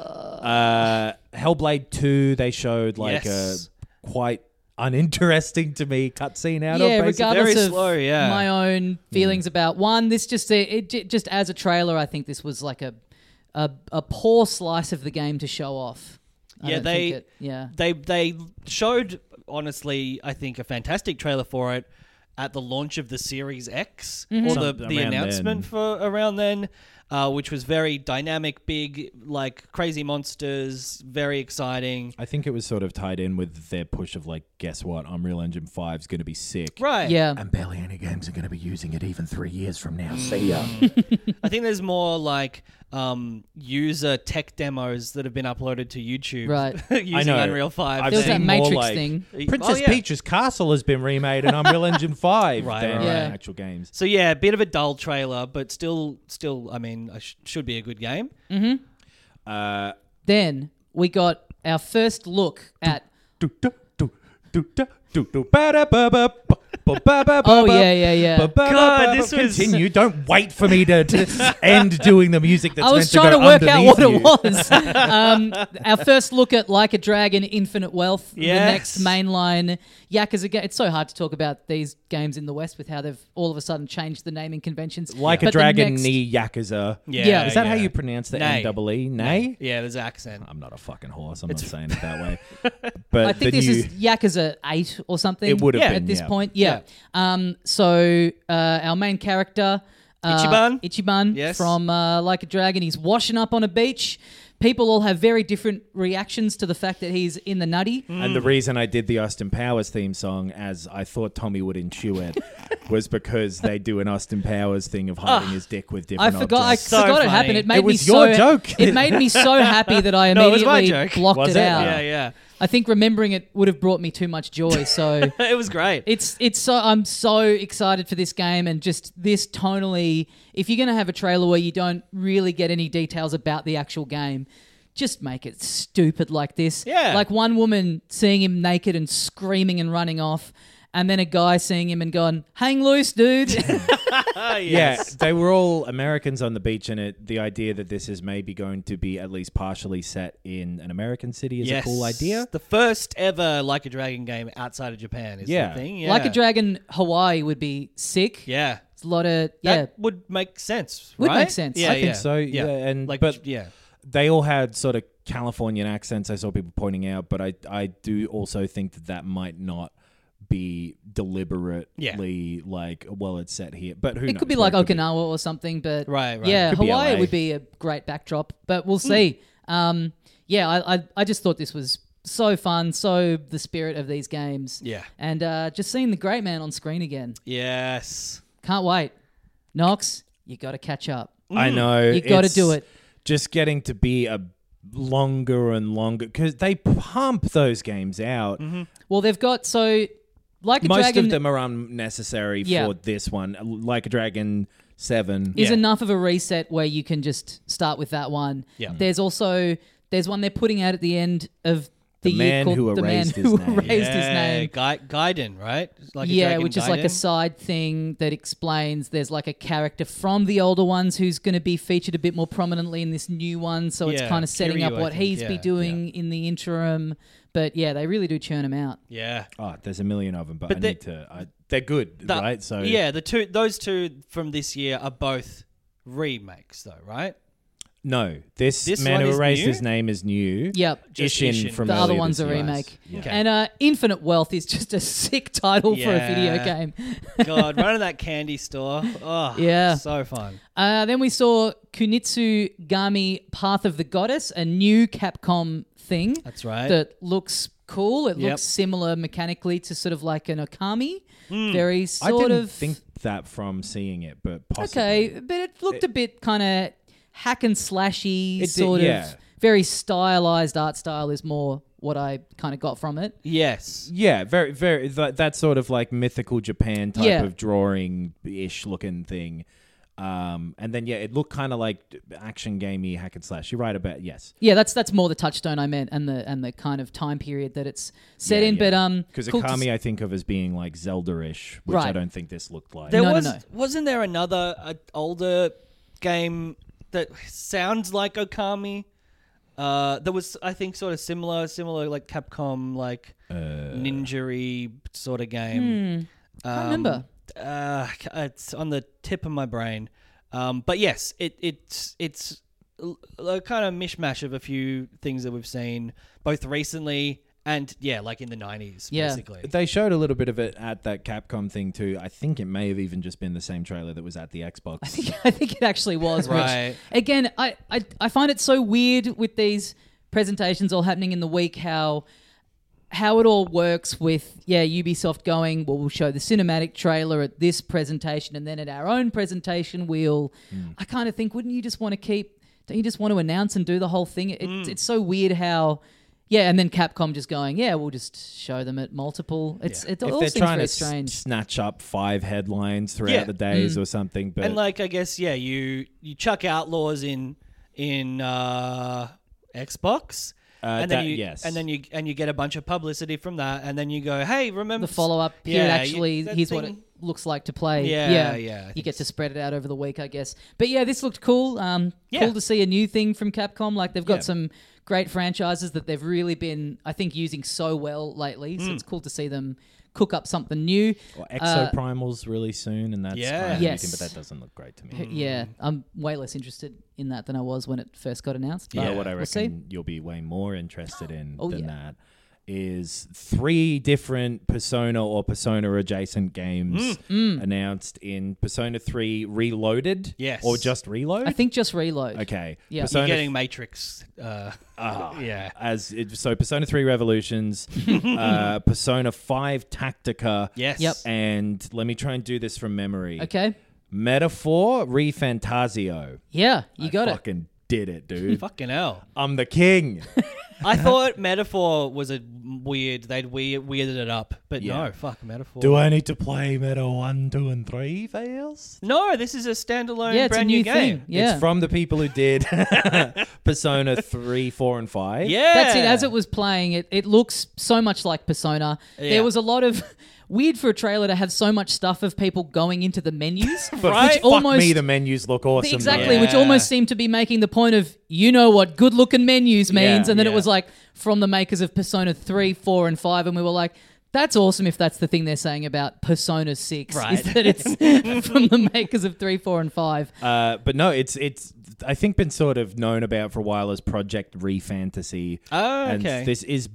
[SPEAKER 3] Uh, Hellblade 2, they showed like
[SPEAKER 4] Yes.
[SPEAKER 3] a quite uninteresting to me cutscene out
[SPEAKER 2] Yeah,
[SPEAKER 3] of basically. Mm.
[SPEAKER 2] regardless
[SPEAKER 4] Very
[SPEAKER 2] of
[SPEAKER 4] slow, yeah.
[SPEAKER 2] my own feelings about one, this just it ju- just as a trailer, I think this was like a a, a poor slice of the game to show off. I
[SPEAKER 4] Yeah,
[SPEAKER 2] don't think
[SPEAKER 4] they-
[SPEAKER 2] it- yeah.
[SPEAKER 4] they they showed honestly i think a fantastic trailer for it at the launch of the series x or the,
[SPEAKER 3] Some-
[SPEAKER 4] the
[SPEAKER 3] around
[SPEAKER 4] announcement
[SPEAKER 3] then.
[SPEAKER 4] for around then uh, which was very dynamic, big, like crazy monsters, very exciting.
[SPEAKER 3] I think it was sort of tied in with their push of like, guess what? Unreal Engine 5 is going to be sick.
[SPEAKER 4] Right.
[SPEAKER 2] Yeah.
[SPEAKER 1] And barely any games are going to be using it even three years from now. See ya.
[SPEAKER 4] I think there's more like um, user tech demos that have been uploaded to YouTube.
[SPEAKER 2] Right.
[SPEAKER 4] [laughs] using
[SPEAKER 3] I know.
[SPEAKER 4] Unreal 5.
[SPEAKER 3] I've
[SPEAKER 2] There was
[SPEAKER 3] seen
[SPEAKER 2] that
[SPEAKER 3] more
[SPEAKER 2] Matrix
[SPEAKER 3] like,
[SPEAKER 2] thing.
[SPEAKER 4] Oh,
[SPEAKER 3] Princess
[SPEAKER 4] yeah.
[SPEAKER 3] Peach's Castle has been remade in
[SPEAKER 4] [laughs]
[SPEAKER 3] Unreal Engine 5
[SPEAKER 4] Right,
[SPEAKER 3] than uh,
[SPEAKER 4] right,
[SPEAKER 2] Yeah. right.
[SPEAKER 3] actual games.
[SPEAKER 4] So yeah, a bit of a dull trailer, but still, still, I mean, I sh- should be a good game.
[SPEAKER 3] Uh,
[SPEAKER 2] Then we got our first look at.
[SPEAKER 3] do, do, do, do, do, do, do, ba-da, ba-ba, bu- bu- ba-ba,
[SPEAKER 2] Oh,
[SPEAKER 3] ba-ba,
[SPEAKER 2] yeah, yeah, yeah.
[SPEAKER 3] bu- ba-ba,
[SPEAKER 4] God,
[SPEAKER 3] ba-ba.
[SPEAKER 4] this was-
[SPEAKER 3] Continue. Don't wait for me
[SPEAKER 4] [laughs]
[SPEAKER 3] to, to end doing the music that's
[SPEAKER 2] I was
[SPEAKER 3] meant
[SPEAKER 2] trying to,
[SPEAKER 3] go
[SPEAKER 2] work out what
[SPEAKER 3] underneath
[SPEAKER 2] it
[SPEAKER 3] [laughs]
[SPEAKER 2] was. um, our first look at Like a Dragon, Infinite Wealth, the next
[SPEAKER 4] Yes.
[SPEAKER 2] mainline Yakuza game. It's so hard to talk about these games in the West with how they've all of a sudden changed the naming conventions.
[SPEAKER 3] you. Like
[SPEAKER 2] But
[SPEAKER 3] a
[SPEAKER 2] the
[SPEAKER 3] dragon
[SPEAKER 2] next-
[SPEAKER 3] knee Yakuza.
[SPEAKER 4] Yeah.
[SPEAKER 2] Yeah.
[SPEAKER 3] Is that how
[SPEAKER 4] yeah.
[SPEAKER 3] you pronounce the
[SPEAKER 4] Nay.
[SPEAKER 3] N-double-E? Nay?
[SPEAKER 4] Yeah, there's an accent.
[SPEAKER 3] I'm not a fucking horse. I'm
[SPEAKER 4] [laughs]
[SPEAKER 3] not saying it that way. But
[SPEAKER 2] I think
[SPEAKER 3] the
[SPEAKER 2] this
[SPEAKER 3] new,
[SPEAKER 2] is Yakuza 8 or something.
[SPEAKER 3] It would have
[SPEAKER 2] yeah,
[SPEAKER 3] been,
[SPEAKER 2] At this
[SPEAKER 3] yeah.
[SPEAKER 2] point, yeah. Um, so uh, our main character, uh,
[SPEAKER 4] Ichiban?
[SPEAKER 2] Ichiban
[SPEAKER 4] Yes.
[SPEAKER 2] from uh, Like a Dragon, he's washing up on a beach. People all have very different reactions to the fact that he's in the nutty.
[SPEAKER 3] And the reason I did the Austin Powers theme song as I thought Tommy would
[SPEAKER 2] [laughs]
[SPEAKER 3] eschew it was because they do an Austin Powers thing of hiding his dick with
[SPEAKER 2] I
[SPEAKER 3] different
[SPEAKER 2] forgot. I
[SPEAKER 3] objects.
[SPEAKER 4] So
[SPEAKER 2] forgot it
[SPEAKER 4] funny.
[SPEAKER 2] happened. It made
[SPEAKER 3] was
[SPEAKER 2] me
[SPEAKER 3] your
[SPEAKER 2] so, [laughs]
[SPEAKER 3] joke.
[SPEAKER 2] It made me so
[SPEAKER 4] [laughs]
[SPEAKER 2] happy that I
[SPEAKER 4] No, it was my
[SPEAKER 2] immediately
[SPEAKER 4] joke.
[SPEAKER 2] blocked
[SPEAKER 3] Was
[SPEAKER 2] it,
[SPEAKER 3] it?
[SPEAKER 2] out.
[SPEAKER 4] Yeah, yeah.
[SPEAKER 2] I think remembering it would have brought me too much joy.
[SPEAKER 4] [laughs]
[SPEAKER 2] So
[SPEAKER 4] It was great.
[SPEAKER 2] it's it's so I'm so excited for this game and just this tonally. If you're gonna have a trailer where you don't really get any details about the actual game. Just make it stupid like this.
[SPEAKER 4] Yeah.
[SPEAKER 2] Like one woman seeing him naked and screaming and running off, and then a guy seeing him and going, hang loose, dude. [laughs]
[SPEAKER 4] Ah,
[SPEAKER 3] yeah,
[SPEAKER 4] yes.
[SPEAKER 3] they were all Americans on the beach, and it, the idea that this is maybe going to be at least partially set in an American city is
[SPEAKER 4] Yes.
[SPEAKER 3] a cool idea.
[SPEAKER 4] The first ever Like a Dragon game outside of Japan is
[SPEAKER 3] Yeah.
[SPEAKER 4] the thing. Yeah.
[SPEAKER 2] Like a Dragon Hawaii would be sick.
[SPEAKER 4] Yeah.
[SPEAKER 2] It's a lot of
[SPEAKER 4] That
[SPEAKER 2] yeah.
[SPEAKER 4] would make sense.
[SPEAKER 2] Would
[SPEAKER 4] right?
[SPEAKER 2] make sense.
[SPEAKER 4] Yeah,
[SPEAKER 2] I
[SPEAKER 3] think
[SPEAKER 4] yeah.
[SPEAKER 3] so, yeah, and-
[SPEAKER 4] like,
[SPEAKER 3] but-
[SPEAKER 4] yeah,
[SPEAKER 3] They all had sort of Californian accents. I saw people pointing out, but I I do also think that that might not be deliberately like well it's set here but who
[SPEAKER 2] It
[SPEAKER 3] knows?
[SPEAKER 2] could be
[SPEAKER 3] Well,
[SPEAKER 2] like
[SPEAKER 3] it could
[SPEAKER 2] Okinawa or something, but
[SPEAKER 4] Right, right.
[SPEAKER 2] yeah,
[SPEAKER 3] Could be Hmm.
[SPEAKER 2] Hawaii
[SPEAKER 3] LA.
[SPEAKER 2] would be a great backdrop, but we'll see. Um, yeah, I, I I just thought this was so fun, so the spirit of these games.
[SPEAKER 4] Yeah.
[SPEAKER 2] and uh, just seeing the great man on screen again,
[SPEAKER 4] yes.
[SPEAKER 2] can't wait. Knox, you got to catch up.
[SPEAKER 3] I know.
[SPEAKER 2] Mm, You gotta do
[SPEAKER 3] it's
[SPEAKER 2] it.
[SPEAKER 3] Just getting to be a longer and longer because they pump those games out.
[SPEAKER 2] Well, they've got so like a
[SPEAKER 3] Most
[SPEAKER 2] Mm-hmm. dragon
[SPEAKER 3] of them are unnecessary
[SPEAKER 2] Yeah.
[SPEAKER 3] for this one, like a Dragon Seven.
[SPEAKER 2] is
[SPEAKER 4] Yeah.
[SPEAKER 2] enough of a reset where you can just start with that one.
[SPEAKER 4] Yeah.
[SPEAKER 2] There's also there's one they're putting out at the end of the,
[SPEAKER 3] The
[SPEAKER 2] year
[SPEAKER 3] Man
[SPEAKER 2] called
[SPEAKER 3] Who
[SPEAKER 2] the man
[SPEAKER 3] Erased His
[SPEAKER 2] who
[SPEAKER 3] Name.
[SPEAKER 2] [laughs] erased his name.
[SPEAKER 4] Gai- Gaiden, right? Like a
[SPEAKER 2] yeah,
[SPEAKER 4] Dragon
[SPEAKER 2] which is like a
[SPEAKER 4] Gaiden?
[SPEAKER 2] side thing that explains there's like a character from the older ones who's going to be featured a bit more prominently in this new one. So it's
[SPEAKER 4] Yeah,
[SPEAKER 2] kind of setting
[SPEAKER 4] Kiryu,
[SPEAKER 2] up
[SPEAKER 4] I
[SPEAKER 2] what
[SPEAKER 4] think,
[SPEAKER 2] he's be
[SPEAKER 4] yeah,
[SPEAKER 2] doing in the interim. But yeah, they really do churn him out.
[SPEAKER 4] Yeah.
[SPEAKER 3] Oh, there's a million of them, but,
[SPEAKER 4] But
[SPEAKER 3] I
[SPEAKER 4] they-
[SPEAKER 3] need to. I, they're good,
[SPEAKER 4] The-
[SPEAKER 3] right? So
[SPEAKER 4] yeah, the two those two from this year are both remakes, though, right?
[SPEAKER 3] no, this,
[SPEAKER 4] This
[SPEAKER 3] man
[SPEAKER 4] one
[SPEAKER 3] who
[SPEAKER 4] is
[SPEAKER 3] erased
[SPEAKER 4] new?
[SPEAKER 3] his name is new.
[SPEAKER 2] Yep.
[SPEAKER 4] Just
[SPEAKER 3] Ishin,
[SPEAKER 4] Ishin.
[SPEAKER 3] from
[SPEAKER 2] the other
[SPEAKER 3] earlier
[SPEAKER 2] one's a
[SPEAKER 3] this year.
[SPEAKER 2] remake.
[SPEAKER 4] Okay.
[SPEAKER 2] And uh, Infinite Wealth is just a [laughs] sick title for a video
[SPEAKER 4] Yeah.
[SPEAKER 2] game. [laughs]
[SPEAKER 4] God, running that candy store. Oh,
[SPEAKER 2] Yeah.
[SPEAKER 4] so fun.
[SPEAKER 2] Uh, then we saw Kunitsu Gami Path of the Goddess, a new Capcom thing
[SPEAKER 4] That's
[SPEAKER 3] Eh?
[SPEAKER 4] right.
[SPEAKER 2] that looks cool. It
[SPEAKER 4] Yep.
[SPEAKER 2] looks similar mechanically to sort of like an Okami. Very
[SPEAKER 3] Hmm. I
[SPEAKER 2] sort
[SPEAKER 3] didn't
[SPEAKER 2] of.
[SPEAKER 3] think that from seeing it, but possibly. Eh.
[SPEAKER 2] okay, but it looked a bit kind of hack and slashy,
[SPEAKER 3] It did,
[SPEAKER 2] sort
[SPEAKER 3] yeah.
[SPEAKER 2] of. Very stylized art style is more what I kind of got from it.
[SPEAKER 4] yes.
[SPEAKER 3] Yeah, very, very that, that sort of like mythical Japan type
[SPEAKER 2] Yeah.
[SPEAKER 3] of drawing ish looking thing. Um, and then yeah, it looked kind of like action gamey hack and slash. You're right about yes,
[SPEAKER 2] Yeah, that's that's more the touchstone I meant, and the and the kind of time period that it's set
[SPEAKER 3] Yeah,
[SPEAKER 2] in.
[SPEAKER 3] yeah.
[SPEAKER 2] But um,
[SPEAKER 3] because
[SPEAKER 2] cool to
[SPEAKER 3] Akami I think of as being like Zelda ish, which I
[SPEAKER 2] Right.
[SPEAKER 3] don't think this looked like.
[SPEAKER 4] There
[SPEAKER 2] No, no,
[SPEAKER 4] was
[SPEAKER 2] no.
[SPEAKER 4] wasn't there another uh, older game that sounds like Okami? Uh, that was I think sort of similar, similar like Capcom like ninja sort of game. Um,
[SPEAKER 2] Hmm. can't remember.
[SPEAKER 4] Uh, c- it's on the tip of my brain. Um, but yes, it it's it's l- a kind of mishmash of a few things that we've seen both recently and yeah, like in the nineties,
[SPEAKER 2] Yeah.
[SPEAKER 4] basically.
[SPEAKER 3] They showed a little bit of it at that Capcom thing too. I think it may have even just been the same trailer that was at the Xbox.
[SPEAKER 2] I think [laughs] it actually was.
[SPEAKER 4] Right.
[SPEAKER 2] Which, again, I, I I find it so weird with these presentations all happening in the week how how it all works with yeah Ubisoft going well we'll show the cinematic trailer at this presentation and then at our own presentation we'll
[SPEAKER 3] Hmm.
[SPEAKER 2] I kind of think wouldn't you just want to keep don't you just want to announce and do the whole thing it,
[SPEAKER 3] Hmm.
[SPEAKER 2] it's so weird how yeah and then Capcom just going yeah we'll just show them at multiple it's it
[SPEAKER 3] if
[SPEAKER 2] all
[SPEAKER 3] they're
[SPEAKER 2] seems
[SPEAKER 3] trying
[SPEAKER 2] very
[SPEAKER 3] to s-
[SPEAKER 2] strange Mm.
[SPEAKER 3] snatch up five headlines throughout
[SPEAKER 4] Yeah.
[SPEAKER 3] the days or something, but
[SPEAKER 4] And like I guess yeah, you you chuck outlaws in in uh, Xbox.
[SPEAKER 3] Uh,
[SPEAKER 4] and then
[SPEAKER 3] that-
[SPEAKER 4] you,
[SPEAKER 3] yes.
[SPEAKER 4] and then you and you get a bunch of publicity from that, and then you go, "Hey, remember
[SPEAKER 2] the follow up here
[SPEAKER 4] Yeah, you-
[SPEAKER 2] actually
[SPEAKER 4] that
[SPEAKER 2] here's what it
[SPEAKER 4] thing-
[SPEAKER 2] looks like to play.
[SPEAKER 4] Yeah,
[SPEAKER 2] yeah.
[SPEAKER 4] yeah, I
[SPEAKER 2] you
[SPEAKER 4] think
[SPEAKER 2] get to spread it out over the week, I guess. But yeah, this looked cool. Um,
[SPEAKER 4] Yeah.
[SPEAKER 2] Cool to see a new thing from Capcom. Like they've got
[SPEAKER 3] Yeah.
[SPEAKER 2] some great franchises that they've really been, I think, using so well lately.
[SPEAKER 4] Hmm.
[SPEAKER 2] So it's cool to see them cook up something new.
[SPEAKER 3] or
[SPEAKER 2] uh,
[SPEAKER 3] Exoprimals really soon, and that's
[SPEAKER 4] Yeah.
[SPEAKER 3] kind of
[SPEAKER 2] Yes.
[SPEAKER 3] everything, but that doesn't look great to me.
[SPEAKER 2] Yeah, I'm way less interested in that than I was when it first got announced.
[SPEAKER 3] But
[SPEAKER 2] But
[SPEAKER 3] what I
[SPEAKER 2] we'll see.
[SPEAKER 3] reckon you'll be way more interested in
[SPEAKER 2] Oh,
[SPEAKER 3] than
[SPEAKER 2] yeah.
[SPEAKER 3] that is three different Persona or Persona adjacent games
[SPEAKER 2] Mm.
[SPEAKER 3] announced in Persona 3 Reloaded.
[SPEAKER 4] Yes.
[SPEAKER 3] Or just Reload?
[SPEAKER 2] I think just reload.
[SPEAKER 3] Okay.
[SPEAKER 2] Yeah. You're
[SPEAKER 4] you're
[SPEAKER 3] Persona
[SPEAKER 4] getting Matrix." Uh,
[SPEAKER 3] Ah.
[SPEAKER 4] [laughs] yeah,
[SPEAKER 3] as it, so Persona
[SPEAKER 2] [laughs]
[SPEAKER 3] 3 Revolutions, uh, Persona 5 Tactica.
[SPEAKER 4] yes,
[SPEAKER 2] Yep.
[SPEAKER 3] And let me try and do this from memory.
[SPEAKER 2] Okay.
[SPEAKER 3] Metaphor re Fantasio.
[SPEAKER 2] Yeah, you got it.
[SPEAKER 3] Fucking did it, dude.
[SPEAKER 2] [laughs]
[SPEAKER 4] Fucking hell!
[SPEAKER 3] I'm the king.
[SPEAKER 4] I thought metaphor was a weird. They'd we- weirded it up, but
[SPEAKER 3] Yeah.
[SPEAKER 4] no, fuch metaphor.
[SPEAKER 3] Do I need to play Meta 1, 2, and 3 for else?
[SPEAKER 4] No, this is a standalone,
[SPEAKER 2] Yeah, it's a
[SPEAKER 4] brand
[SPEAKER 2] new,
[SPEAKER 4] game.
[SPEAKER 2] thing. Yeah.
[SPEAKER 3] It's from the people who did [laughs] Persona 3, 4, and 5.
[SPEAKER 4] Yeah,
[SPEAKER 2] That's it. As it was playing, it, it looks so much like Persona.
[SPEAKER 4] Yeah.
[SPEAKER 2] There was a lot of [laughs] weird for a trailer to have so much stuff of people going into the
[SPEAKER 4] [laughs]
[SPEAKER 2] menus,
[SPEAKER 3] But
[SPEAKER 4] Right?
[SPEAKER 3] fuck me, the menus look awesome.
[SPEAKER 2] exactly,
[SPEAKER 3] though.
[SPEAKER 2] which
[SPEAKER 4] Yeah.
[SPEAKER 2] almost seemed to be making the point of you know what good looking menus means,
[SPEAKER 3] Yeah,
[SPEAKER 2] and then it
[SPEAKER 4] yeah.
[SPEAKER 2] was like from the makers of Persona three, four, and five, and we were like. That's awesome if that's the thing they're saying about Persona 6.
[SPEAKER 4] Right.
[SPEAKER 2] Is that
[SPEAKER 4] [laughs]
[SPEAKER 2] it's [laughs] from the makers of 3, 4, and 5.
[SPEAKER 3] Uh, but no, it's it's I think been sort of known about for a while as Project Refantasy.
[SPEAKER 4] Oh, okay.
[SPEAKER 3] And this is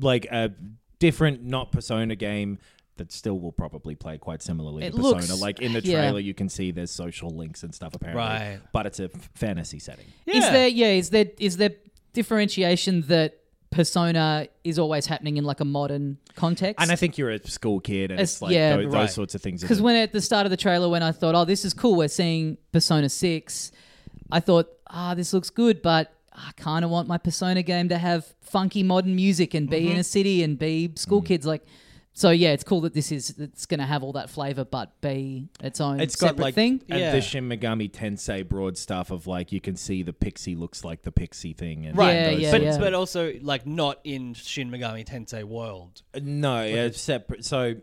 [SPEAKER 3] like a different, not Persona game that still will probably play quite similarly
[SPEAKER 2] It
[SPEAKER 3] to Persona.
[SPEAKER 2] looks-
[SPEAKER 3] like in the
[SPEAKER 2] yeah.
[SPEAKER 3] trailer, you can see there's social links and stuff apparently,
[SPEAKER 4] Right.
[SPEAKER 3] But it's a f- fantasy setting.
[SPEAKER 4] yeah.
[SPEAKER 2] Is there yeah, is there is there differentiation that persona is always happening in like a modern context?
[SPEAKER 3] And I think you're a school kid, and
[SPEAKER 2] It's-
[SPEAKER 3] it's like
[SPEAKER 2] yeah.
[SPEAKER 3] tho- those
[SPEAKER 4] Right.
[SPEAKER 3] sorts of things. are
[SPEAKER 2] because
[SPEAKER 3] the-
[SPEAKER 2] when at the start of the trailer when I thought, oh, this is cool, we're seeing Persona Six, I thought, ah, this looks good, but I kind of want my Persona game to have funky modern music and be
[SPEAKER 3] Mm-hmm.
[SPEAKER 2] in a city and be school
[SPEAKER 3] Mm.
[SPEAKER 2] kids like. So yeah, it's cool that this is it's going to have all that flavor, but be its own
[SPEAKER 3] it's got
[SPEAKER 2] separate
[SPEAKER 3] like
[SPEAKER 2] thing.
[SPEAKER 3] and
[SPEAKER 4] Yeah.
[SPEAKER 3] the Shin Megami Tensei broad stuff of like you can see the pixie looks like the pixie thing, and
[SPEAKER 4] Right,
[SPEAKER 2] Yeah,
[SPEAKER 3] those
[SPEAKER 2] yeah,
[SPEAKER 3] sorts
[SPEAKER 4] but
[SPEAKER 3] of
[SPEAKER 2] yeah.
[SPEAKER 4] but also like not in Shin Megami
[SPEAKER 2] [laughs]
[SPEAKER 4] Tensei world.
[SPEAKER 3] No, yeah, separate. So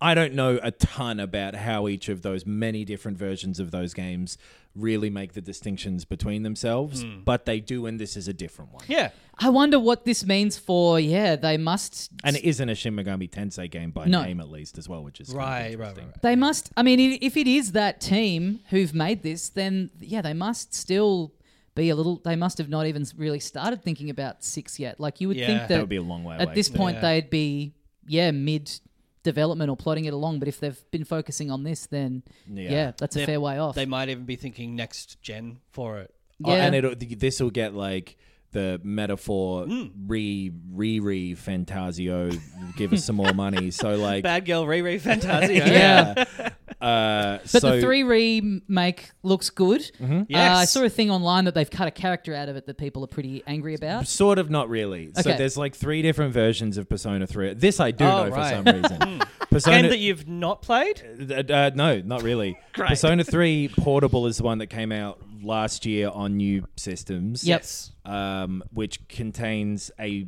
[SPEAKER 3] I don't know a ton about how each of those many different versions of those games really make the distinctions between themselves, but they do, and this is a different one.
[SPEAKER 4] Yeah,
[SPEAKER 2] I wonder what this means for yeah. They must
[SPEAKER 3] And it isn't a Shin Megami Tensei game by
[SPEAKER 2] No.
[SPEAKER 3] name, at least, as well, which is kind of
[SPEAKER 4] right, right, right,
[SPEAKER 3] interesting.
[SPEAKER 4] right.
[SPEAKER 2] They must. I mean, i- if it is that team who've made this, then yeah, they must still be a little. They must have not even s- really started thinking about six yet. Like you would
[SPEAKER 4] Yeah.
[SPEAKER 2] think that,
[SPEAKER 3] That would be a long way away.
[SPEAKER 2] at this point
[SPEAKER 4] Yeah.
[SPEAKER 2] they'd be yeah mid development or plotting it along. But if they've been focusing on this, then yeah,
[SPEAKER 3] Yeah.
[SPEAKER 2] that's a
[SPEAKER 4] They-
[SPEAKER 2] fair way off.
[SPEAKER 4] They might even be thinking next gen for it.
[SPEAKER 3] Oh,
[SPEAKER 2] yeah.
[SPEAKER 3] and it'll, this will get like the metaphor
[SPEAKER 4] Hmm.
[SPEAKER 3] re re re Fantasio give us some
[SPEAKER 2] [laughs]
[SPEAKER 3] more money. So like,
[SPEAKER 4] Bad girl Riri Fantasio.
[SPEAKER 2] yeah.
[SPEAKER 3] uh,
[SPEAKER 2] But
[SPEAKER 3] so Mm-hmm.
[SPEAKER 2] the three remake looks good. Uh, I
[SPEAKER 4] Yes.
[SPEAKER 2] saw a thing online that they've cut a character out of it that people are pretty angry about.
[SPEAKER 3] Sort of, not really. So
[SPEAKER 2] Okay.
[SPEAKER 3] there's like three different versions of Persona 3. This I do
[SPEAKER 4] Oh,
[SPEAKER 3] know
[SPEAKER 4] right.
[SPEAKER 3] for some reason. Persona,
[SPEAKER 4] Game that you've not played?
[SPEAKER 3] uh, uh, no, not really. Persona 3 Portable is the one that came out last year on new systems.
[SPEAKER 2] Yep.
[SPEAKER 3] Um, which contains a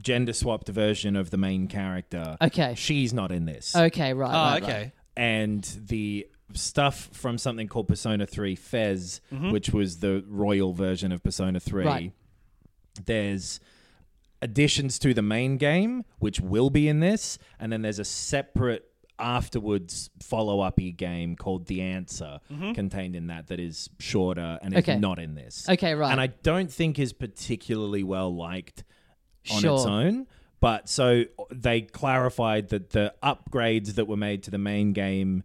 [SPEAKER 3] gender swapped version of the main character.
[SPEAKER 2] Okay.
[SPEAKER 3] She's not in this.
[SPEAKER 2] Okay, right.
[SPEAKER 4] Oh,
[SPEAKER 2] right, right.
[SPEAKER 4] okay.
[SPEAKER 3] And the stuff from something called Persona 3 Fez, which was the royal version of Persona 3.
[SPEAKER 2] Mm-hmm. Right.
[SPEAKER 3] There's additions to the main game, which will be in this, and then there's a separate afterwards follow up y game called The Answer contained in that that is shorter and
[SPEAKER 2] Mm-hmm. Okay.
[SPEAKER 3] is not in this.
[SPEAKER 2] Okay, right.
[SPEAKER 3] And I don't think is particularly well liked on
[SPEAKER 2] Sure.
[SPEAKER 3] its own. But so they clarified that the upgrades that were made to the main game,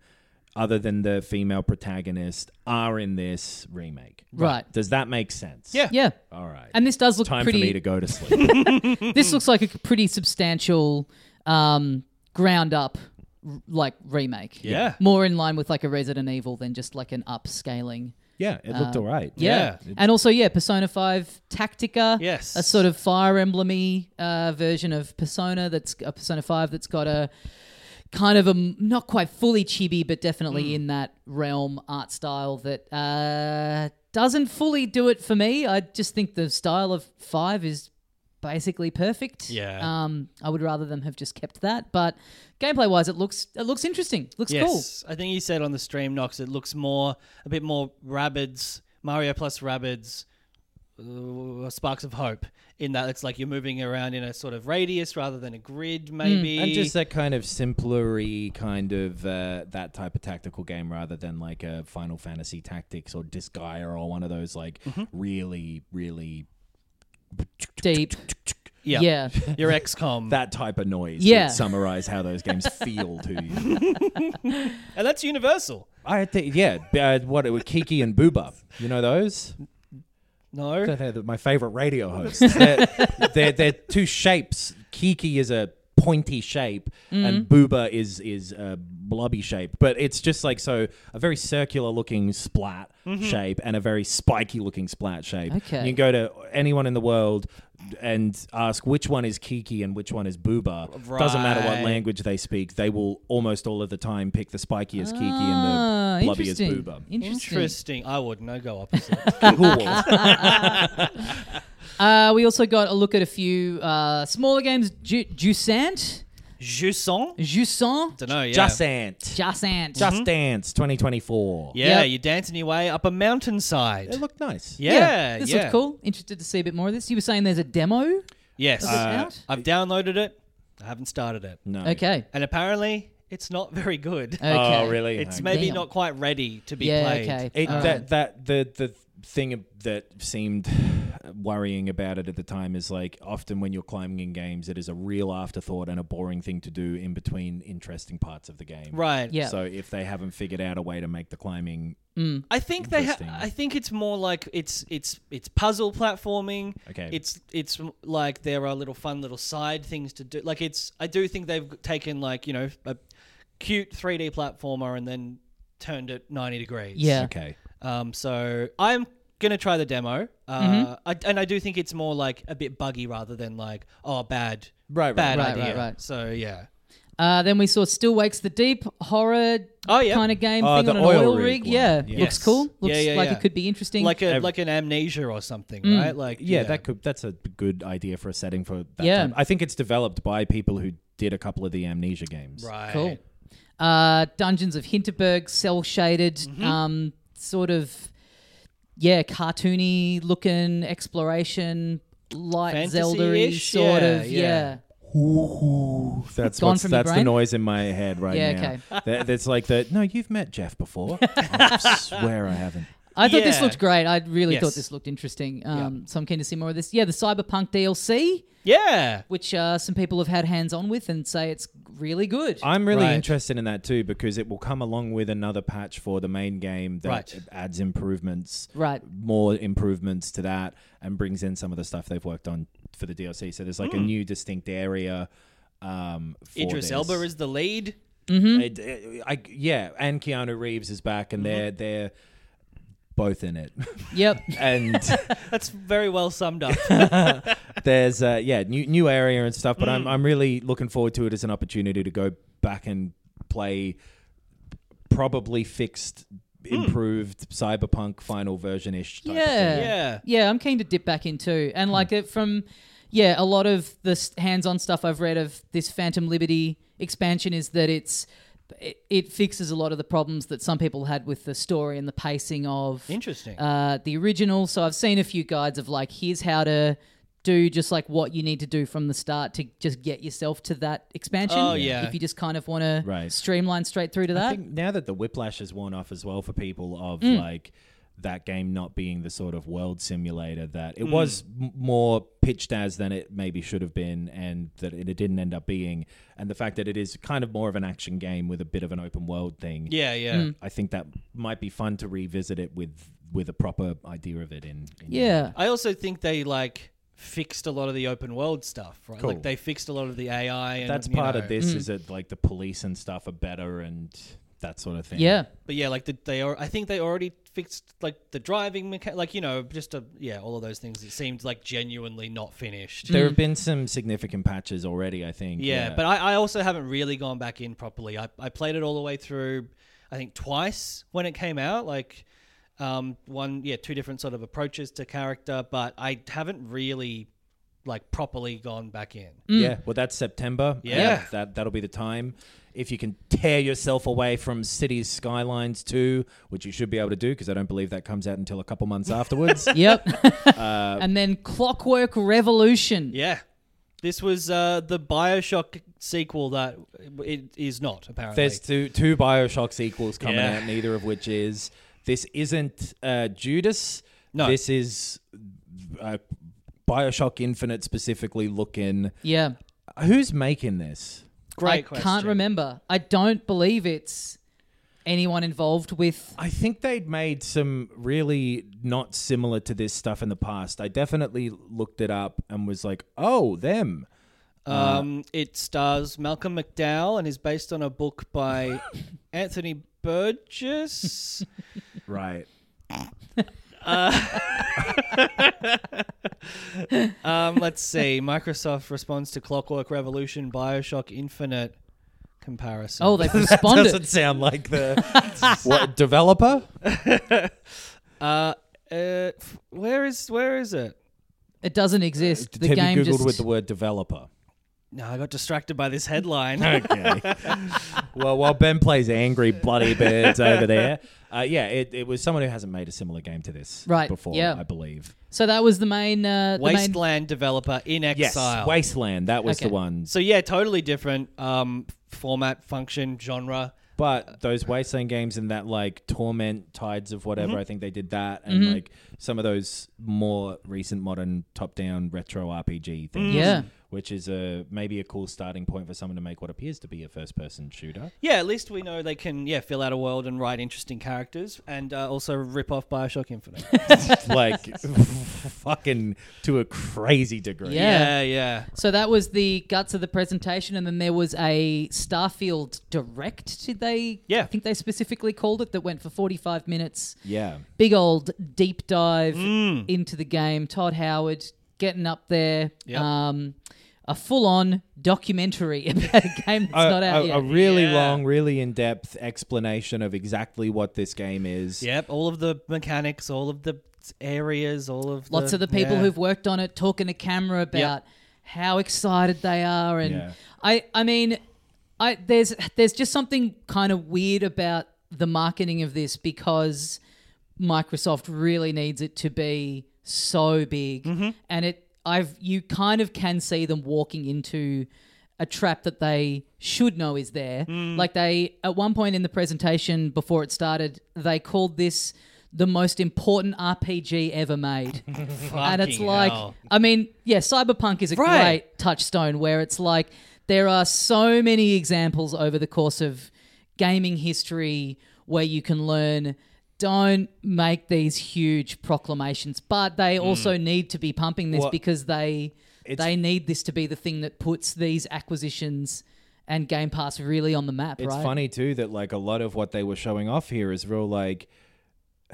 [SPEAKER 3] other than the female protagonist, are in this remake.
[SPEAKER 2] Right.
[SPEAKER 3] Does that make sense?
[SPEAKER 4] Yeah.
[SPEAKER 2] Yeah.
[SPEAKER 3] All right.
[SPEAKER 2] And this does look
[SPEAKER 3] Time
[SPEAKER 2] pretty.
[SPEAKER 3] for me to go
[SPEAKER 2] [laughs]
[SPEAKER 3] to sleep.
[SPEAKER 2] this looks like a pretty substantial, um, ground up, r- like remake.
[SPEAKER 4] Yeah.
[SPEAKER 2] More in line with like a Resident Evil than just like an upscaling.
[SPEAKER 3] yeah, it looked all right.
[SPEAKER 2] Uh, Yeah.
[SPEAKER 4] Yeah.
[SPEAKER 2] And also, yeah, Persona 5 Tactica.
[SPEAKER 4] Yes.
[SPEAKER 2] A sort of Fire Emblem y uh, version of Persona that's a Persona 5 that's got a kind of a m- not quite fully chibi, but definitely
[SPEAKER 4] Hmm.
[SPEAKER 2] in that realm art style that uh, doesn't fully do it for me. I just think the style of 5 is basically perfect.
[SPEAKER 4] Yeah.
[SPEAKER 2] Um, I would rather them have just kept that, but gameplay wise, it looks it looks interesting. Looks cool.
[SPEAKER 4] Yes, I think you said on the stream, Knox. It looks more a bit more Rabbids Mario plus Rabbids uh, Sparks of Hope in that it's like you're moving around in a sort of radius rather than a grid,
[SPEAKER 2] Hmm.
[SPEAKER 4] maybe.
[SPEAKER 3] And just that kind of simplery kind of uh, that type of tactical game rather than like a Final Fantasy Tactics or Disgaea or one of those like
[SPEAKER 2] Mm-hmm.
[SPEAKER 3] really, really
[SPEAKER 4] [laughs]
[SPEAKER 2] Deep.
[SPEAKER 4] yeah,
[SPEAKER 2] Yeah.
[SPEAKER 4] your XCOM.
[SPEAKER 3] [laughs] that type of noise
[SPEAKER 2] Yeah.
[SPEAKER 3] would summarize how
[SPEAKER 2] [laughs]
[SPEAKER 3] those games feel to you.
[SPEAKER 4] and that's Universal.
[SPEAKER 3] I think, yeah, b- uh, what it was Kiki and Booba. You know those?
[SPEAKER 4] No,
[SPEAKER 3] They're, they're my favorite radio hosts. They're, they're, they're two shapes. Kiki is a pointy shape, and
[SPEAKER 2] Mm-hmm.
[SPEAKER 3] Booba is is a blobby shape. But it's just like so a very circular looking splat shape and a very spiky looking splat shape.
[SPEAKER 2] Mm-hmm. Okay.
[SPEAKER 3] You can go to anyone in the world and ask which one is Kiki and which one is Booba. Doesn't matter what
[SPEAKER 4] Right.
[SPEAKER 3] language they speak, they will almost all of the time pick the spiky as Kiki
[SPEAKER 2] Ah,
[SPEAKER 3] and the blobby as
[SPEAKER 2] interesting. [laughs]
[SPEAKER 3] Booba.
[SPEAKER 2] Interesting.
[SPEAKER 4] interesting. I wouldn't. I go
[SPEAKER 2] [laughs]
[SPEAKER 4] opposite.
[SPEAKER 3] Cool.
[SPEAKER 2] Uh, we also got a look at a few uh, smaller games. Ju- Jusant?
[SPEAKER 4] Jusson.
[SPEAKER 2] Jusant?
[SPEAKER 4] Don't know. Yeah.
[SPEAKER 3] Jacint.
[SPEAKER 2] Jusant. Mm-hmm.
[SPEAKER 3] Just Dance 2024.
[SPEAKER 4] Mm-hmm. yeah,
[SPEAKER 2] Yep.
[SPEAKER 4] you're dancing your way up a mountainside.
[SPEAKER 3] It looked nice.
[SPEAKER 4] yeah,
[SPEAKER 2] This
[SPEAKER 4] yeah.
[SPEAKER 2] looks cool. Interested to see a bit more of this. You were saying there's a demo
[SPEAKER 3] Oh,
[SPEAKER 2] of
[SPEAKER 4] Yes, Uh,
[SPEAKER 2] this out?
[SPEAKER 4] I've downloaded it. I haven't started it,
[SPEAKER 3] No.
[SPEAKER 2] Okay.
[SPEAKER 4] and apparently it's not [laughs] very good.
[SPEAKER 2] Okay.
[SPEAKER 3] Oh, really?
[SPEAKER 4] It's
[SPEAKER 3] Okay.
[SPEAKER 4] maybe
[SPEAKER 2] Uh, Damn.
[SPEAKER 4] not quite ready to be
[SPEAKER 2] Yeah,
[SPEAKER 4] played.
[SPEAKER 2] okay.
[SPEAKER 3] It,
[SPEAKER 2] All
[SPEAKER 3] that that the the thing that seemed worrying about it at the time is like often when you're climbing in games, it is a real afterthought and a boring thing to do in between interesting parts of the game.
[SPEAKER 4] Right.
[SPEAKER 2] Yeah.
[SPEAKER 3] So if they haven't figured out a way to make the climbing,
[SPEAKER 4] I think they. Ha-
[SPEAKER 3] Interesting.
[SPEAKER 4] I think it's more like it's it's it's puzzle platforming.
[SPEAKER 3] Okay.
[SPEAKER 4] It's it's like there are little fun little side things to do. Like it's. I do think they've taken like you know a cute 3D platformer and then turned it 90 degrees.
[SPEAKER 2] Yeah.
[SPEAKER 3] okay,
[SPEAKER 4] Um. So I'm gonna try the demo. Uh. I, and I do think it's more like a bit buggy rather than like oh bad
[SPEAKER 3] right,
[SPEAKER 4] bad
[SPEAKER 2] Right,
[SPEAKER 4] idea.
[SPEAKER 2] right, right.
[SPEAKER 4] So yeah.
[SPEAKER 2] Uh, then we saw Still Wakes the Deep horror
[SPEAKER 4] Oh, yeah.
[SPEAKER 2] kind of game
[SPEAKER 3] Oh,
[SPEAKER 2] thing
[SPEAKER 3] the
[SPEAKER 2] on an
[SPEAKER 3] oil
[SPEAKER 2] oil
[SPEAKER 3] rig
[SPEAKER 2] rig.
[SPEAKER 3] one.
[SPEAKER 2] Yeah.
[SPEAKER 3] Yes.
[SPEAKER 2] Looks cool. Looks
[SPEAKER 4] Yeah, yeah,
[SPEAKER 2] like
[SPEAKER 4] yeah.
[SPEAKER 2] it could be interesting.
[SPEAKER 4] Like a
[SPEAKER 3] Ev-
[SPEAKER 4] like an amnesia or something, right? Like
[SPEAKER 3] yeah, that could that's a good idea for a setting for that.
[SPEAKER 2] Yeah.
[SPEAKER 3] type. I think it's developed by people who did a couple of the Amnesia games.
[SPEAKER 4] right.
[SPEAKER 2] Cool. Uh, Dungeons of Hinterberg, cell shaded,
[SPEAKER 4] Mm-hmm.
[SPEAKER 2] um, sort of, yeah, cartoony looking exploration, light Zelda
[SPEAKER 4] Fantasy-ish?
[SPEAKER 2] sort
[SPEAKER 4] Yeah,
[SPEAKER 2] of,
[SPEAKER 4] yeah.
[SPEAKER 2] yeah.
[SPEAKER 3] Ooh, that's
[SPEAKER 2] Gone
[SPEAKER 3] what's,
[SPEAKER 2] from your
[SPEAKER 3] that's the
[SPEAKER 2] brain?
[SPEAKER 3] noise in my head right
[SPEAKER 2] Yeah,
[SPEAKER 3] now. Okay. That's like the no, you've met
[SPEAKER 2] [laughs]
[SPEAKER 3] Jeff before. I swear I haven't.
[SPEAKER 2] I thought this
[SPEAKER 4] Yeah.
[SPEAKER 2] looked great. I really
[SPEAKER 4] Yes.
[SPEAKER 2] thought this looked interesting. Um, So I'm keen to see more of this. Yeah, the Cyberpunk DLC,
[SPEAKER 4] Yeah.
[SPEAKER 2] which uh, some people have had hands on with and say it's really good.
[SPEAKER 3] I'm really
[SPEAKER 4] Right.
[SPEAKER 3] interested in that too because it will come along with another patch for the main game that
[SPEAKER 4] Right.
[SPEAKER 3] adds improvements,
[SPEAKER 2] Right.
[SPEAKER 3] more improvements to that, and brings in some of the stuff they've worked on for the DLC. So there's like
[SPEAKER 2] Hmm.
[SPEAKER 3] a new distinct area. Um, for
[SPEAKER 4] Idris
[SPEAKER 3] this.
[SPEAKER 4] Elba is the lead.
[SPEAKER 2] Mm-hmm.
[SPEAKER 3] It- it- I, yeah, and Keanu Reeves is back, and they're they're both in it, [laughs]
[SPEAKER 2] yep.
[SPEAKER 3] and.
[SPEAKER 4] That's very well summed
[SPEAKER 3] [laughs]
[SPEAKER 4] up.
[SPEAKER 3] there's uh, yeah new new area and stuff but
[SPEAKER 2] Mm.
[SPEAKER 3] I'm, I'm really looking forward to it as an opportunity to go back and play probably fixed improved cyberpunk final version-ish type of
[SPEAKER 2] Mm. yeah.
[SPEAKER 3] thing.
[SPEAKER 4] Yeah.
[SPEAKER 2] Yeah, I'm keen to dip back in too. And like it from, yeah, a lot of the s- hands-on stuff I've read of this Phantom Liberty expansion is that it's it, it fixes a lot of the problems that some people had with the story and the pacing of
[SPEAKER 4] Interesting.
[SPEAKER 2] uh, the original. So I've seen a few guides of like, here's how to do just like what you need to do from the start to just get yourself to that expansion.
[SPEAKER 4] Oh, yeah.
[SPEAKER 2] If you just kind of want to
[SPEAKER 3] Right.
[SPEAKER 2] streamline straight through to
[SPEAKER 3] I
[SPEAKER 2] that. Mm.
[SPEAKER 3] think now that the whiplash has worn off as well for people of like that game not being the sort of world simulator that
[SPEAKER 2] Mm.
[SPEAKER 3] it was m- more pitched as than it maybe should have been and that it didn't end up being and the fact that it is kind of more of an action game with a bit of an open world thing
[SPEAKER 4] Yeah, yeah.
[SPEAKER 3] i think that might be fun to revisit it with with a proper idea of it in, in
[SPEAKER 2] Yeah.
[SPEAKER 4] I also think they like fixed a lot of the open world stuff, right?
[SPEAKER 3] Cool.
[SPEAKER 4] Like they fixed a lot of the AI. And,
[SPEAKER 3] that's
[SPEAKER 4] you
[SPEAKER 3] part of
[SPEAKER 4] know-
[SPEAKER 2] Mm.
[SPEAKER 3] this is that like the police and stuff are better and that sort of thing
[SPEAKER 2] Yeah.
[SPEAKER 4] But yeah, like the, they are. I think they already fixed like the driving mecha- like you know, just a, yeah, all of those things. It seemed like genuinely not finished.
[SPEAKER 3] there have
[SPEAKER 2] Mm.
[SPEAKER 3] been some significant patches already i think
[SPEAKER 4] Yeah, but I, I also haven't really gone back in properly. I, I played it all the way through, I think twice when it came out, like um, one, yeah, two different sort of approaches to character, but I haven't really like properly gone back in.
[SPEAKER 2] Mm.
[SPEAKER 3] Yeah, well, that's September.
[SPEAKER 4] Yeah.
[SPEAKER 3] that that'll be the time. If you can tear yourself away from cities skylines too, which you should be able to do because I don't believe that comes out until a couple months afterwards. [laughs]
[SPEAKER 2] Yep.
[SPEAKER 3] Uh,
[SPEAKER 2] and then Clockwork Revolution.
[SPEAKER 4] Yeah. This was uh, the Bioshock sequel that it is not, apparently.
[SPEAKER 3] There's two two Bioshock sequels coming
[SPEAKER 4] Yeah.
[SPEAKER 3] out, neither of which is this isn't uh, Judas.
[SPEAKER 4] No.
[SPEAKER 3] this is uh, Bioshock Infinite specifically. Looking,
[SPEAKER 2] Yeah.
[SPEAKER 3] who's making this?
[SPEAKER 4] Great
[SPEAKER 2] I
[SPEAKER 4] question.
[SPEAKER 2] can't remember. I don't believe it's anyone involved with.
[SPEAKER 3] I think they'd made some really not similar to this stuff in the past. I definitely looked it up and was like, "Oh, them."
[SPEAKER 4] Um, it stars Malcolm McDowell and is based on a book [laughs] by Anthony Burgess.
[SPEAKER 3] Right.
[SPEAKER 2] [laughs]
[SPEAKER 4] Um, let's see. [laughs] Microsoft responds to Clockwork Revolution, Bioshock Infinite comparison.
[SPEAKER 2] Oh,
[SPEAKER 3] [laughs]
[SPEAKER 2] they've responded.
[SPEAKER 3] Doesn't sound like the [laughs] what developer?
[SPEAKER 4] uh, uh, f- where is where is it?
[SPEAKER 2] it doesn't exist. The
[SPEAKER 3] Have
[SPEAKER 2] game
[SPEAKER 3] you googled
[SPEAKER 2] just.
[SPEAKER 3] with the word developer?
[SPEAKER 4] No, I got distracted by this headline.
[SPEAKER 3] [laughs] Okay. well, while Ben plays angry bloody birds over there, uh, yeah, it, it was someone who hasn't made a similar game to this
[SPEAKER 2] Right,
[SPEAKER 3] before,
[SPEAKER 2] yeah.
[SPEAKER 3] I believe.
[SPEAKER 2] so that was the main. Uh, the main
[SPEAKER 4] [laughs] Wasteland developer in
[SPEAKER 3] Yes,
[SPEAKER 4] exile.
[SPEAKER 3] Wasteland. That was
[SPEAKER 2] Okay.
[SPEAKER 3] the one.
[SPEAKER 4] so yeah, totally different um, format, function, genre.
[SPEAKER 3] But those Wasteland games and that like Torment, Tides of whatever, I think they did that, and
[SPEAKER 2] Mm-hmm.
[SPEAKER 3] like some of those more recent modern top-down retro RPG things.
[SPEAKER 2] Yeah.
[SPEAKER 3] Which is a maybe a cool starting point for someone to make what appears to be a
[SPEAKER 2] [laughs]
[SPEAKER 3] first-person shooter.
[SPEAKER 4] Yeah, at least we know they can yeah fill out a world and write interesting characters, and uh, also rip off Bioshock Infinite.
[SPEAKER 3] like [laughs] fucking to a crazy degree.
[SPEAKER 2] [laughs] Yeah.
[SPEAKER 4] yeah, yeah.
[SPEAKER 2] So that was the guts of the presentation, and then there was a Starfield Direct. Did they?
[SPEAKER 4] Yeah.
[SPEAKER 2] I think they specifically called it that went for forty-five minutes.
[SPEAKER 3] Yeah.
[SPEAKER 2] Big old deep dive
[SPEAKER 4] Mm.
[SPEAKER 2] into the game. Todd Howard getting up there.
[SPEAKER 4] Yep.
[SPEAKER 2] Um, a full-on documentary [laughs] about a game that's
[SPEAKER 3] A,
[SPEAKER 2] not out
[SPEAKER 3] a-
[SPEAKER 2] yet.
[SPEAKER 3] a really
[SPEAKER 4] Yeah.
[SPEAKER 3] long, really in depth explanation of exactly what this game is.
[SPEAKER 4] Yep, all of the mechanics, all of the areas, all of
[SPEAKER 2] Lots of the people
[SPEAKER 4] yeah.
[SPEAKER 2] who've worked on it talking to camera about
[SPEAKER 4] Yep.
[SPEAKER 2] how excited they are, and
[SPEAKER 3] Yeah.
[SPEAKER 2] I, I mean, I there's there's just something kind of weird about the marketing of this because Microsoft really needs it to be so big, and it I've you kind of can see them walking into a trap that they should know is there. Like they at one point in the presentation before it started, they called this the most important RPG ever made. and it's
[SPEAKER 4] Fucking
[SPEAKER 2] like
[SPEAKER 4] hell.
[SPEAKER 2] I mean, yeah, Cyberpunk is a
[SPEAKER 4] Right.
[SPEAKER 2] great touchstone where it's like there are so many examples over the course of gaming history where you can learn don't make these huge proclamations, but they also need to be pumping this
[SPEAKER 3] Well,
[SPEAKER 2] because they
[SPEAKER 3] it's-
[SPEAKER 2] they need this to be the thing that puts these acquisitions and Game Pass really on the map,
[SPEAKER 3] It's
[SPEAKER 2] right?
[SPEAKER 3] funny too that like a lot of what they were showing off here is real like,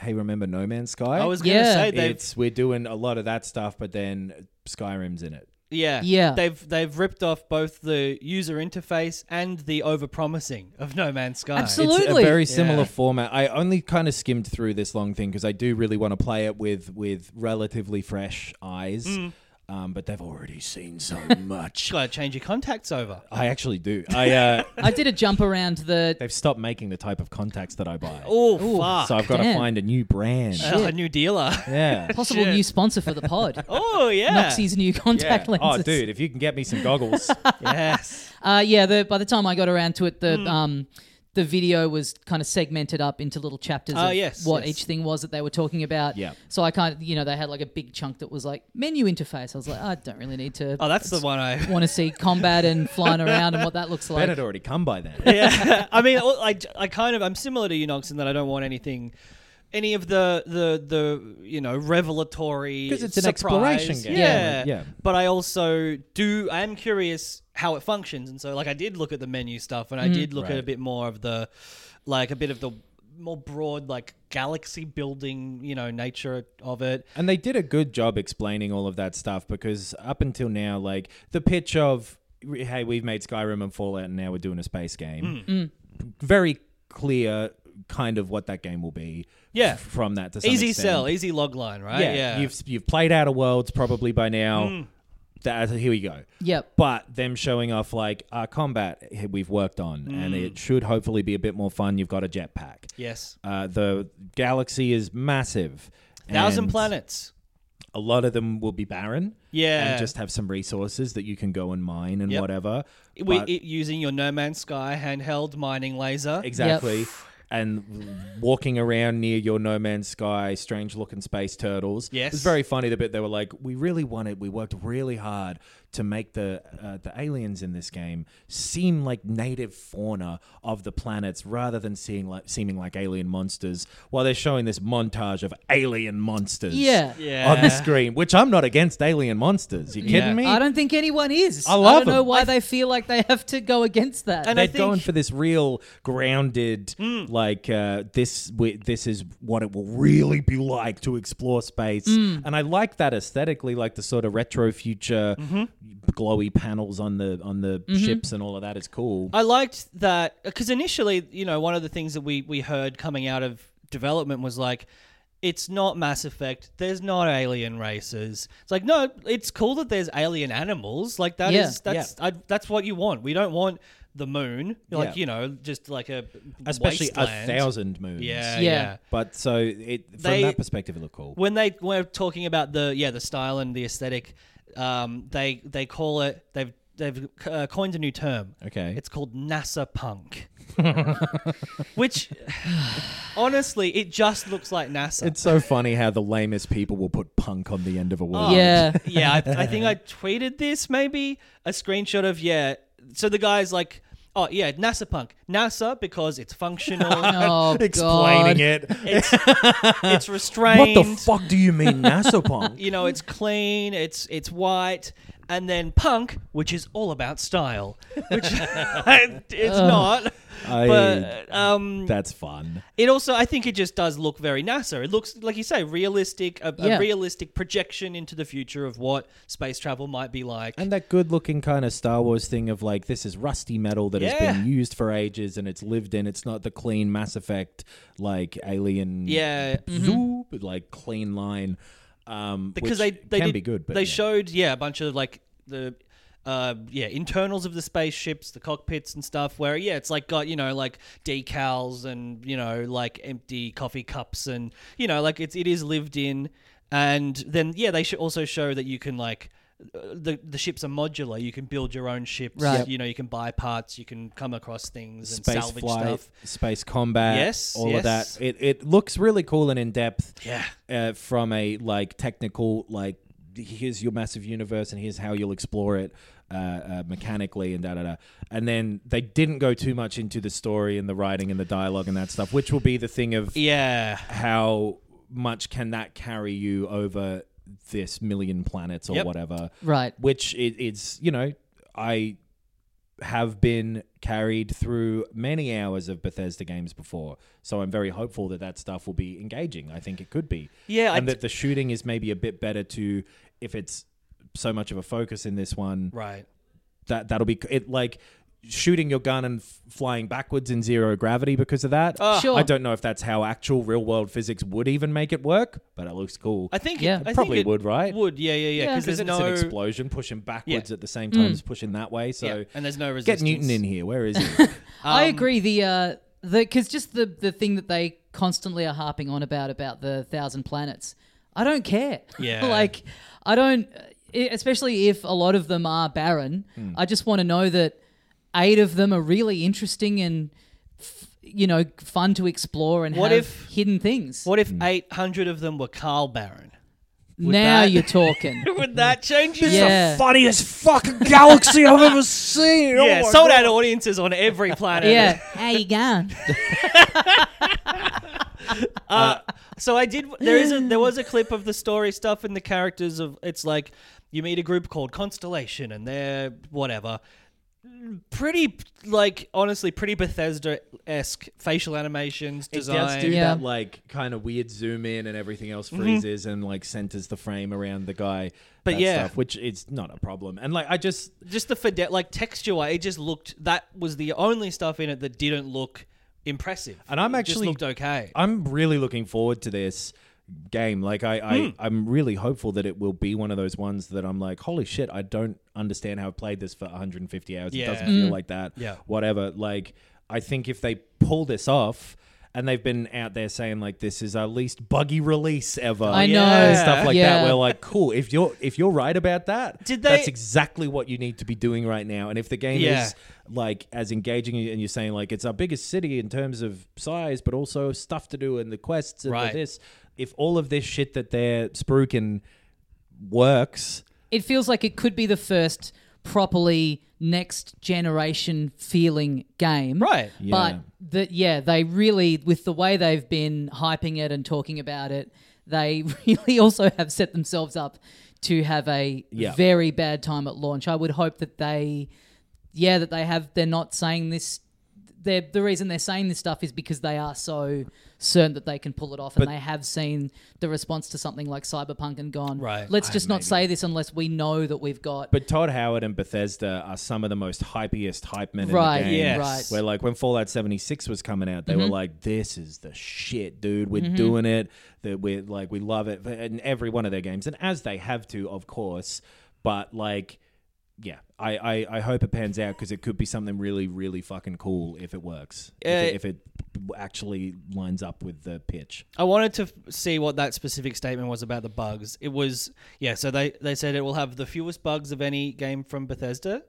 [SPEAKER 3] hey, remember No Man's Sky?
[SPEAKER 4] I was gonna
[SPEAKER 2] Yeah.
[SPEAKER 4] say they've
[SPEAKER 3] it's we're doing a lot of that stuff, but then Skyrim's in it.
[SPEAKER 4] yeah
[SPEAKER 2] Yeah.
[SPEAKER 4] they've they've ripped off both the user interface and the overpromising of No Man's Sky.
[SPEAKER 2] Absolutely.
[SPEAKER 3] It's a very similar
[SPEAKER 4] Yeah.
[SPEAKER 3] format. I only kind of skimmed through this long thing because I do really want to play it with with relatively fresh eyes.
[SPEAKER 4] Mm.
[SPEAKER 3] Um, but they've already seen so [laughs] much.
[SPEAKER 4] Gotta change your contacts over.
[SPEAKER 3] I actually do.
[SPEAKER 4] [laughs]
[SPEAKER 3] I uh,
[SPEAKER 2] I did a jump around the
[SPEAKER 3] they've stopped making the type of contacts that I buy.
[SPEAKER 4] Oh fuck!
[SPEAKER 3] so I've got to
[SPEAKER 2] damn.
[SPEAKER 3] find a new brand.
[SPEAKER 4] Oh, [laughs] a new
[SPEAKER 2] [laughs]
[SPEAKER 4] dealer. [laughs]
[SPEAKER 3] Yeah.
[SPEAKER 2] possible
[SPEAKER 4] Shit.
[SPEAKER 2] new sponsor for the pod.
[SPEAKER 4] oh yeah.
[SPEAKER 2] Noxie's new contact
[SPEAKER 3] Yeah.
[SPEAKER 2] lenses.
[SPEAKER 3] Oh,
[SPEAKER 4] [laughs]
[SPEAKER 3] dude, if you can get me some goggles.
[SPEAKER 4] Yes.
[SPEAKER 3] Hmm.
[SPEAKER 2] Uh, yeah, the, by the time I got around to it, the um, the video was kind of segmented up into little chapters
[SPEAKER 4] Ah,
[SPEAKER 2] of
[SPEAKER 4] yes,
[SPEAKER 2] what
[SPEAKER 4] yes.
[SPEAKER 2] each thing was that they were talking about.
[SPEAKER 3] Yeah.
[SPEAKER 2] So I kind of, you know, they had like a big chunk that was like menu interface. I was like, I don't really need to.
[SPEAKER 4] Oh, that's the one I.
[SPEAKER 2] Want to see combat and flying around and what that looks
[SPEAKER 3] Ben
[SPEAKER 2] like.
[SPEAKER 3] had already come by then.
[SPEAKER 4] yeah, [laughs] I mean, I, I kind of I'm similar to you, Nox, in that I don't want anything, any of the the the you know revelatory
[SPEAKER 3] 'Cause it's an
[SPEAKER 4] surprise.
[SPEAKER 3] exploration game.
[SPEAKER 4] Yeah.
[SPEAKER 3] Yeah.
[SPEAKER 4] But I also do I am curious how it functions, and so like I did look at the menu stuff, and I did look at
[SPEAKER 3] Mm-hmm. Right.
[SPEAKER 4] a bit more of the, like a bit of the more broad like galaxy building you know nature of it.
[SPEAKER 3] And they did a good job explaining all of that stuff because up until now, like the pitch of hey, we've made Skyrim and Fallout, and now we're doing a space game.
[SPEAKER 4] Hmm.
[SPEAKER 3] Very clear, kind of what that game will be.
[SPEAKER 4] Yeah.
[SPEAKER 3] f- from that to some
[SPEAKER 4] Easy
[SPEAKER 3] extent.
[SPEAKER 4] sell, easy log line, right?
[SPEAKER 3] Yeah, you've you've played Outer Worlds probably by now.
[SPEAKER 4] Hmm.
[SPEAKER 3] That, here we go.
[SPEAKER 2] Yep.
[SPEAKER 3] But them showing off like our combat eh, we've worked on, and
[SPEAKER 4] Mm.
[SPEAKER 3] it should hopefully be a bit more fun. You've got a jetpack.
[SPEAKER 4] yes,
[SPEAKER 3] Uh, the galaxy is massive.
[SPEAKER 4] thousand
[SPEAKER 3] and-
[SPEAKER 4] planets.
[SPEAKER 3] a lot of them will be barren.
[SPEAKER 4] Yeah.
[SPEAKER 3] And just have some resources that you can go and mine and
[SPEAKER 4] Yep.
[SPEAKER 3] whatever.
[SPEAKER 4] We,
[SPEAKER 3] But-
[SPEAKER 4] it, using your No Man's Sky handheld mining laser.
[SPEAKER 3] exactly. And walking around near your No Man's Sky, strange looking space turtles.
[SPEAKER 4] Yes.
[SPEAKER 3] It was very funny the bit they were like, we really wanted, we worked really hard to make the uh, the aliens in this game seem like native fauna of the planets rather than seeing like seeming like alien monsters while they're showing this montage of alien monsters
[SPEAKER 2] Yeah.
[SPEAKER 4] Yeah.
[SPEAKER 3] on the screen, which I'm not against alien monsters. You kidding
[SPEAKER 4] Yeah.
[SPEAKER 3] me?
[SPEAKER 2] I don't think anyone is.
[SPEAKER 3] I love
[SPEAKER 2] don't know
[SPEAKER 3] 'em.
[SPEAKER 2] why they feel like they have to go against that.
[SPEAKER 4] And
[SPEAKER 3] they're
[SPEAKER 4] I think- Mm.
[SPEAKER 3] going for this real grounded, like uh, this. wi- This is what it will really be like to explore space,
[SPEAKER 4] Mm.
[SPEAKER 3] and I like that aesthetically, like the sort of retro future,
[SPEAKER 4] Mm-hmm.
[SPEAKER 3] glowy panels on the on the ships and all of that is cool.
[SPEAKER 4] I liked that because initially, you know, one of the things that we we heard coming out of development was like, it's not Mass Effect. There's not alien races. It's like no, it's cool that there's alien animals. Like that is
[SPEAKER 2] Yeah.
[SPEAKER 4] that's I, that's what you want. We don't want the moon. Like
[SPEAKER 3] Yeah.
[SPEAKER 4] you know, just like a
[SPEAKER 3] Especially
[SPEAKER 4] wasteland.
[SPEAKER 3] a thousand moons.
[SPEAKER 4] Yeah, yeah.
[SPEAKER 2] Yeah.
[SPEAKER 3] But so it from
[SPEAKER 4] They-
[SPEAKER 3] that perspective, it looked cool.
[SPEAKER 4] When they were talking about the yeah the style and the aesthetic, um, they they call it they've they've uh, coined a new term.
[SPEAKER 3] Okay.
[SPEAKER 4] It's called NASA
[SPEAKER 3] [laughs]
[SPEAKER 4] punk. Which honestly, it just looks like NASA.
[SPEAKER 3] It's so funny how the lamest people will put punk on the end of a word.
[SPEAKER 2] yeah.
[SPEAKER 4] yeah, I, I think
[SPEAKER 3] [laughs]
[SPEAKER 4] I tweeted this maybe a screenshot of yeah. So the guy's like, "Oh yeah, NASA punk. NASA because it's
[SPEAKER 3] [laughs]
[SPEAKER 4] functional,
[SPEAKER 2] oh, God.
[SPEAKER 3] Explaining it.
[SPEAKER 4] it's
[SPEAKER 3] What
[SPEAKER 4] restrained.
[SPEAKER 3] the fuck do you mean,
[SPEAKER 4] [laughs]
[SPEAKER 3] NASA punk?
[SPEAKER 4] you know, it's clean, it's it's white, and then punk, which is all about style, which [laughs] it's not.
[SPEAKER 3] I-
[SPEAKER 4] But um,
[SPEAKER 3] That's fun.
[SPEAKER 4] It also, I think, it just does look very NASA. It looks, like you say, realistic, a, a
[SPEAKER 2] Yeah.
[SPEAKER 4] realistic projection into the future of what space travel might be like.
[SPEAKER 3] And that good looking kind of Star Wars thing of like, this is rusty metal that has
[SPEAKER 4] Yeah.
[SPEAKER 3] been used for ages and it's lived in. It's not the clean Mass Effect, like alien.
[SPEAKER 4] Yeah. Mm-hmm.
[SPEAKER 3] zoo, but, like clean line. Um,
[SPEAKER 4] because they
[SPEAKER 3] which
[SPEAKER 4] they
[SPEAKER 3] can
[SPEAKER 4] did,
[SPEAKER 3] be good, but
[SPEAKER 4] they
[SPEAKER 3] yeah.
[SPEAKER 4] showed yeah a bunch of like the uh yeah internals of the spaceships, the cockpits and stuff. Where yeah, it's like got you know like decals and you know like empty coffee cups and you know like it's it is lived in. And then yeah, they should also show that you can like. uh, The, the ships are modular. You can build your own ships.
[SPEAKER 2] Right. Yep.
[SPEAKER 4] You know, you can buy parts. You can come across things and
[SPEAKER 3] space
[SPEAKER 4] salvage
[SPEAKER 3] flight,
[SPEAKER 4] stuff.
[SPEAKER 3] space combat,
[SPEAKER 4] Yes,
[SPEAKER 3] all of
[SPEAKER 4] yes.
[SPEAKER 3] that. It it looks really cool and in depth.
[SPEAKER 4] Yeah.
[SPEAKER 3] uh, from a like technical like here's your massive universe and here's how you'll explore it uh, uh, mechanically and da da da. And then they didn't go too much into the story and the writing and the dialogue and that stuff, which will be the thing of
[SPEAKER 4] Yeah.
[SPEAKER 3] how much can that carry you over this million planets or
[SPEAKER 4] Yep.
[SPEAKER 3] whatever
[SPEAKER 2] Right.
[SPEAKER 3] which it, it's you know I have been carried through many hours of Bethesda games before, so I'm very hopeful that that stuff will be engaging. I think it could be,
[SPEAKER 4] Yeah, I
[SPEAKER 3] and
[SPEAKER 4] d-
[SPEAKER 3] that the shooting is maybe a bit better to if it's so much of a focus in this one
[SPEAKER 4] Right.
[SPEAKER 3] that that'll be it like shooting your gun and f- flying backwards in zero gravity because of that.
[SPEAKER 4] Ah.
[SPEAKER 2] Sure.
[SPEAKER 3] I don't know if that's how actual real world physics would even make it work, but it looks cool.
[SPEAKER 4] I think.
[SPEAKER 2] Yeah.
[SPEAKER 4] It, I think
[SPEAKER 3] Probably
[SPEAKER 4] it
[SPEAKER 3] would, right?
[SPEAKER 4] Would. Yeah. Yeah. Yeah.
[SPEAKER 2] Yeah,
[SPEAKER 4] Because
[SPEAKER 3] because
[SPEAKER 4] there's
[SPEAKER 3] it's
[SPEAKER 4] no
[SPEAKER 3] an explosion pushing backwards at the same time as pushing that way. So
[SPEAKER 4] Hmm. Yeah, and there's no resistance.
[SPEAKER 3] get Newton in here. Where is
[SPEAKER 4] [laughs]
[SPEAKER 3] he?
[SPEAKER 4] Um,
[SPEAKER 2] I agree. The uh, the because just the the thing that they constantly are harping on about about the thousand planets. I don't care.
[SPEAKER 4] Yeah.
[SPEAKER 2] [laughs] like I don't, e- especially if a lot of them
[SPEAKER 4] Hmm.
[SPEAKER 2] are barren. I just want to know that eight of them are really interesting and f- you know, fun to explore and
[SPEAKER 4] What
[SPEAKER 2] have
[SPEAKER 4] if-
[SPEAKER 2] hidden things.
[SPEAKER 4] What if
[SPEAKER 3] Hmm.
[SPEAKER 4] 800 of them were Carl Baron?
[SPEAKER 2] now
[SPEAKER 4] that-
[SPEAKER 2] you're
[SPEAKER 4] [laughs]
[SPEAKER 2] talking.
[SPEAKER 4] Would that change you?
[SPEAKER 2] yeah.
[SPEAKER 3] Funniest fucking galaxy I've ever seen.
[SPEAKER 4] Yeah, sold out audiences on every planet.
[SPEAKER 2] Yeah. How you going?
[SPEAKER 4] [laughs] So I did. There
[SPEAKER 3] [laughs]
[SPEAKER 4] is a there was a clip of the story stuff and the characters of. It's like you meet a group called Constellation and they're whatever. Pretty like honestly, pretty Bethesda esque facial animations
[SPEAKER 3] It
[SPEAKER 4] design.
[SPEAKER 3] does do
[SPEAKER 2] Yeah.
[SPEAKER 3] that, like kind of weird zoom in, and everything else freezes and like centers the frame around the guy.
[SPEAKER 4] Mm-hmm. But
[SPEAKER 3] that
[SPEAKER 4] yeah.
[SPEAKER 3] stuff, which is not a problem. And like, I just
[SPEAKER 4] just the fide- like texture wise, it just looked that was the only stuff in it that didn't look impressive.
[SPEAKER 3] And I'm
[SPEAKER 4] It
[SPEAKER 3] actually-
[SPEAKER 4] just looked okay.
[SPEAKER 3] I'm really looking forward to this game. Like I,
[SPEAKER 4] Hmm.
[SPEAKER 3] I I'm really hopeful that it will be one of those ones that I'm like, holy shit, I don't understand how I played this for 150 hours. It doesn't
[SPEAKER 4] Yeah.
[SPEAKER 3] feel like that.
[SPEAKER 4] Yeah.
[SPEAKER 3] Whatever. Like I think if they pull this off and they've been out there saying like this is our least buggy release ever.
[SPEAKER 4] Oh,
[SPEAKER 2] I know.
[SPEAKER 3] and Stuff like
[SPEAKER 2] Yeah.
[SPEAKER 3] that. We're like, cool. If you're if you're right about that,
[SPEAKER 4] Did they-
[SPEAKER 3] that's exactly what you need to be doing right now. And if the game
[SPEAKER 4] Yeah.
[SPEAKER 3] is like as engaging and you're saying like it's our biggest city in terms of size but also stuff to do and the quests and the
[SPEAKER 4] Right.
[SPEAKER 3] this if all of this shit that they're spruiking works
[SPEAKER 2] it feels like it could be the first properly next generation feeling game.
[SPEAKER 4] Right.
[SPEAKER 2] But
[SPEAKER 3] Yeah.
[SPEAKER 2] that yeah, they really with the way they've been hyping it and talking about it, they [laughs] really also have set themselves up to have a
[SPEAKER 3] Yeah.
[SPEAKER 2] very bad time at launch. I would hope that they yeah, that they have they're not saying this they're, the reason they're saying this stuff is because they are so certain that they can pull it off, and they have seen the response to something like Cyberpunk and gone.
[SPEAKER 4] Right.
[SPEAKER 2] Let's just not say this unless we know that we've got.
[SPEAKER 3] but Todd Howard and Bethesda are some of the most hypiest hype men
[SPEAKER 2] Right,
[SPEAKER 3] in the game.
[SPEAKER 4] yes.
[SPEAKER 2] right.
[SPEAKER 3] Where like when Fallout 76 was coming out, they were
[SPEAKER 2] Mm-hmm.
[SPEAKER 3] like, "This is the shit, dude. We're doing it. That we're like, we love it." And every one of their games, and as they have to, of course. But like, yeah, I I, I hope it pans out because it could be something really really fucking cool if it works.
[SPEAKER 4] Uh,
[SPEAKER 3] if, it, if it actually lines up with the pitch.
[SPEAKER 4] I wanted to f- see what that specific statement was about the bugs. It was yeah. So they they said it will have the fewest bugs of any game from Bethesda,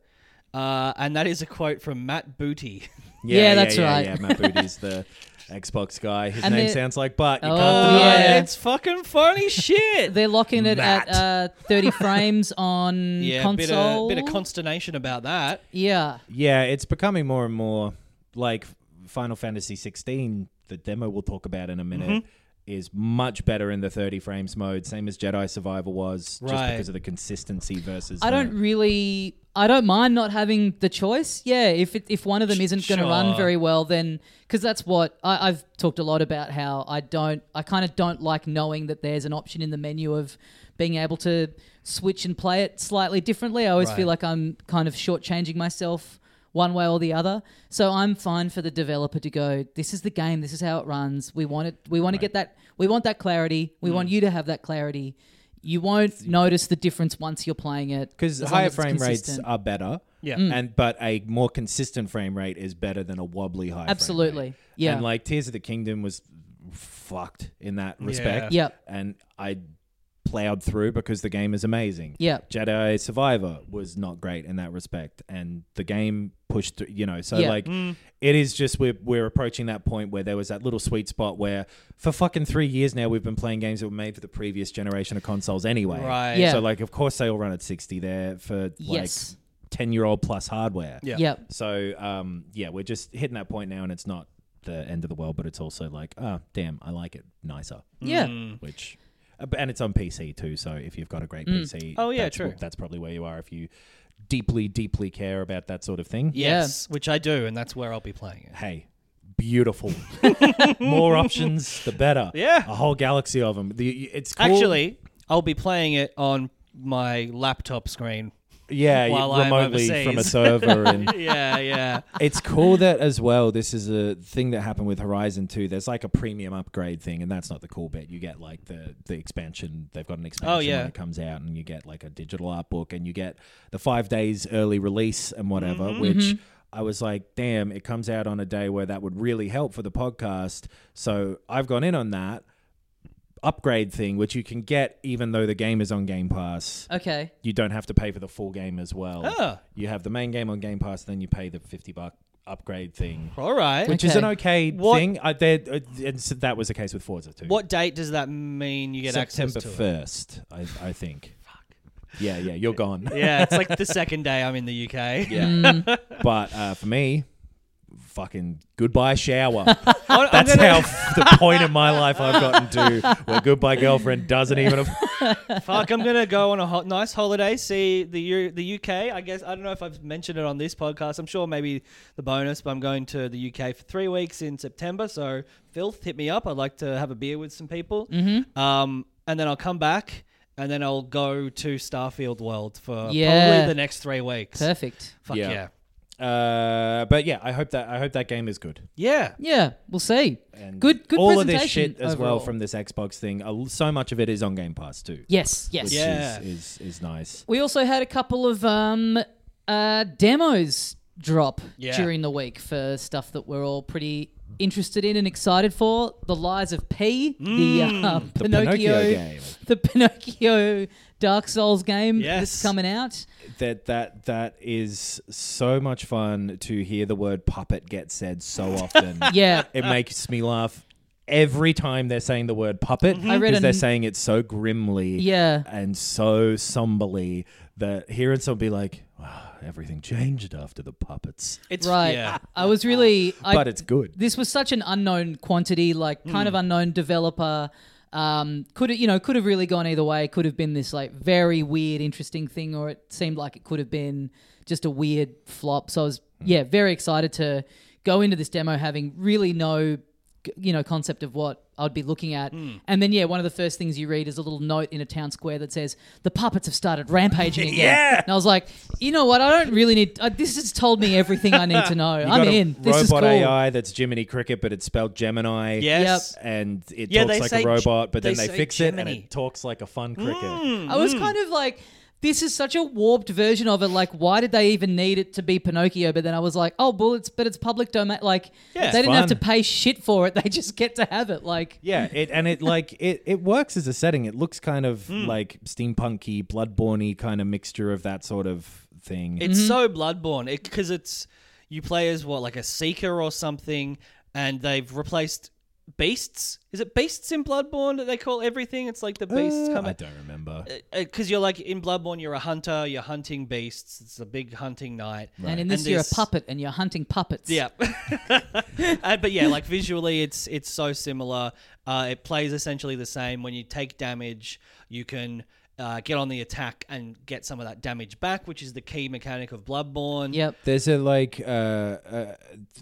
[SPEAKER 4] uh, and that is a quote from Matt Booty.
[SPEAKER 2] Yeah, that's right.
[SPEAKER 3] Yeah, Matt Booty's
[SPEAKER 2] [laughs]
[SPEAKER 3] the Xbox guy. His
[SPEAKER 2] And
[SPEAKER 3] name
[SPEAKER 2] the-
[SPEAKER 3] sounds like but you
[SPEAKER 2] [laughs] Oh,
[SPEAKER 3] can't
[SPEAKER 4] Uh,
[SPEAKER 3] deny it.
[SPEAKER 2] yeah.
[SPEAKER 4] it's fucking
[SPEAKER 2] [laughs]
[SPEAKER 4] funny shit.
[SPEAKER 2] they're locking it
[SPEAKER 3] Matt.
[SPEAKER 2] at uh, 30 frames on
[SPEAKER 4] yeah,
[SPEAKER 2] console.
[SPEAKER 4] bit of, bit of consternation about that.
[SPEAKER 2] yeah,
[SPEAKER 3] Yeah, it's becoming more and more like Final Fantasy 16, the demo we'll talk about in a minute,
[SPEAKER 4] Mm-hmm.
[SPEAKER 3] is much better in the 30 frames mode, same as Jedi Survivor was, just
[SPEAKER 4] Right.
[SPEAKER 3] because of the consistency versus.
[SPEAKER 2] I don't
[SPEAKER 3] the-
[SPEAKER 2] really. I don't mind not having the choice. Yeah, if it, if one of them isn't going to run
[SPEAKER 4] sure.
[SPEAKER 2] very well, then because that's what I, I've talked a lot about. How I don't, I kind of don't like knowing that there's an option in the menu of being able to switch and play it slightly differently. I always feel like I'm kind of shortchanging myself one way or the other. So I'm fine for the developer to go. This is the game. This is how it runs. We want it. We want to get that. We want that clarity. We
[SPEAKER 3] Mm.
[SPEAKER 2] want you to have that clarity. You won't notice the difference once you're playing it
[SPEAKER 3] Because
[SPEAKER 2] as long
[SPEAKER 3] higher
[SPEAKER 2] as it's
[SPEAKER 3] frame rates
[SPEAKER 2] consistent.
[SPEAKER 3] are better.
[SPEAKER 4] Yeah. Mm.
[SPEAKER 3] And but a more consistent frame rate is better than a wobbly high frame rate.
[SPEAKER 2] Absolutely. Yeah.
[SPEAKER 3] And like Tears of the Kingdom was fucked in that respect.
[SPEAKER 2] Yeah. Yep.
[SPEAKER 3] And I plowed through because the game is amazing.
[SPEAKER 2] Yep.
[SPEAKER 3] Jedi Survivor was not great in that respect. And the game pushed through, you know, so
[SPEAKER 2] Yeah.
[SPEAKER 3] like
[SPEAKER 4] Mm.
[SPEAKER 3] it is just we're we're approaching that point where there was that little sweet spot where for fucking three years now we've been playing games that were made for the previous generation of consoles anyway.
[SPEAKER 4] Right.
[SPEAKER 2] Yeah.
[SPEAKER 3] So like of course they all run at sixty there for like
[SPEAKER 2] Yes.
[SPEAKER 3] ten year old plus hardware.
[SPEAKER 4] Yeah.
[SPEAKER 2] Yep.
[SPEAKER 3] So um, yeah, we're just hitting that point now, and it's not the end of the world, but it's also like, oh, damn, I like it nicer.
[SPEAKER 2] Yeah.
[SPEAKER 3] Mm.
[SPEAKER 4] Mm.
[SPEAKER 3] Which, uh, but- and it's on PC too. So if you've got a great PC,
[SPEAKER 4] Oh, yeah,
[SPEAKER 3] that's,
[SPEAKER 4] true.
[SPEAKER 3] That's probably where you are if you deeply, deeply care about that sort of thing.
[SPEAKER 4] Yes, which I do, and that's where I'll be playing it.
[SPEAKER 3] Hey. Beautiful.
[SPEAKER 4] [laughs]
[SPEAKER 3] More options, the better.
[SPEAKER 4] Yeah.
[SPEAKER 3] a whole galaxy of them. The, it's cool.
[SPEAKER 4] Actually, I'll be playing it on my
[SPEAKER 2] [laughs]
[SPEAKER 4] laptop screen.
[SPEAKER 3] yeah,
[SPEAKER 4] while I'm
[SPEAKER 3] remotely from a
[SPEAKER 4] overseas. [laughs]
[SPEAKER 3] server and
[SPEAKER 2] [laughs]
[SPEAKER 4] Yeah, yeah.
[SPEAKER 3] it's cool that as well this is a thing that happened with horizon 2 there's like a premium upgrade thing and that's not the cool bit you get like the the expansion they've got an expansion
[SPEAKER 4] yeah.
[SPEAKER 3] when it comes out and you get like a digital art book and you get the five days early release and whatever which I was like, damn, it comes out on a day where that would really help for the podcast. So I've gone in on that upgrade thing, which you can get even though the game is on Game Pass
[SPEAKER 2] Okay.
[SPEAKER 3] you don't have to pay for the full game as well.
[SPEAKER 4] Oh.
[SPEAKER 3] You have the main game on Game Pass, then you pay the fifty buck upgrade thing,
[SPEAKER 4] All right.
[SPEAKER 3] which is
[SPEAKER 2] Okay.
[SPEAKER 3] an okay
[SPEAKER 4] What-
[SPEAKER 3] thing. I, there, uh, and so that was the case with Forza too.
[SPEAKER 4] What date does that mean you get
[SPEAKER 3] September
[SPEAKER 4] access to? it?
[SPEAKER 3] first, I, I think. Yeah, yeah, you're gone.
[SPEAKER 4] Yeah, Mm. it's like the second day I'm in the UK.
[SPEAKER 3] [laughs] Yeah. but uh, for me, fucking goodbye
[SPEAKER 4] [laughs]
[SPEAKER 3] shower.
[SPEAKER 4] [laughs] I'm- I'm
[SPEAKER 3] That's
[SPEAKER 4] gonna-
[SPEAKER 3] how f- the point in my life I've gotten to where goodbye girlfriend doesn't even. Af-
[SPEAKER 4] [laughs] Fuck, I'm gonna go on a hot, nice holiday, see the U- the UK. I guess I don't know if I've mentioned it on this podcast. I'm sure maybe the bonus, but I'm going to the UK for three weeks in September. So, filth, hit me up. I'd like to have a beer with some people.
[SPEAKER 3] Mm-hmm.
[SPEAKER 4] Um, and then I'll come back, and then I'll go to Starfield World for
[SPEAKER 2] Yeah.
[SPEAKER 4] probably the next three weeks.
[SPEAKER 2] Perfect.
[SPEAKER 4] Fuck
[SPEAKER 3] Yeah.
[SPEAKER 4] yeah, yeah.
[SPEAKER 3] uh, but yeah, I hope that I hope that game is good.
[SPEAKER 2] Yeah, we'll see.
[SPEAKER 3] And
[SPEAKER 2] Good, good
[SPEAKER 3] All of
[SPEAKER 2] presentation
[SPEAKER 3] this shit as well
[SPEAKER 2] overall.
[SPEAKER 3] from this Xbox thing. a l- So much of it is on Game Pass too.
[SPEAKER 2] Yes, yes.
[SPEAKER 3] Which
[SPEAKER 4] Yeah.
[SPEAKER 3] is, is is nice.
[SPEAKER 2] We also had a couple of um, uh, demos drop
[SPEAKER 4] Yeah.
[SPEAKER 2] during the week for stuff that we're all pretty interested in and excited for. The Lies of P, the, uh,
[SPEAKER 3] Mm. The
[SPEAKER 2] Pinocchio,
[SPEAKER 3] Pinocchio game.
[SPEAKER 2] [laughs] the Pinocchio Dark Souls game
[SPEAKER 4] Yes.
[SPEAKER 2] that's coming out.
[SPEAKER 3] that that that is so much fun to hear the word puppet get
[SPEAKER 2] [laughs]
[SPEAKER 3] said so often.
[SPEAKER 2] Yeah.
[SPEAKER 3] [laughs] it makes me laugh every time they're saying the word puppet
[SPEAKER 2] Mm-hmm. I read
[SPEAKER 3] because they're
[SPEAKER 2] an-
[SPEAKER 3] saying it so grimly
[SPEAKER 2] Yeah.
[SPEAKER 3] and so somberly that hearing somebody like wow, everything changed after the puppets.
[SPEAKER 4] It's
[SPEAKER 2] Right.
[SPEAKER 4] Yeah.
[SPEAKER 3] Ah,
[SPEAKER 2] I was really. I,
[SPEAKER 3] but it's good. Hmm.
[SPEAKER 2] this was such an unknown quantity, like kind of unknown developer. Um, could it, you know, could have really gone either way. Could have been this like very weird, interesting thing, or it seemed like it could have been just a weird flop. So I was,
[SPEAKER 3] Hmm.
[SPEAKER 2] yeah, very excited to go into this demo having really no, g- you know, concept of what I'd be looking at.
[SPEAKER 3] Hmm.
[SPEAKER 2] And then, yeah, one of the first things you read is a little note in a town square that says the puppets have started
[SPEAKER 3] [laughs]
[SPEAKER 2] rampaging again.
[SPEAKER 3] Yeah.
[SPEAKER 2] And I was like, you know what? I don't really need. Uh, this has told me everything I need
[SPEAKER 3] [laughs]
[SPEAKER 2] to know.
[SPEAKER 3] You
[SPEAKER 2] I'm
[SPEAKER 3] got a
[SPEAKER 2] in. This
[SPEAKER 3] robot
[SPEAKER 2] is cool.
[SPEAKER 3] AI that's Jiminy Cricket, but it's spelled Gemini.
[SPEAKER 4] Yes.
[SPEAKER 3] And it
[SPEAKER 4] Yeah,
[SPEAKER 3] talks
[SPEAKER 4] they
[SPEAKER 3] like
[SPEAKER 4] say
[SPEAKER 3] a
[SPEAKER 4] G-
[SPEAKER 3] robot, but then
[SPEAKER 4] they
[SPEAKER 3] they
[SPEAKER 4] say
[SPEAKER 3] fix it
[SPEAKER 4] Gemini. Mm.
[SPEAKER 3] and it talks like a fun cricket.
[SPEAKER 2] I
[SPEAKER 3] Mm-hmm.
[SPEAKER 2] was kind of like, this is such a warped version of it. Like, why did they even need it to be Pinocchio? But then I was like, oh, well, it's but it's public domain. Like,
[SPEAKER 4] Yeah.
[SPEAKER 2] they didn't have to
[SPEAKER 3] Fun.
[SPEAKER 2] pay shit for it. [laughs] They just get to have it. Like,
[SPEAKER 3] Yeah, it and it like it, it works as a setting. It looks kind of
[SPEAKER 4] Mm.
[SPEAKER 3] like steampunky, bloodborne kind of mixture of that sort of thing.
[SPEAKER 4] It's so Bloodborne because it's you play as what like a seeker or something, and they've replaced beasts. Is it beasts in Bloodborne that they call everything? It's like the beasts
[SPEAKER 3] Uh,
[SPEAKER 4] come
[SPEAKER 3] I
[SPEAKER 4] out
[SPEAKER 3] don't remember.
[SPEAKER 4] because you're like in Bloodborne, you're a hunter, you're hunting beasts. It's a big hunting night,
[SPEAKER 2] and in this,
[SPEAKER 4] And
[SPEAKER 2] you're
[SPEAKER 4] this-
[SPEAKER 2] a puppet and you're hunting puppets.
[SPEAKER 4] yeah, [laughs] Uh, but yeah, like visually, it's it's so similar. Uh, it plays essentially the same. When you take damage, you can uh, get on the attack and get some of that damage back, which is the key mechanic of Bloodborne.
[SPEAKER 2] Yep.
[SPEAKER 3] There's a like uh, uh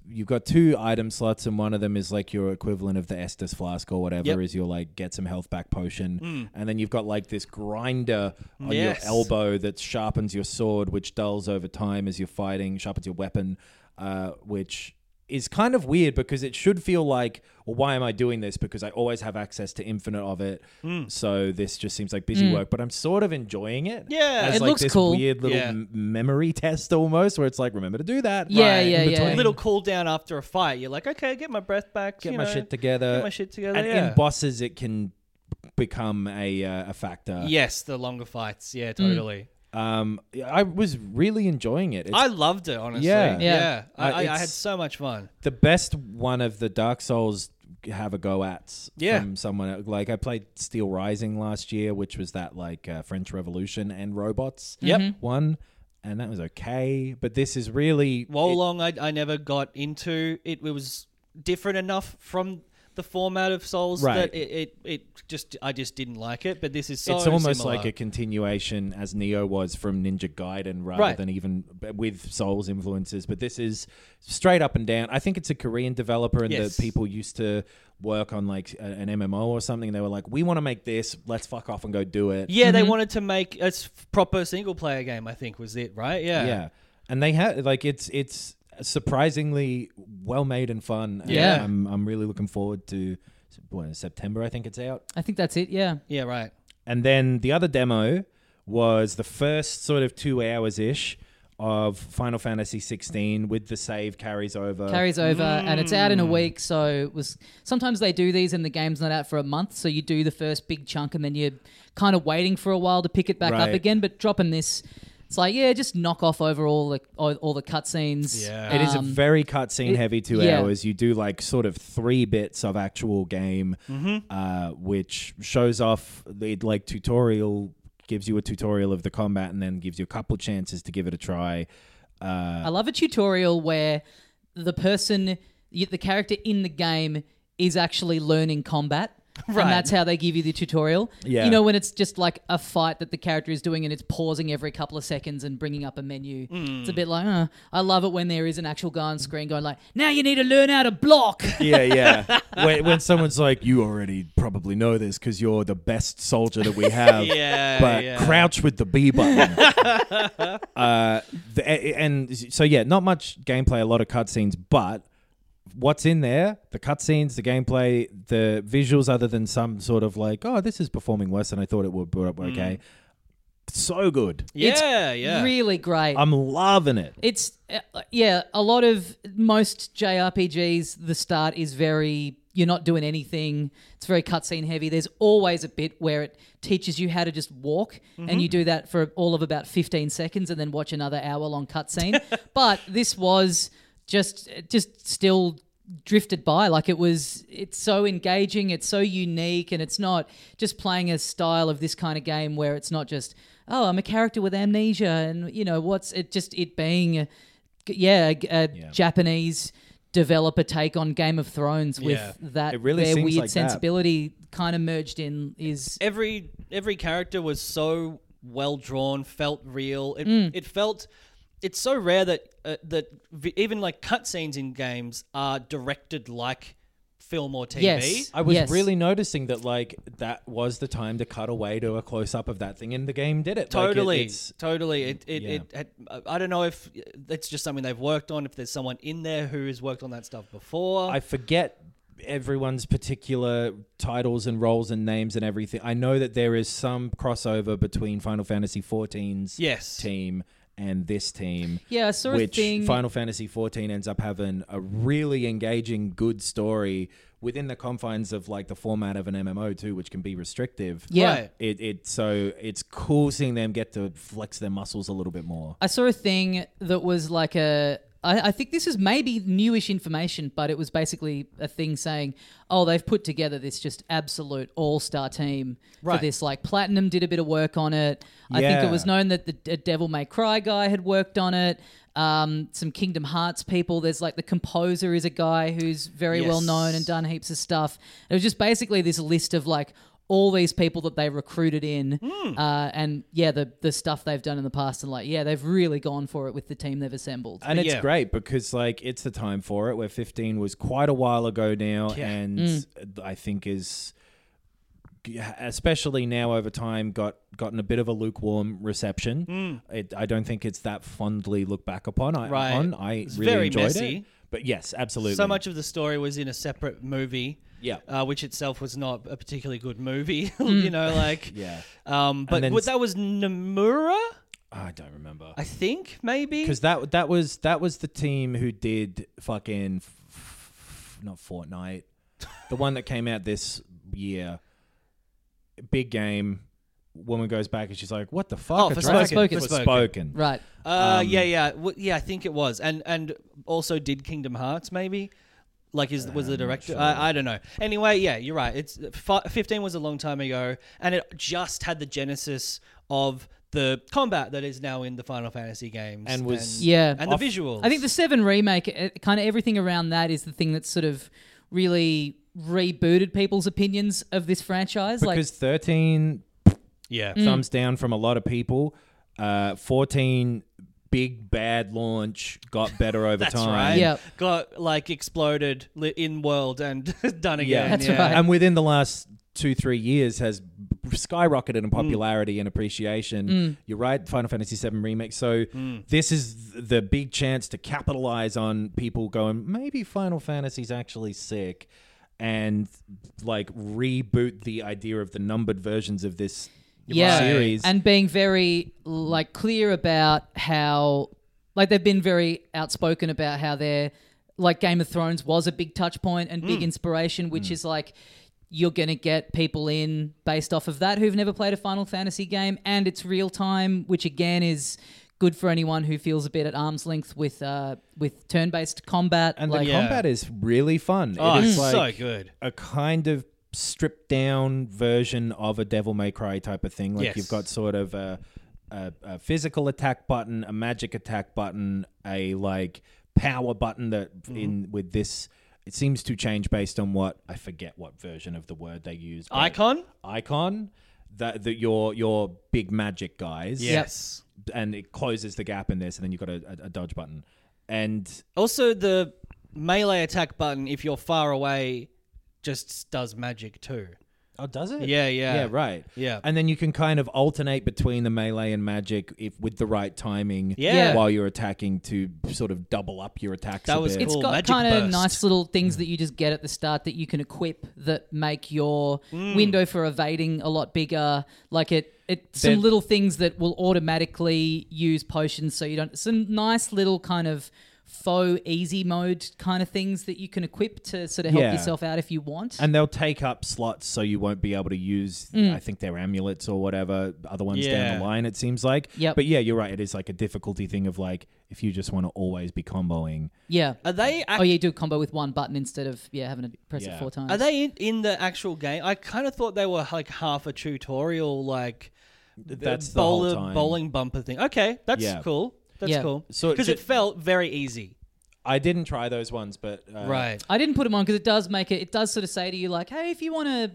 [SPEAKER 3] you've got two item slots and one of them is like your equivalent of the Estus flask or whatever
[SPEAKER 4] Yep. Hmm.
[SPEAKER 3] is your like get some health back potion and then you've got like this grinder on
[SPEAKER 4] Yes.
[SPEAKER 3] your elbow that sharpens your sword which dulls over time as you're fighting sharpens your weapon uh which is kind of weird because it should feel like well why am I doing this because I always have access to infinite of it
[SPEAKER 4] Hmm.
[SPEAKER 3] so this just seems like busy work but I'm sort of enjoying it
[SPEAKER 4] Yeah.
[SPEAKER 3] as
[SPEAKER 2] Hmm. It
[SPEAKER 3] like
[SPEAKER 2] looks
[SPEAKER 3] this
[SPEAKER 2] cool.
[SPEAKER 3] weird little
[SPEAKER 4] Yeah.
[SPEAKER 3] m- memory [laughs] test almost where it's like remember to do that
[SPEAKER 2] Yeah,
[SPEAKER 4] Right.
[SPEAKER 2] yeah,
[SPEAKER 3] In
[SPEAKER 2] yeah.
[SPEAKER 3] between.
[SPEAKER 4] a little cool down after a fight. You're like, okay, get my breath back.
[SPEAKER 3] get
[SPEAKER 4] you
[SPEAKER 3] my
[SPEAKER 4] know,
[SPEAKER 3] shit together.
[SPEAKER 4] Get my shit together.
[SPEAKER 3] And
[SPEAKER 4] yeah.
[SPEAKER 3] in bosses, it can b- become a uh, a factor.
[SPEAKER 4] yes, the longer fights.
[SPEAKER 3] Mm.
[SPEAKER 4] Yeah, totally.
[SPEAKER 3] Um, I was really enjoying it. It's
[SPEAKER 4] I loved it honestly.
[SPEAKER 3] Yeah.
[SPEAKER 4] Yeah,
[SPEAKER 2] Yeah.
[SPEAKER 3] Uh,
[SPEAKER 4] I, I, I
[SPEAKER 3] it's-
[SPEAKER 4] had so much fun.
[SPEAKER 3] the best one of the Dark Souls have a go at
[SPEAKER 4] Yeah.
[SPEAKER 3] from someone el- like I played Steel Rising last year, which was that like uh, French Revolution and robots.
[SPEAKER 4] Yep. Mhm.
[SPEAKER 3] one, and that was okay. But this is really
[SPEAKER 4] Wolong, I, I never got into. It, it was different enough from the format of Souls
[SPEAKER 3] Right.
[SPEAKER 4] that it, it it just I just didn't like it. But this is so
[SPEAKER 3] it's almost
[SPEAKER 4] similar.
[SPEAKER 3] like a continuation as Neo was from Ninja Gaiden rather
[SPEAKER 4] Right.
[SPEAKER 3] than even with Souls influences but this is straight up and down I think it's a Korean developer and
[SPEAKER 4] Yes.
[SPEAKER 3] the people used to work on like a- an MMO or something and they were like we want to make this let's fuck off and go do it
[SPEAKER 4] yeah. They wanted to make a s- proper single player game. I think was it right? Yeah.
[SPEAKER 3] yeah and they had like it's it's surprisingly well made and fun And
[SPEAKER 4] Yeah.
[SPEAKER 3] I'm, I'm really looking forward to what, September I think it's out
[SPEAKER 2] I think that's it. Yeah.
[SPEAKER 4] Yeah. Right.
[SPEAKER 3] And then the other demo was the first sort of two hours ish of Final Fantasy 16 with the save carries over.
[SPEAKER 2] Carries over and it's out in
[SPEAKER 3] mm.
[SPEAKER 2] a week. So it was sometimes they do these and the game's not out for a month. So you do the first big chunk and then you're kind of waiting for a while to pick it back up
[SPEAKER 3] Right.
[SPEAKER 2] again. But dropping this, It's like yeah, just knock off over all the all, all the cutscenes.
[SPEAKER 4] Yeah.
[SPEAKER 3] It is a
[SPEAKER 2] Um,
[SPEAKER 3] very cutscene
[SPEAKER 2] it-
[SPEAKER 3] heavy two
[SPEAKER 2] yeah.
[SPEAKER 3] hours. You do like sort of three bits of actual game, uh, which shows off the like tutorial, gives you a tutorial of the combat, and then gives you a couple chances to give it a try.
[SPEAKER 2] I love a tutorial where the person, y- the character in the game, is actually learning combat.
[SPEAKER 4] Right.
[SPEAKER 2] And that's how they give you the tutorial.
[SPEAKER 3] Yeah.
[SPEAKER 2] You know, when it's just like a fight that the character is doing and it's pausing every couple of seconds and bringing up a menu. It's
[SPEAKER 4] Mm.
[SPEAKER 2] a bit like, uh, I love it when there is an actual guy on screen going like, now you need to learn how to block.
[SPEAKER 3] Yeah, yeah. when, when someone's like, "You already probably know this because you're the best soldier that we have,"
[SPEAKER 4] [laughs] Yeah,
[SPEAKER 3] but
[SPEAKER 4] yeah.
[SPEAKER 3] crouch with the B
[SPEAKER 4] [laughs]
[SPEAKER 3] button. uh, the, a- and so yeah, not much gameplay, a lot of cutscenes, but what's in there? The cutscenes, the gameplay, the visuals, other than some sort of like, "Oh, this is performing worse than I thought it would," but
[SPEAKER 4] Mm.
[SPEAKER 3] okay, so good.
[SPEAKER 4] yeah, yeah.
[SPEAKER 2] [laughs] Really great.
[SPEAKER 3] I'm loving it.
[SPEAKER 2] It's uh, yeah, a lot of most JRPGs. The start is very you're not doing anything. It's very cutscene heavy. There's always a bit where it teaches you how to just walk, and you do that for all of about 15 seconds, and then watch another hour long cutscene. [laughs] but this was just just still drifted by like it was it's so engaging it's so unique and it's not just playing a style of this kind of game where it's not just oh i'm a character with amnesia and you know what's it just it being a- yeah a, a japanese developer take on game of thrones
[SPEAKER 4] Yeah.
[SPEAKER 2] with that
[SPEAKER 3] It really
[SPEAKER 2] their
[SPEAKER 3] seems
[SPEAKER 2] weird
[SPEAKER 3] like that.
[SPEAKER 2] sensibility kind of merged in is
[SPEAKER 4] every every character was so well drawn, felt real. It it felt it's so rare that uh, that vi- even like cutscenes in games are directed like film or TV.
[SPEAKER 2] Yes.
[SPEAKER 3] I was
[SPEAKER 2] Yes.
[SPEAKER 3] really noticing that, like, that was the time to cut away to a close up of that thing, and the game did it. Like, it-
[SPEAKER 4] Totally,
[SPEAKER 3] it's-
[SPEAKER 4] totally. It it,
[SPEAKER 3] yeah.
[SPEAKER 4] it had, I don't know if it's just something they've worked on. If there's someone in there who has worked on that stuff before,
[SPEAKER 3] I forget everyone's particular titles and roles and names and everything. I know that there is some crossover between Final Fantasy XIV's
[SPEAKER 4] Yes.
[SPEAKER 3] team and this team.
[SPEAKER 2] yeah i saw
[SPEAKER 3] Which
[SPEAKER 2] a thing
[SPEAKER 3] Final Fantasy XIV ends up having a really engaging, good story within the confines of like the format of an MMO too, which can be restrictive.
[SPEAKER 2] yeah
[SPEAKER 4] Right.
[SPEAKER 3] It, it so it's cool seeing them get to flex their muscles a little bit more.
[SPEAKER 2] I saw a thing that was like a. I, I think this is maybe newish information, but it was basically a thing saying, "Oh, they've put together this just absolute all-star team
[SPEAKER 4] Right.
[SPEAKER 2] for this. Like Platinum did a bit of work on it. I think
[SPEAKER 3] Yeah.
[SPEAKER 2] it was known that the D- Devil May Cry guy had worked on it. Um, some Kingdom Hearts people. There's like the composer is a guy who's very well known
[SPEAKER 4] Yes.
[SPEAKER 2] and done heaps of stuff. It was just basically this list of like all these people that they recruited in, uh, and yeah, the the stuff they've done in the past, and like yeah, they've really gone for it with the team they've assembled.
[SPEAKER 3] And it's
[SPEAKER 4] yeah.
[SPEAKER 3] great because like it's the time for it. Where 15 was quite a while ago now,
[SPEAKER 4] Yeah.
[SPEAKER 3] and I think is especially now over time got gotten a bit of a lukewarm reception. It, I don't think it's that fondly looked back upon. I,
[SPEAKER 4] Mm. Right.
[SPEAKER 3] on. I
[SPEAKER 4] It's
[SPEAKER 3] really
[SPEAKER 4] very
[SPEAKER 3] enjoyed it.
[SPEAKER 4] messy.
[SPEAKER 3] But yes, absolutely.
[SPEAKER 4] so much of the story was in a separate movie.
[SPEAKER 3] Yeah.
[SPEAKER 4] uh, which itself was not a particularly good movie. [laughs] you know, like
[SPEAKER 3] [laughs] Yeah.
[SPEAKER 4] Um, but
[SPEAKER 3] then
[SPEAKER 4] what-
[SPEAKER 3] s-
[SPEAKER 4] that was Namura,
[SPEAKER 3] I don't remember
[SPEAKER 4] I think maybe.
[SPEAKER 3] because that that was that was the team who did fucking f- f- not Fortnite, the one that came out this year. Big game. Woman goes back and she's like, "What the fuck?"
[SPEAKER 4] Oh,
[SPEAKER 3] A
[SPEAKER 4] for
[SPEAKER 3] dragon?"
[SPEAKER 2] Spoken.
[SPEAKER 3] For Um,
[SPEAKER 4] Spoken.
[SPEAKER 3] spoken.
[SPEAKER 2] Right.
[SPEAKER 4] Uh, yeah, yeah, w- yeah. I think it was, and and also did Kingdom Hearts maybe. Like is was
[SPEAKER 3] Um,
[SPEAKER 4] the director? I, I don't know. Anyway, yeah, you're right. It's fi- fifteen was a long time ago, and it just had the genesis of the combat that is now in the Final Fantasy games,
[SPEAKER 3] And was-
[SPEAKER 2] Yeah.
[SPEAKER 4] and the
[SPEAKER 3] Off-
[SPEAKER 4] visuals.
[SPEAKER 2] I think the Seven remake, eh, kind of everything around that, is the thing that sort of really rebooted people's opinions of this franchise.
[SPEAKER 3] Because thirteen
[SPEAKER 4] yeah,
[SPEAKER 2] Mm.
[SPEAKER 3] thumbs down from a lot of people. Uh, Fourteen big bad launch got better over
[SPEAKER 4] that's
[SPEAKER 3] time.
[SPEAKER 4] right.
[SPEAKER 2] Yep.
[SPEAKER 4] got like exploded li- in world and [laughs] done again.
[SPEAKER 3] Yeah,
[SPEAKER 2] That's
[SPEAKER 4] yeah.
[SPEAKER 2] right.
[SPEAKER 3] And within the last two, three years, has b- skyrocketed in popularity and appreciation.
[SPEAKER 2] Mm.
[SPEAKER 3] You're right, Final Fantasy VII Remake. So
[SPEAKER 4] Mm.
[SPEAKER 3] this is th- the big chance to capitalize on people going, maybe Final Fantasy's actually sick. And like reboot the idea of the numbered versions of this
[SPEAKER 2] yeah,
[SPEAKER 3] series.
[SPEAKER 2] and being very like clear about how like they've been very outspoken about how they're like Game of Thrones was a big touch point and
[SPEAKER 3] Mm.
[SPEAKER 2] big inspiration, which is like you're gonna get people in based off of that who've never played a Final Fantasy game, and it's real time, which again is good for anyone who feels a bit at arm's length with uh, with turn based combat.
[SPEAKER 3] And
[SPEAKER 2] like,
[SPEAKER 3] the
[SPEAKER 4] Yeah.
[SPEAKER 3] combat is really fun.
[SPEAKER 4] Oh,
[SPEAKER 3] it
[SPEAKER 4] it's
[SPEAKER 3] is like
[SPEAKER 4] so good.
[SPEAKER 3] a kind of stripped down version of a Devil May Cry type of thing. Like
[SPEAKER 4] Yes.
[SPEAKER 3] you've got sort of a, a, a physical attack button, a magic attack button, a like power button that
[SPEAKER 4] Mm-hmm.
[SPEAKER 3] in with this. It seems to change based on what I forget what version of the word they used. but
[SPEAKER 4] Icon?
[SPEAKER 3] icon that that your your big magic guys.
[SPEAKER 4] Yes.
[SPEAKER 3] and it closes the gap in there. So then you've got a, a, a dodge button, and
[SPEAKER 4] Also, the melee attack button, if you're far away, just does magic too.
[SPEAKER 3] Oh, does it?
[SPEAKER 4] Yeah, yeah.
[SPEAKER 3] Yeah, right.
[SPEAKER 4] Yeah.
[SPEAKER 3] And then you can kind of alternate between the melee and magic if with the right timing
[SPEAKER 4] Yeah.
[SPEAKER 3] while you're attacking to sort of double up your attacks.
[SPEAKER 4] That
[SPEAKER 3] a
[SPEAKER 4] was
[SPEAKER 3] bit.
[SPEAKER 2] It's
[SPEAKER 4] Cool,
[SPEAKER 2] got
[SPEAKER 4] magic
[SPEAKER 2] kind of
[SPEAKER 4] burst.
[SPEAKER 2] nice little things that you just get at the start that you can equip that make your window for evading a lot bigger. Like it, it some
[SPEAKER 3] They're-
[SPEAKER 2] little things that will automatically use potions, so you don't. Some nice little kind of faux easy mode kind of things that you can equip to sort of help
[SPEAKER 3] Yeah.
[SPEAKER 2] yourself out if you want.
[SPEAKER 3] and they'll take up slots so you won't be able to use I think their amulets or whatever other ones down
[SPEAKER 4] Yeah.
[SPEAKER 3] the line it seems like.
[SPEAKER 2] Yep.
[SPEAKER 3] But yeah, you're right. It is like a difficulty thing of like if you just want to always be comboing.
[SPEAKER 2] yeah.
[SPEAKER 4] Are they ac-
[SPEAKER 2] Oh, yeah, you do a combo with one button instead of yeah having to press it
[SPEAKER 3] Yeah.
[SPEAKER 2] four times.
[SPEAKER 4] Are they in, in the actual game? I kind of thought they were like half a tutorial, like
[SPEAKER 3] That's the whole
[SPEAKER 4] bowler,
[SPEAKER 3] time.
[SPEAKER 4] bowling bumper thing. Okay, that's
[SPEAKER 3] Yeah.
[SPEAKER 4] cool. That's
[SPEAKER 2] Yeah.
[SPEAKER 4] cool.
[SPEAKER 3] So it
[SPEAKER 4] because it
[SPEAKER 3] ju-
[SPEAKER 4] felt very easy,
[SPEAKER 3] I didn't try those ones, but uh,
[SPEAKER 4] right?
[SPEAKER 2] I didn't put them on because it does make it. It does sort of say to you like, hey, if you want to,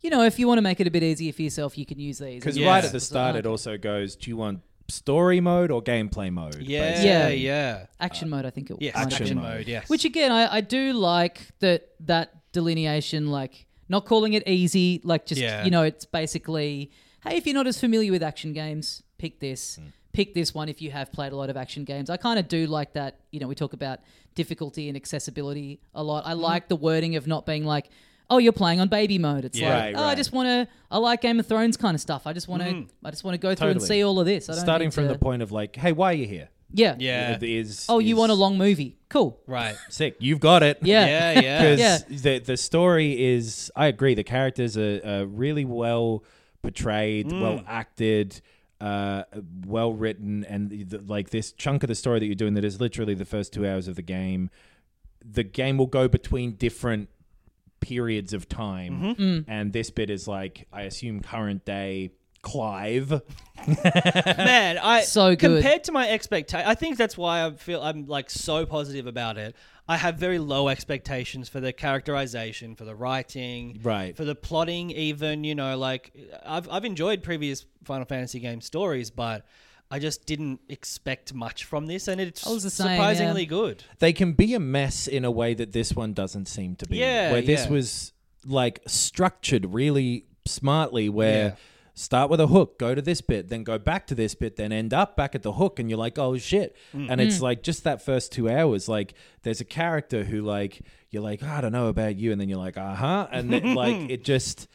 [SPEAKER 2] you know, if you want to make it a bit easier for yourself, you can use these.
[SPEAKER 3] Because
[SPEAKER 4] Yeah.
[SPEAKER 3] right at the start, it also goes, do you want story mode or gameplay mode?
[SPEAKER 4] Yeah,
[SPEAKER 2] Yeah.
[SPEAKER 4] yeah, yeah.
[SPEAKER 2] action mode, I think it.
[SPEAKER 4] Yes,
[SPEAKER 2] might have
[SPEAKER 4] action,
[SPEAKER 2] been.
[SPEAKER 4] mode. Yes,
[SPEAKER 2] Which again, I, I do like that that delineation, like not calling it easy, like just
[SPEAKER 4] Yeah.
[SPEAKER 2] you know, it's basically, hey, if you're not as familiar with action games, pick this. Pick this one if you have played a lot of action games. I kind of do like that. You know, we talk about difficulty and accessibility a lot. I like the wording of not being like, "Oh, you're playing on baby mode." It's
[SPEAKER 3] Yeah.
[SPEAKER 2] like,
[SPEAKER 3] Right,
[SPEAKER 2] "Oh, I
[SPEAKER 3] right.
[SPEAKER 2] just want to. I like Game of Thrones kind of stuff. I just want to. I just want to go through and
[SPEAKER 3] Totally.
[SPEAKER 2] see all of this. I don't
[SPEAKER 3] Starting
[SPEAKER 2] need
[SPEAKER 3] from
[SPEAKER 2] to-
[SPEAKER 3] the point of like, hey, why are you here?
[SPEAKER 2] yeah,
[SPEAKER 4] Yeah.
[SPEAKER 3] It is-
[SPEAKER 2] Oh, you
[SPEAKER 3] is
[SPEAKER 2] want a long movie? Cool.
[SPEAKER 4] right.
[SPEAKER 3] sick? You've got it.
[SPEAKER 2] Yeah.
[SPEAKER 4] Yeah, yeah.
[SPEAKER 3] [laughs] because
[SPEAKER 2] Yeah.
[SPEAKER 3] the the story is. I agree. The characters are, are really well portrayed,
[SPEAKER 4] Mm.
[SPEAKER 3] well acted, uh, well written, and the, the- like this chunk of the story that you're doing that is literally the first two hours of the game. The game will go between different periods of time,
[SPEAKER 4] Mm-hmm.
[SPEAKER 2] Mm.
[SPEAKER 3] and this bit is like I assume current day Clive.
[SPEAKER 4] [laughs] Man, I
[SPEAKER 2] So good.
[SPEAKER 4] compared to my expectation. I think that's why I feel I'm like so positive about it. I have very low expectations for the characterization, for the writing,
[SPEAKER 3] Right.
[SPEAKER 4] for the plotting. Even you know, like I've I've enjoyed previous Final Fantasy game stories, but I just didn't expect much from this, and it's
[SPEAKER 2] I was the same, yeah.
[SPEAKER 4] surprisingly good.
[SPEAKER 3] they can be a mess in a way that this one doesn't seem to be.
[SPEAKER 4] Yeah,
[SPEAKER 3] where this
[SPEAKER 4] yeah.
[SPEAKER 3] was like structured really smartly, where
[SPEAKER 4] Yeah.
[SPEAKER 3] start with a hook, go to this bit, then go back to this bit, then end up back at the hook, and you're like, oh shit.
[SPEAKER 4] Mm.
[SPEAKER 3] And it's like just that first two hours, like there's a character who like you're like, "Oh, I don't know about you, and then you're like, uh huh, and then
[SPEAKER 4] [laughs]
[SPEAKER 3] like it just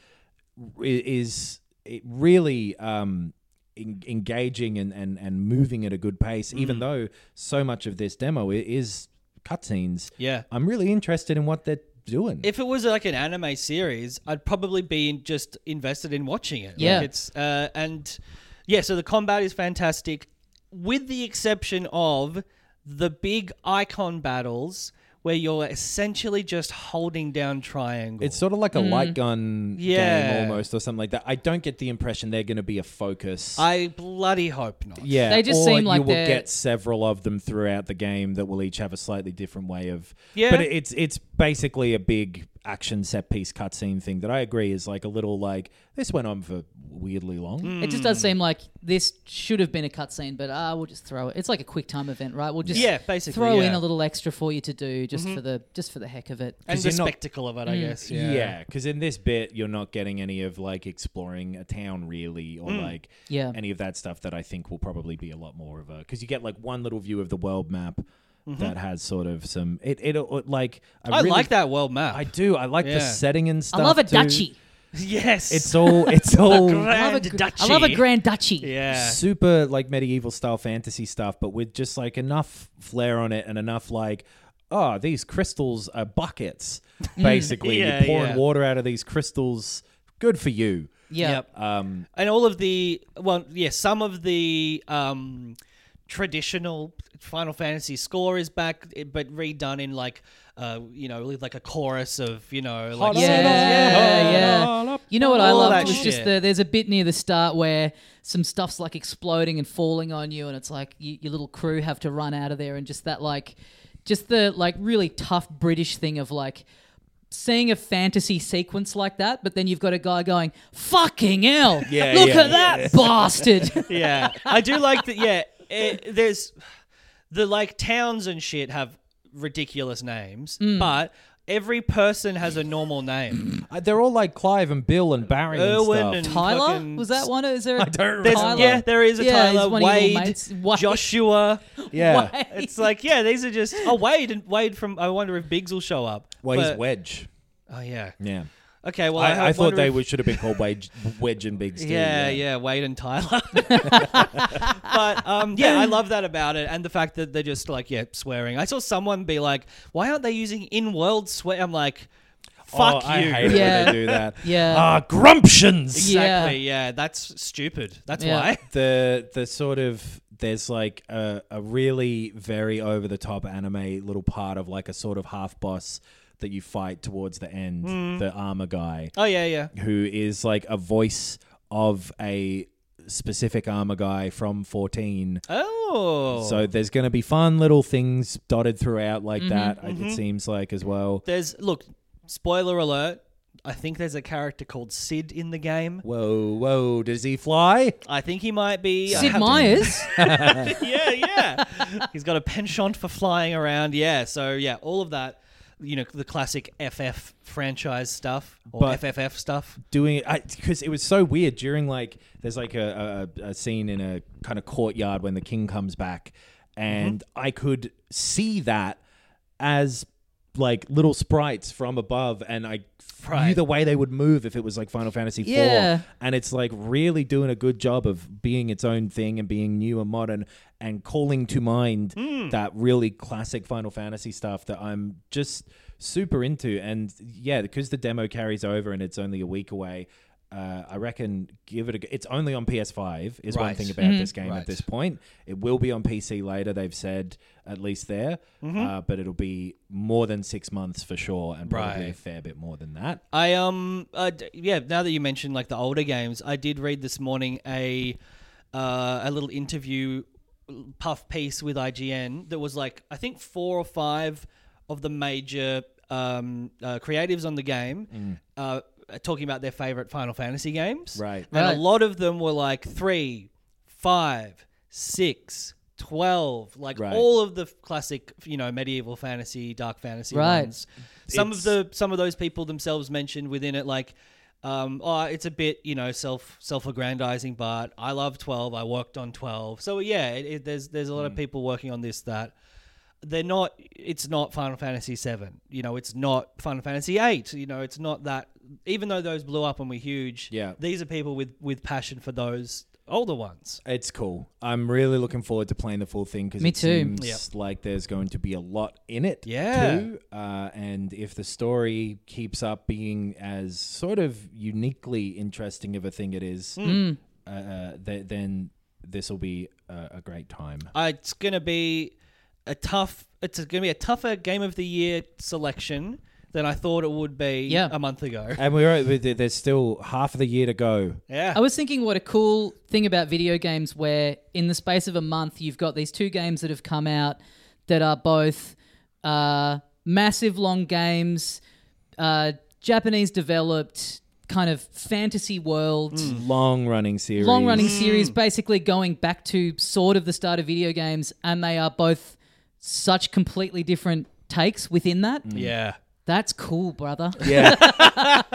[SPEAKER 3] i- is it really um, en- engaging and, and, and moving at a good pace,
[SPEAKER 4] Mm.
[SPEAKER 3] even though so much of this demo i- is cutscenes.
[SPEAKER 4] Yeah.
[SPEAKER 3] I'm really interested in what they're doing.
[SPEAKER 4] If it was like an anime series, I'd probably be in- just invested in watching it. Like,
[SPEAKER 2] Yeah.
[SPEAKER 4] it's uh, and yeah, so the combat is fantastic, with the exception of the big icon battles where you're essentially just holding down triangle.
[SPEAKER 3] it's sort of like a light gun
[SPEAKER 4] Mm. Yeah.
[SPEAKER 3] game almost or something like that. I don't get the impression they're going to be a focus.
[SPEAKER 4] I bloody hope not.
[SPEAKER 3] yeah,
[SPEAKER 2] They just
[SPEAKER 3] or
[SPEAKER 2] seem
[SPEAKER 3] you
[SPEAKER 2] like
[SPEAKER 3] will
[SPEAKER 2] they're-
[SPEAKER 3] get several of them throughout the game that will each have a slightly different way of.
[SPEAKER 4] Yeah.
[SPEAKER 3] but it- it's it's basically a big action set piece cutscene thing that I agree is like a little like this went on for weirdly long.
[SPEAKER 2] It just does seem like this should have been a cutscene, but ah, we'll just throw it. It's like a quick time event, right? We'll just
[SPEAKER 4] Yeah, basically,
[SPEAKER 2] throw in
[SPEAKER 4] yeah. Mm-hmm.
[SPEAKER 2] a little extra for you to do just for the just for the heck of it.
[SPEAKER 4] and
[SPEAKER 3] 'Cause
[SPEAKER 4] the
[SPEAKER 3] you're not- Mm,
[SPEAKER 4] spectacle of it, I guess. Yeah.
[SPEAKER 3] Yeah, because in this bit you're not getting any of like exploring a town really, or like
[SPEAKER 2] Mm. Yeah.
[SPEAKER 3] any of that stuff that I think will probably be a lot more of a because you get like one little view of the world map
[SPEAKER 2] Mm-hmm.
[SPEAKER 3] that has sort of some it it, it- like
[SPEAKER 4] I like that world map.
[SPEAKER 3] I do I like
[SPEAKER 4] Yeah.
[SPEAKER 3] the setting and stuff.
[SPEAKER 2] I love a
[SPEAKER 3] too.
[SPEAKER 2] duchy.
[SPEAKER 4] [laughs] yes.
[SPEAKER 3] It's all
[SPEAKER 4] [laughs]
[SPEAKER 3] it's all
[SPEAKER 2] I love a,
[SPEAKER 4] Grand
[SPEAKER 2] gr-
[SPEAKER 4] Duchy.
[SPEAKER 2] I love a grand duchy.
[SPEAKER 4] Yeah.
[SPEAKER 3] super like medieval style fantasy stuff, but with just like enough flair on it and enough like, oh, these crystals are buckets.
[SPEAKER 2] Mm.
[SPEAKER 3] Basically,
[SPEAKER 4] Yeah,
[SPEAKER 3] you're pouring
[SPEAKER 4] yeah.
[SPEAKER 3] water out of these crystals. Good for you.
[SPEAKER 2] Yeah.
[SPEAKER 4] Yep.
[SPEAKER 3] Um,
[SPEAKER 4] and all of the well yeah some of the um traditional Final Fantasy score is back, it- but redone in like, uh, you know, with like a chorus of, you know, like
[SPEAKER 2] Yeah, yeah, yeah. You know what I
[SPEAKER 4] All
[SPEAKER 2] loved
[SPEAKER 4] that
[SPEAKER 2] was just
[SPEAKER 4] shit.
[SPEAKER 2] the, there's a bit near the start where some stuff's like exploding and falling on you, and it's like you, your little crew have to run out of there, and just that like, just the like really tough British thing of like seeing a fantasy sequence like that, but then you've got a guy going, "Fucking hell!
[SPEAKER 3] Yeah,
[SPEAKER 2] look
[SPEAKER 3] yeah,
[SPEAKER 2] at that
[SPEAKER 4] [laughs]
[SPEAKER 2] bastard!"
[SPEAKER 4] yeah, I do like that. Yeah, it, there's the like towns and shit have ridiculous names,
[SPEAKER 2] Mm.
[SPEAKER 4] but every person has a
[SPEAKER 2] [clears throat]
[SPEAKER 4] normal name.
[SPEAKER 3] Uh, they're all like Clive and Bill and Barry
[SPEAKER 4] Irwin
[SPEAKER 3] and
[SPEAKER 4] and
[SPEAKER 3] stuff.
[SPEAKER 2] Tyler
[SPEAKER 4] fucking-
[SPEAKER 2] was that one? Or is there? A I
[SPEAKER 3] don't
[SPEAKER 4] There's,
[SPEAKER 3] Tyler.
[SPEAKER 4] yeah, there is a
[SPEAKER 2] Yeah, he's
[SPEAKER 4] Tyler
[SPEAKER 2] one of your
[SPEAKER 4] Wade,
[SPEAKER 2] mates. Wade. [laughs]
[SPEAKER 4] Joshua.
[SPEAKER 3] yeah.
[SPEAKER 4] It's like yeah, these are just oh Wade and Wade from. I wonder if Biggs will show up.
[SPEAKER 3] Well, he's
[SPEAKER 4] But-
[SPEAKER 3] Wedge.
[SPEAKER 4] Oh yeah.
[SPEAKER 3] Yeah.
[SPEAKER 4] Okay. Well, I,
[SPEAKER 3] I, I thought
[SPEAKER 4] wonder
[SPEAKER 3] they
[SPEAKER 4] if-
[SPEAKER 3] would, should have been called Wedge, Wedge and Big Steve.
[SPEAKER 4] Yeah, yeah, Wade and
[SPEAKER 3] [laughs]
[SPEAKER 4] Tyler. but um, yeah, I love that about it, and the fact that they're just like, yeah, swearing. I saw someone be like, "Why aren't they using in-world swear?" I'm like, "Fuck
[SPEAKER 3] oh,
[SPEAKER 4] you."
[SPEAKER 3] I hate
[SPEAKER 2] Yeah.
[SPEAKER 3] it when they do that.
[SPEAKER 2] Yeah.
[SPEAKER 3] Ah,
[SPEAKER 4] [laughs]
[SPEAKER 3] grumptions.
[SPEAKER 4] exactly. Yeah. that's stupid. That's
[SPEAKER 2] Yeah.
[SPEAKER 4] why. [laughs]
[SPEAKER 3] the the sort of there's like a, a really very over the top anime little part of like a sort of half boss that you fight towards the end, the armor guy,
[SPEAKER 4] Oh yeah,
[SPEAKER 3] [laughs]
[SPEAKER 4] yeah.
[SPEAKER 3] who is like a voice of a specific armor guy from 14.
[SPEAKER 4] Oh,
[SPEAKER 3] So there's going to be fun little things dotted throughout like that. I- It seems like as well.
[SPEAKER 4] there's look. Spoiler alert. I think there's a character called Sid in the game.
[SPEAKER 3] Whoa, whoa! Does he fly?
[SPEAKER 4] I think he might be I
[SPEAKER 2] Sid
[SPEAKER 4] have to-
[SPEAKER 2] Myers.
[SPEAKER 4] [laughs] yeah, yeah. He's got a penchant for flying around. Yeah, so yeah, all of that. You know, the classic FF franchise stuff or
[SPEAKER 3] But-
[SPEAKER 4] FFF stuff.
[SPEAKER 3] doing because it was so weird during like there's like a, a, a scene in a kind of courtyard when the king comes back and i could see that as like little sprites from above and i knew
[SPEAKER 4] Right.
[SPEAKER 3] the way they would move if it was like final fantasy 4
[SPEAKER 2] Yeah.
[SPEAKER 3] and it's like really doing a good job of being its own thing and being new and modern and calling to mind
[SPEAKER 4] Hmm.
[SPEAKER 3] that really classic Final Fantasy stuff that I'm just super into. And yeah, because the demo carries over and it's only a week away, uh, I reckon give it a go. It's only on PS5, is one
[SPEAKER 4] Right.
[SPEAKER 3] thing about this game
[SPEAKER 4] Right.
[SPEAKER 3] at this point. It will be on PC later, they've said, at least there,
[SPEAKER 4] Mm-hmm.
[SPEAKER 3] uh, but it'll be more than six months for sure and probably a
[SPEAKER 4] Right.
[SPEAKER 3] fair bit more than that.
[SPEAKER 4] I um uh, d- yeah. Now that you mentioned like the older games, I did read this morning a uh, a little interview puff piece with IGN that was like I think four or five of the major um, uh, creatives on the game
[SPEAKER 3] Mm.
[SPEAKER 4] uh, talking about their favorite Final Fantasy games.
[SPEAKER 3] Right.
[SPEAKER 4] And
[SPEAKER 2] Right.
[SPEAKER 4] a lot of them were like three, five, six, twelve, like
[SPEAKER 3] Right.
[SPEAKER 4] all of the f- classic, you know, medieval fantasy, dark fantasy
[SPEAKER 2] Right.
[SPEAKER 4] ones. Some of the some of those people themselves mentioned within it, like, um, oh, it's a bit, you know, self self-aggrandizing, but I love twelve. I worked on twelve, so yeah, it, it, there's there's a lot of people working on this that they're not it's not final fantasy 7 you know it's not final fantasy 8 you know it's not that even though those blew up and were huge
[SPEAKER 3] Yeah.
[SPEAKER 4] these are people with with passion for those older ones
[SPEAKER 3] It's cool. I'm really looking forward to playing the full thing because
[SPEAKER 2] Me
[SPEAKER 3] it
[SPEAKER 2] too.
[SPEAKER 3] seems like there's going to be a lot in it.
[SPEAKER 4] Yeah.
[SPEAKER 3] Too. Uh, and if the story keeps up being as sort of uniquely interesting of a thing it is,
[SPEAKER 2] Hmm.
[SPEAKER 3] uh, uh, th- then this will be a, a great time.
[SPEAKER 4] Uh, it's gonna be a tough it's gonna be a tougher game of the year selection than i thought it would be
[SPEAKER 2] Yeah. Uh,
[SPEAKER 4] a month ago
[SPEAKER 3] And we're at- with- there's still half of the year to go.
[SPEAKER 4] yeah
[SPEAKER 2] I was thinking what a cool thing about video games where in the space of a month you've got these two games that have come out that are both uh, massive long games, uh, Japanese developed kind of fantasy world.
[SPEAKER 3] Mm. Long running series.
[SPEAKER 2] Mm. Long running
[SPEAKER 3] Mm.
[SPEAKER 2] series basically going back to sort of the start of video games, and they are both such completely different takes within that.
[SPEAKER 3] Mm.
[SPEAKER 4] yeah
[SPEAKER 2] That's cool, brother. [laughs]
[SPEAKER 3] Yeah.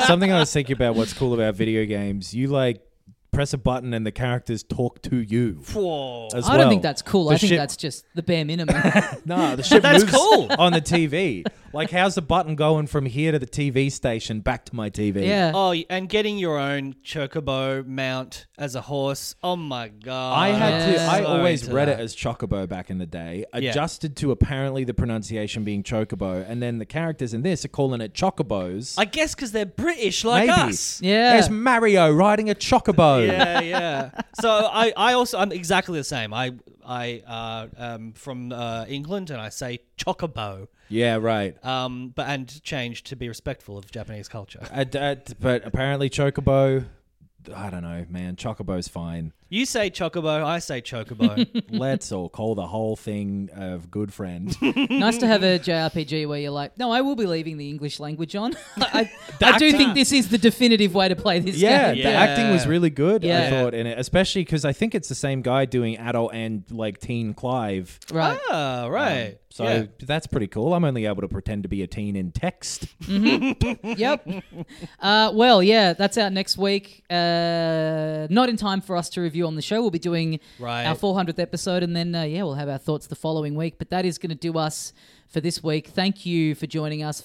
[SPEAKER 3] Something I was thinking about what's cool about video games, you like press a button and the characters talk to you.
[SPEAKER 4] Whoa.
[SPEAKER 3] as
[SPEAKER 2] I don't
[SPEAKER 3] well.
[SPEAKER 2] think that's cool. I
[SPEAKER 3] The
[SPEAKER 2] think
[SPEAKER 3] ship-
[SPEAKER 2] that's just the bare
[SPEAKER 3] [laughs]
[SPEAKER 2] minimum.
[SPEAKER 3] No,
[SPEAKER 2] [laughs]
[SPEAKER 3] the ship
[SPEAKER 4] That's
[SPEAKER 3] moves
[SPEAKER 4] cool.
[SPEAKER 3] [laughs] on the TV. Like, how's the button going from here to the TV station back to my TV?
[SPEAKER 2] yeah.
[SPEAKER 4] Oh, and getting your own chocobo mount as a horse. Oh my god!
[SPEAKER 3] I had to.
[SPEAKER 2] Yeah.
[SPEAKER 3] I
[SPEAKER 4] So
[SPEAKER 3] always
[SPEAKER 4] into
[SPEAKER 3] read
[SPEAKER 4] that.
[SPEAKER 3] it as Chocobo back in the day,
[SPEAKER 4] Yeah.
[SPEAKER 3] adjusted to apparently the pronunciation being Chocobo, and then the characters in this are calling it Chocobos.
[SPEAKER 4] I guess because they're British like
[SPEAKER 3] Maybe.
[SPEAKER 4] us.
[SPEAKER 2] Yeah.
[SPEAKER 3] There's Mario riding a Chocobo.
[SPEAKER 4] yeah, yeah. So I, I also I'm exactly the same. I I uh, um from uh, England and I say chocobo.
[SPEAKER 3] Yeah, right.
[SPEAKER 4] Um, but and changed to be respectful of Japanese culture.
[SPEAKER 3] Uh, d- uh, d- but apparently, Chocobo. I don't know, man. Chocobo's
[SPEAKER 2] [laughs]
[SPEAKER 3] fine.
[SPEAKER 4] You say chocobo, I say chocobo.
[SPEAKER 3] Let's all call the whole thing of good friend.
[SPEAKER 2] nice to have
[SPEAKER 3] [laughs]
[SPEAKER 2] a JRPG where you're like, no, I will be leaving the English language on. [laughs] I, I do think this is the definitive way to play this
[SPEAKER 3] yeah,
[SPEAKER 2] game.
[SPEAKER 3] the acting was really good. I
[SPEAKER 2] Yeah.
[SPEAKER 3] thought in it, especially because I think it's the same guy doing adult and like teen Clive.
[SPEAKER 2] [laughs] Right.
[SPEAKER 4] ah, right.
[SPEAKER 3] Um, So
[SPEAKER 4] Yeah.
[SPEAKER 3] that's pretty cool. I'm only able to pretend to be a teen in text.
[SPEAKER 2] yep. Uh, well, yeah, that's out next week. Uh, not in time for us to review on the show. We'll be doing
[SPEAKER 4] Right.
[SPEAKER 2] our 400th episode, and then, uh, yeah, we'll have our thoughts the following week. But that is going to do us for this week. Thank you for joining us.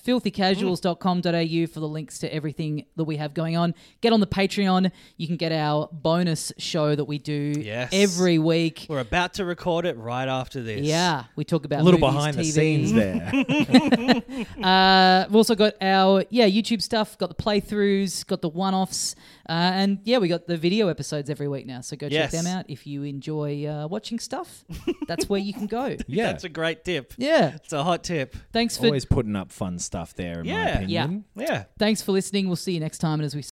[SPEAKER 2] Filthycasuals.com.au for the links to everything that we have going on. Get on the Patreon. You can get our bonus show that we do
[SPEAKER 4] Yes.
[SPEAKER 2] every week.
[SPEAKER 4] We're about to record it right after this.
[SPEAKER 2] Yeah, we talk about
[SPEAKER 3] A little
[SPEAKER 2] movies,
[SPEAKER 3] behind the
[SPEAKER 2] TV.
[SPEAKER 3] scenes there.
[SPEAKER 2] Uh, we've also got our yeah YouTube stuff, got the playthroughs, got the one-offs, uh, and yeah, we got the video episodes every week now. So go
[SPEAKER 4] Yes.
[SPEAKER 2] check them out if you enjoy uh, watching stuff. that's where you can go.
[SPEAKER 3] Yeah,
[SPEAKER 4] That's a great tip.
[SPEAKER 2] Yeah,
[SPEAKER 4] It's a hot tip.
[SPEAKER 2] thanks for
[SPEAKER 3] always putting up fun stuff there. In
[SPEAKER 4] Yeah.
[SPEAKER 3] my
[SPEAKER 2] Yeah.
[SPEAKER 3] opinion.
[SPEAKER 4] Yeah.
[SPEAKER 2] thanks for listening. We'll see you next time. And as we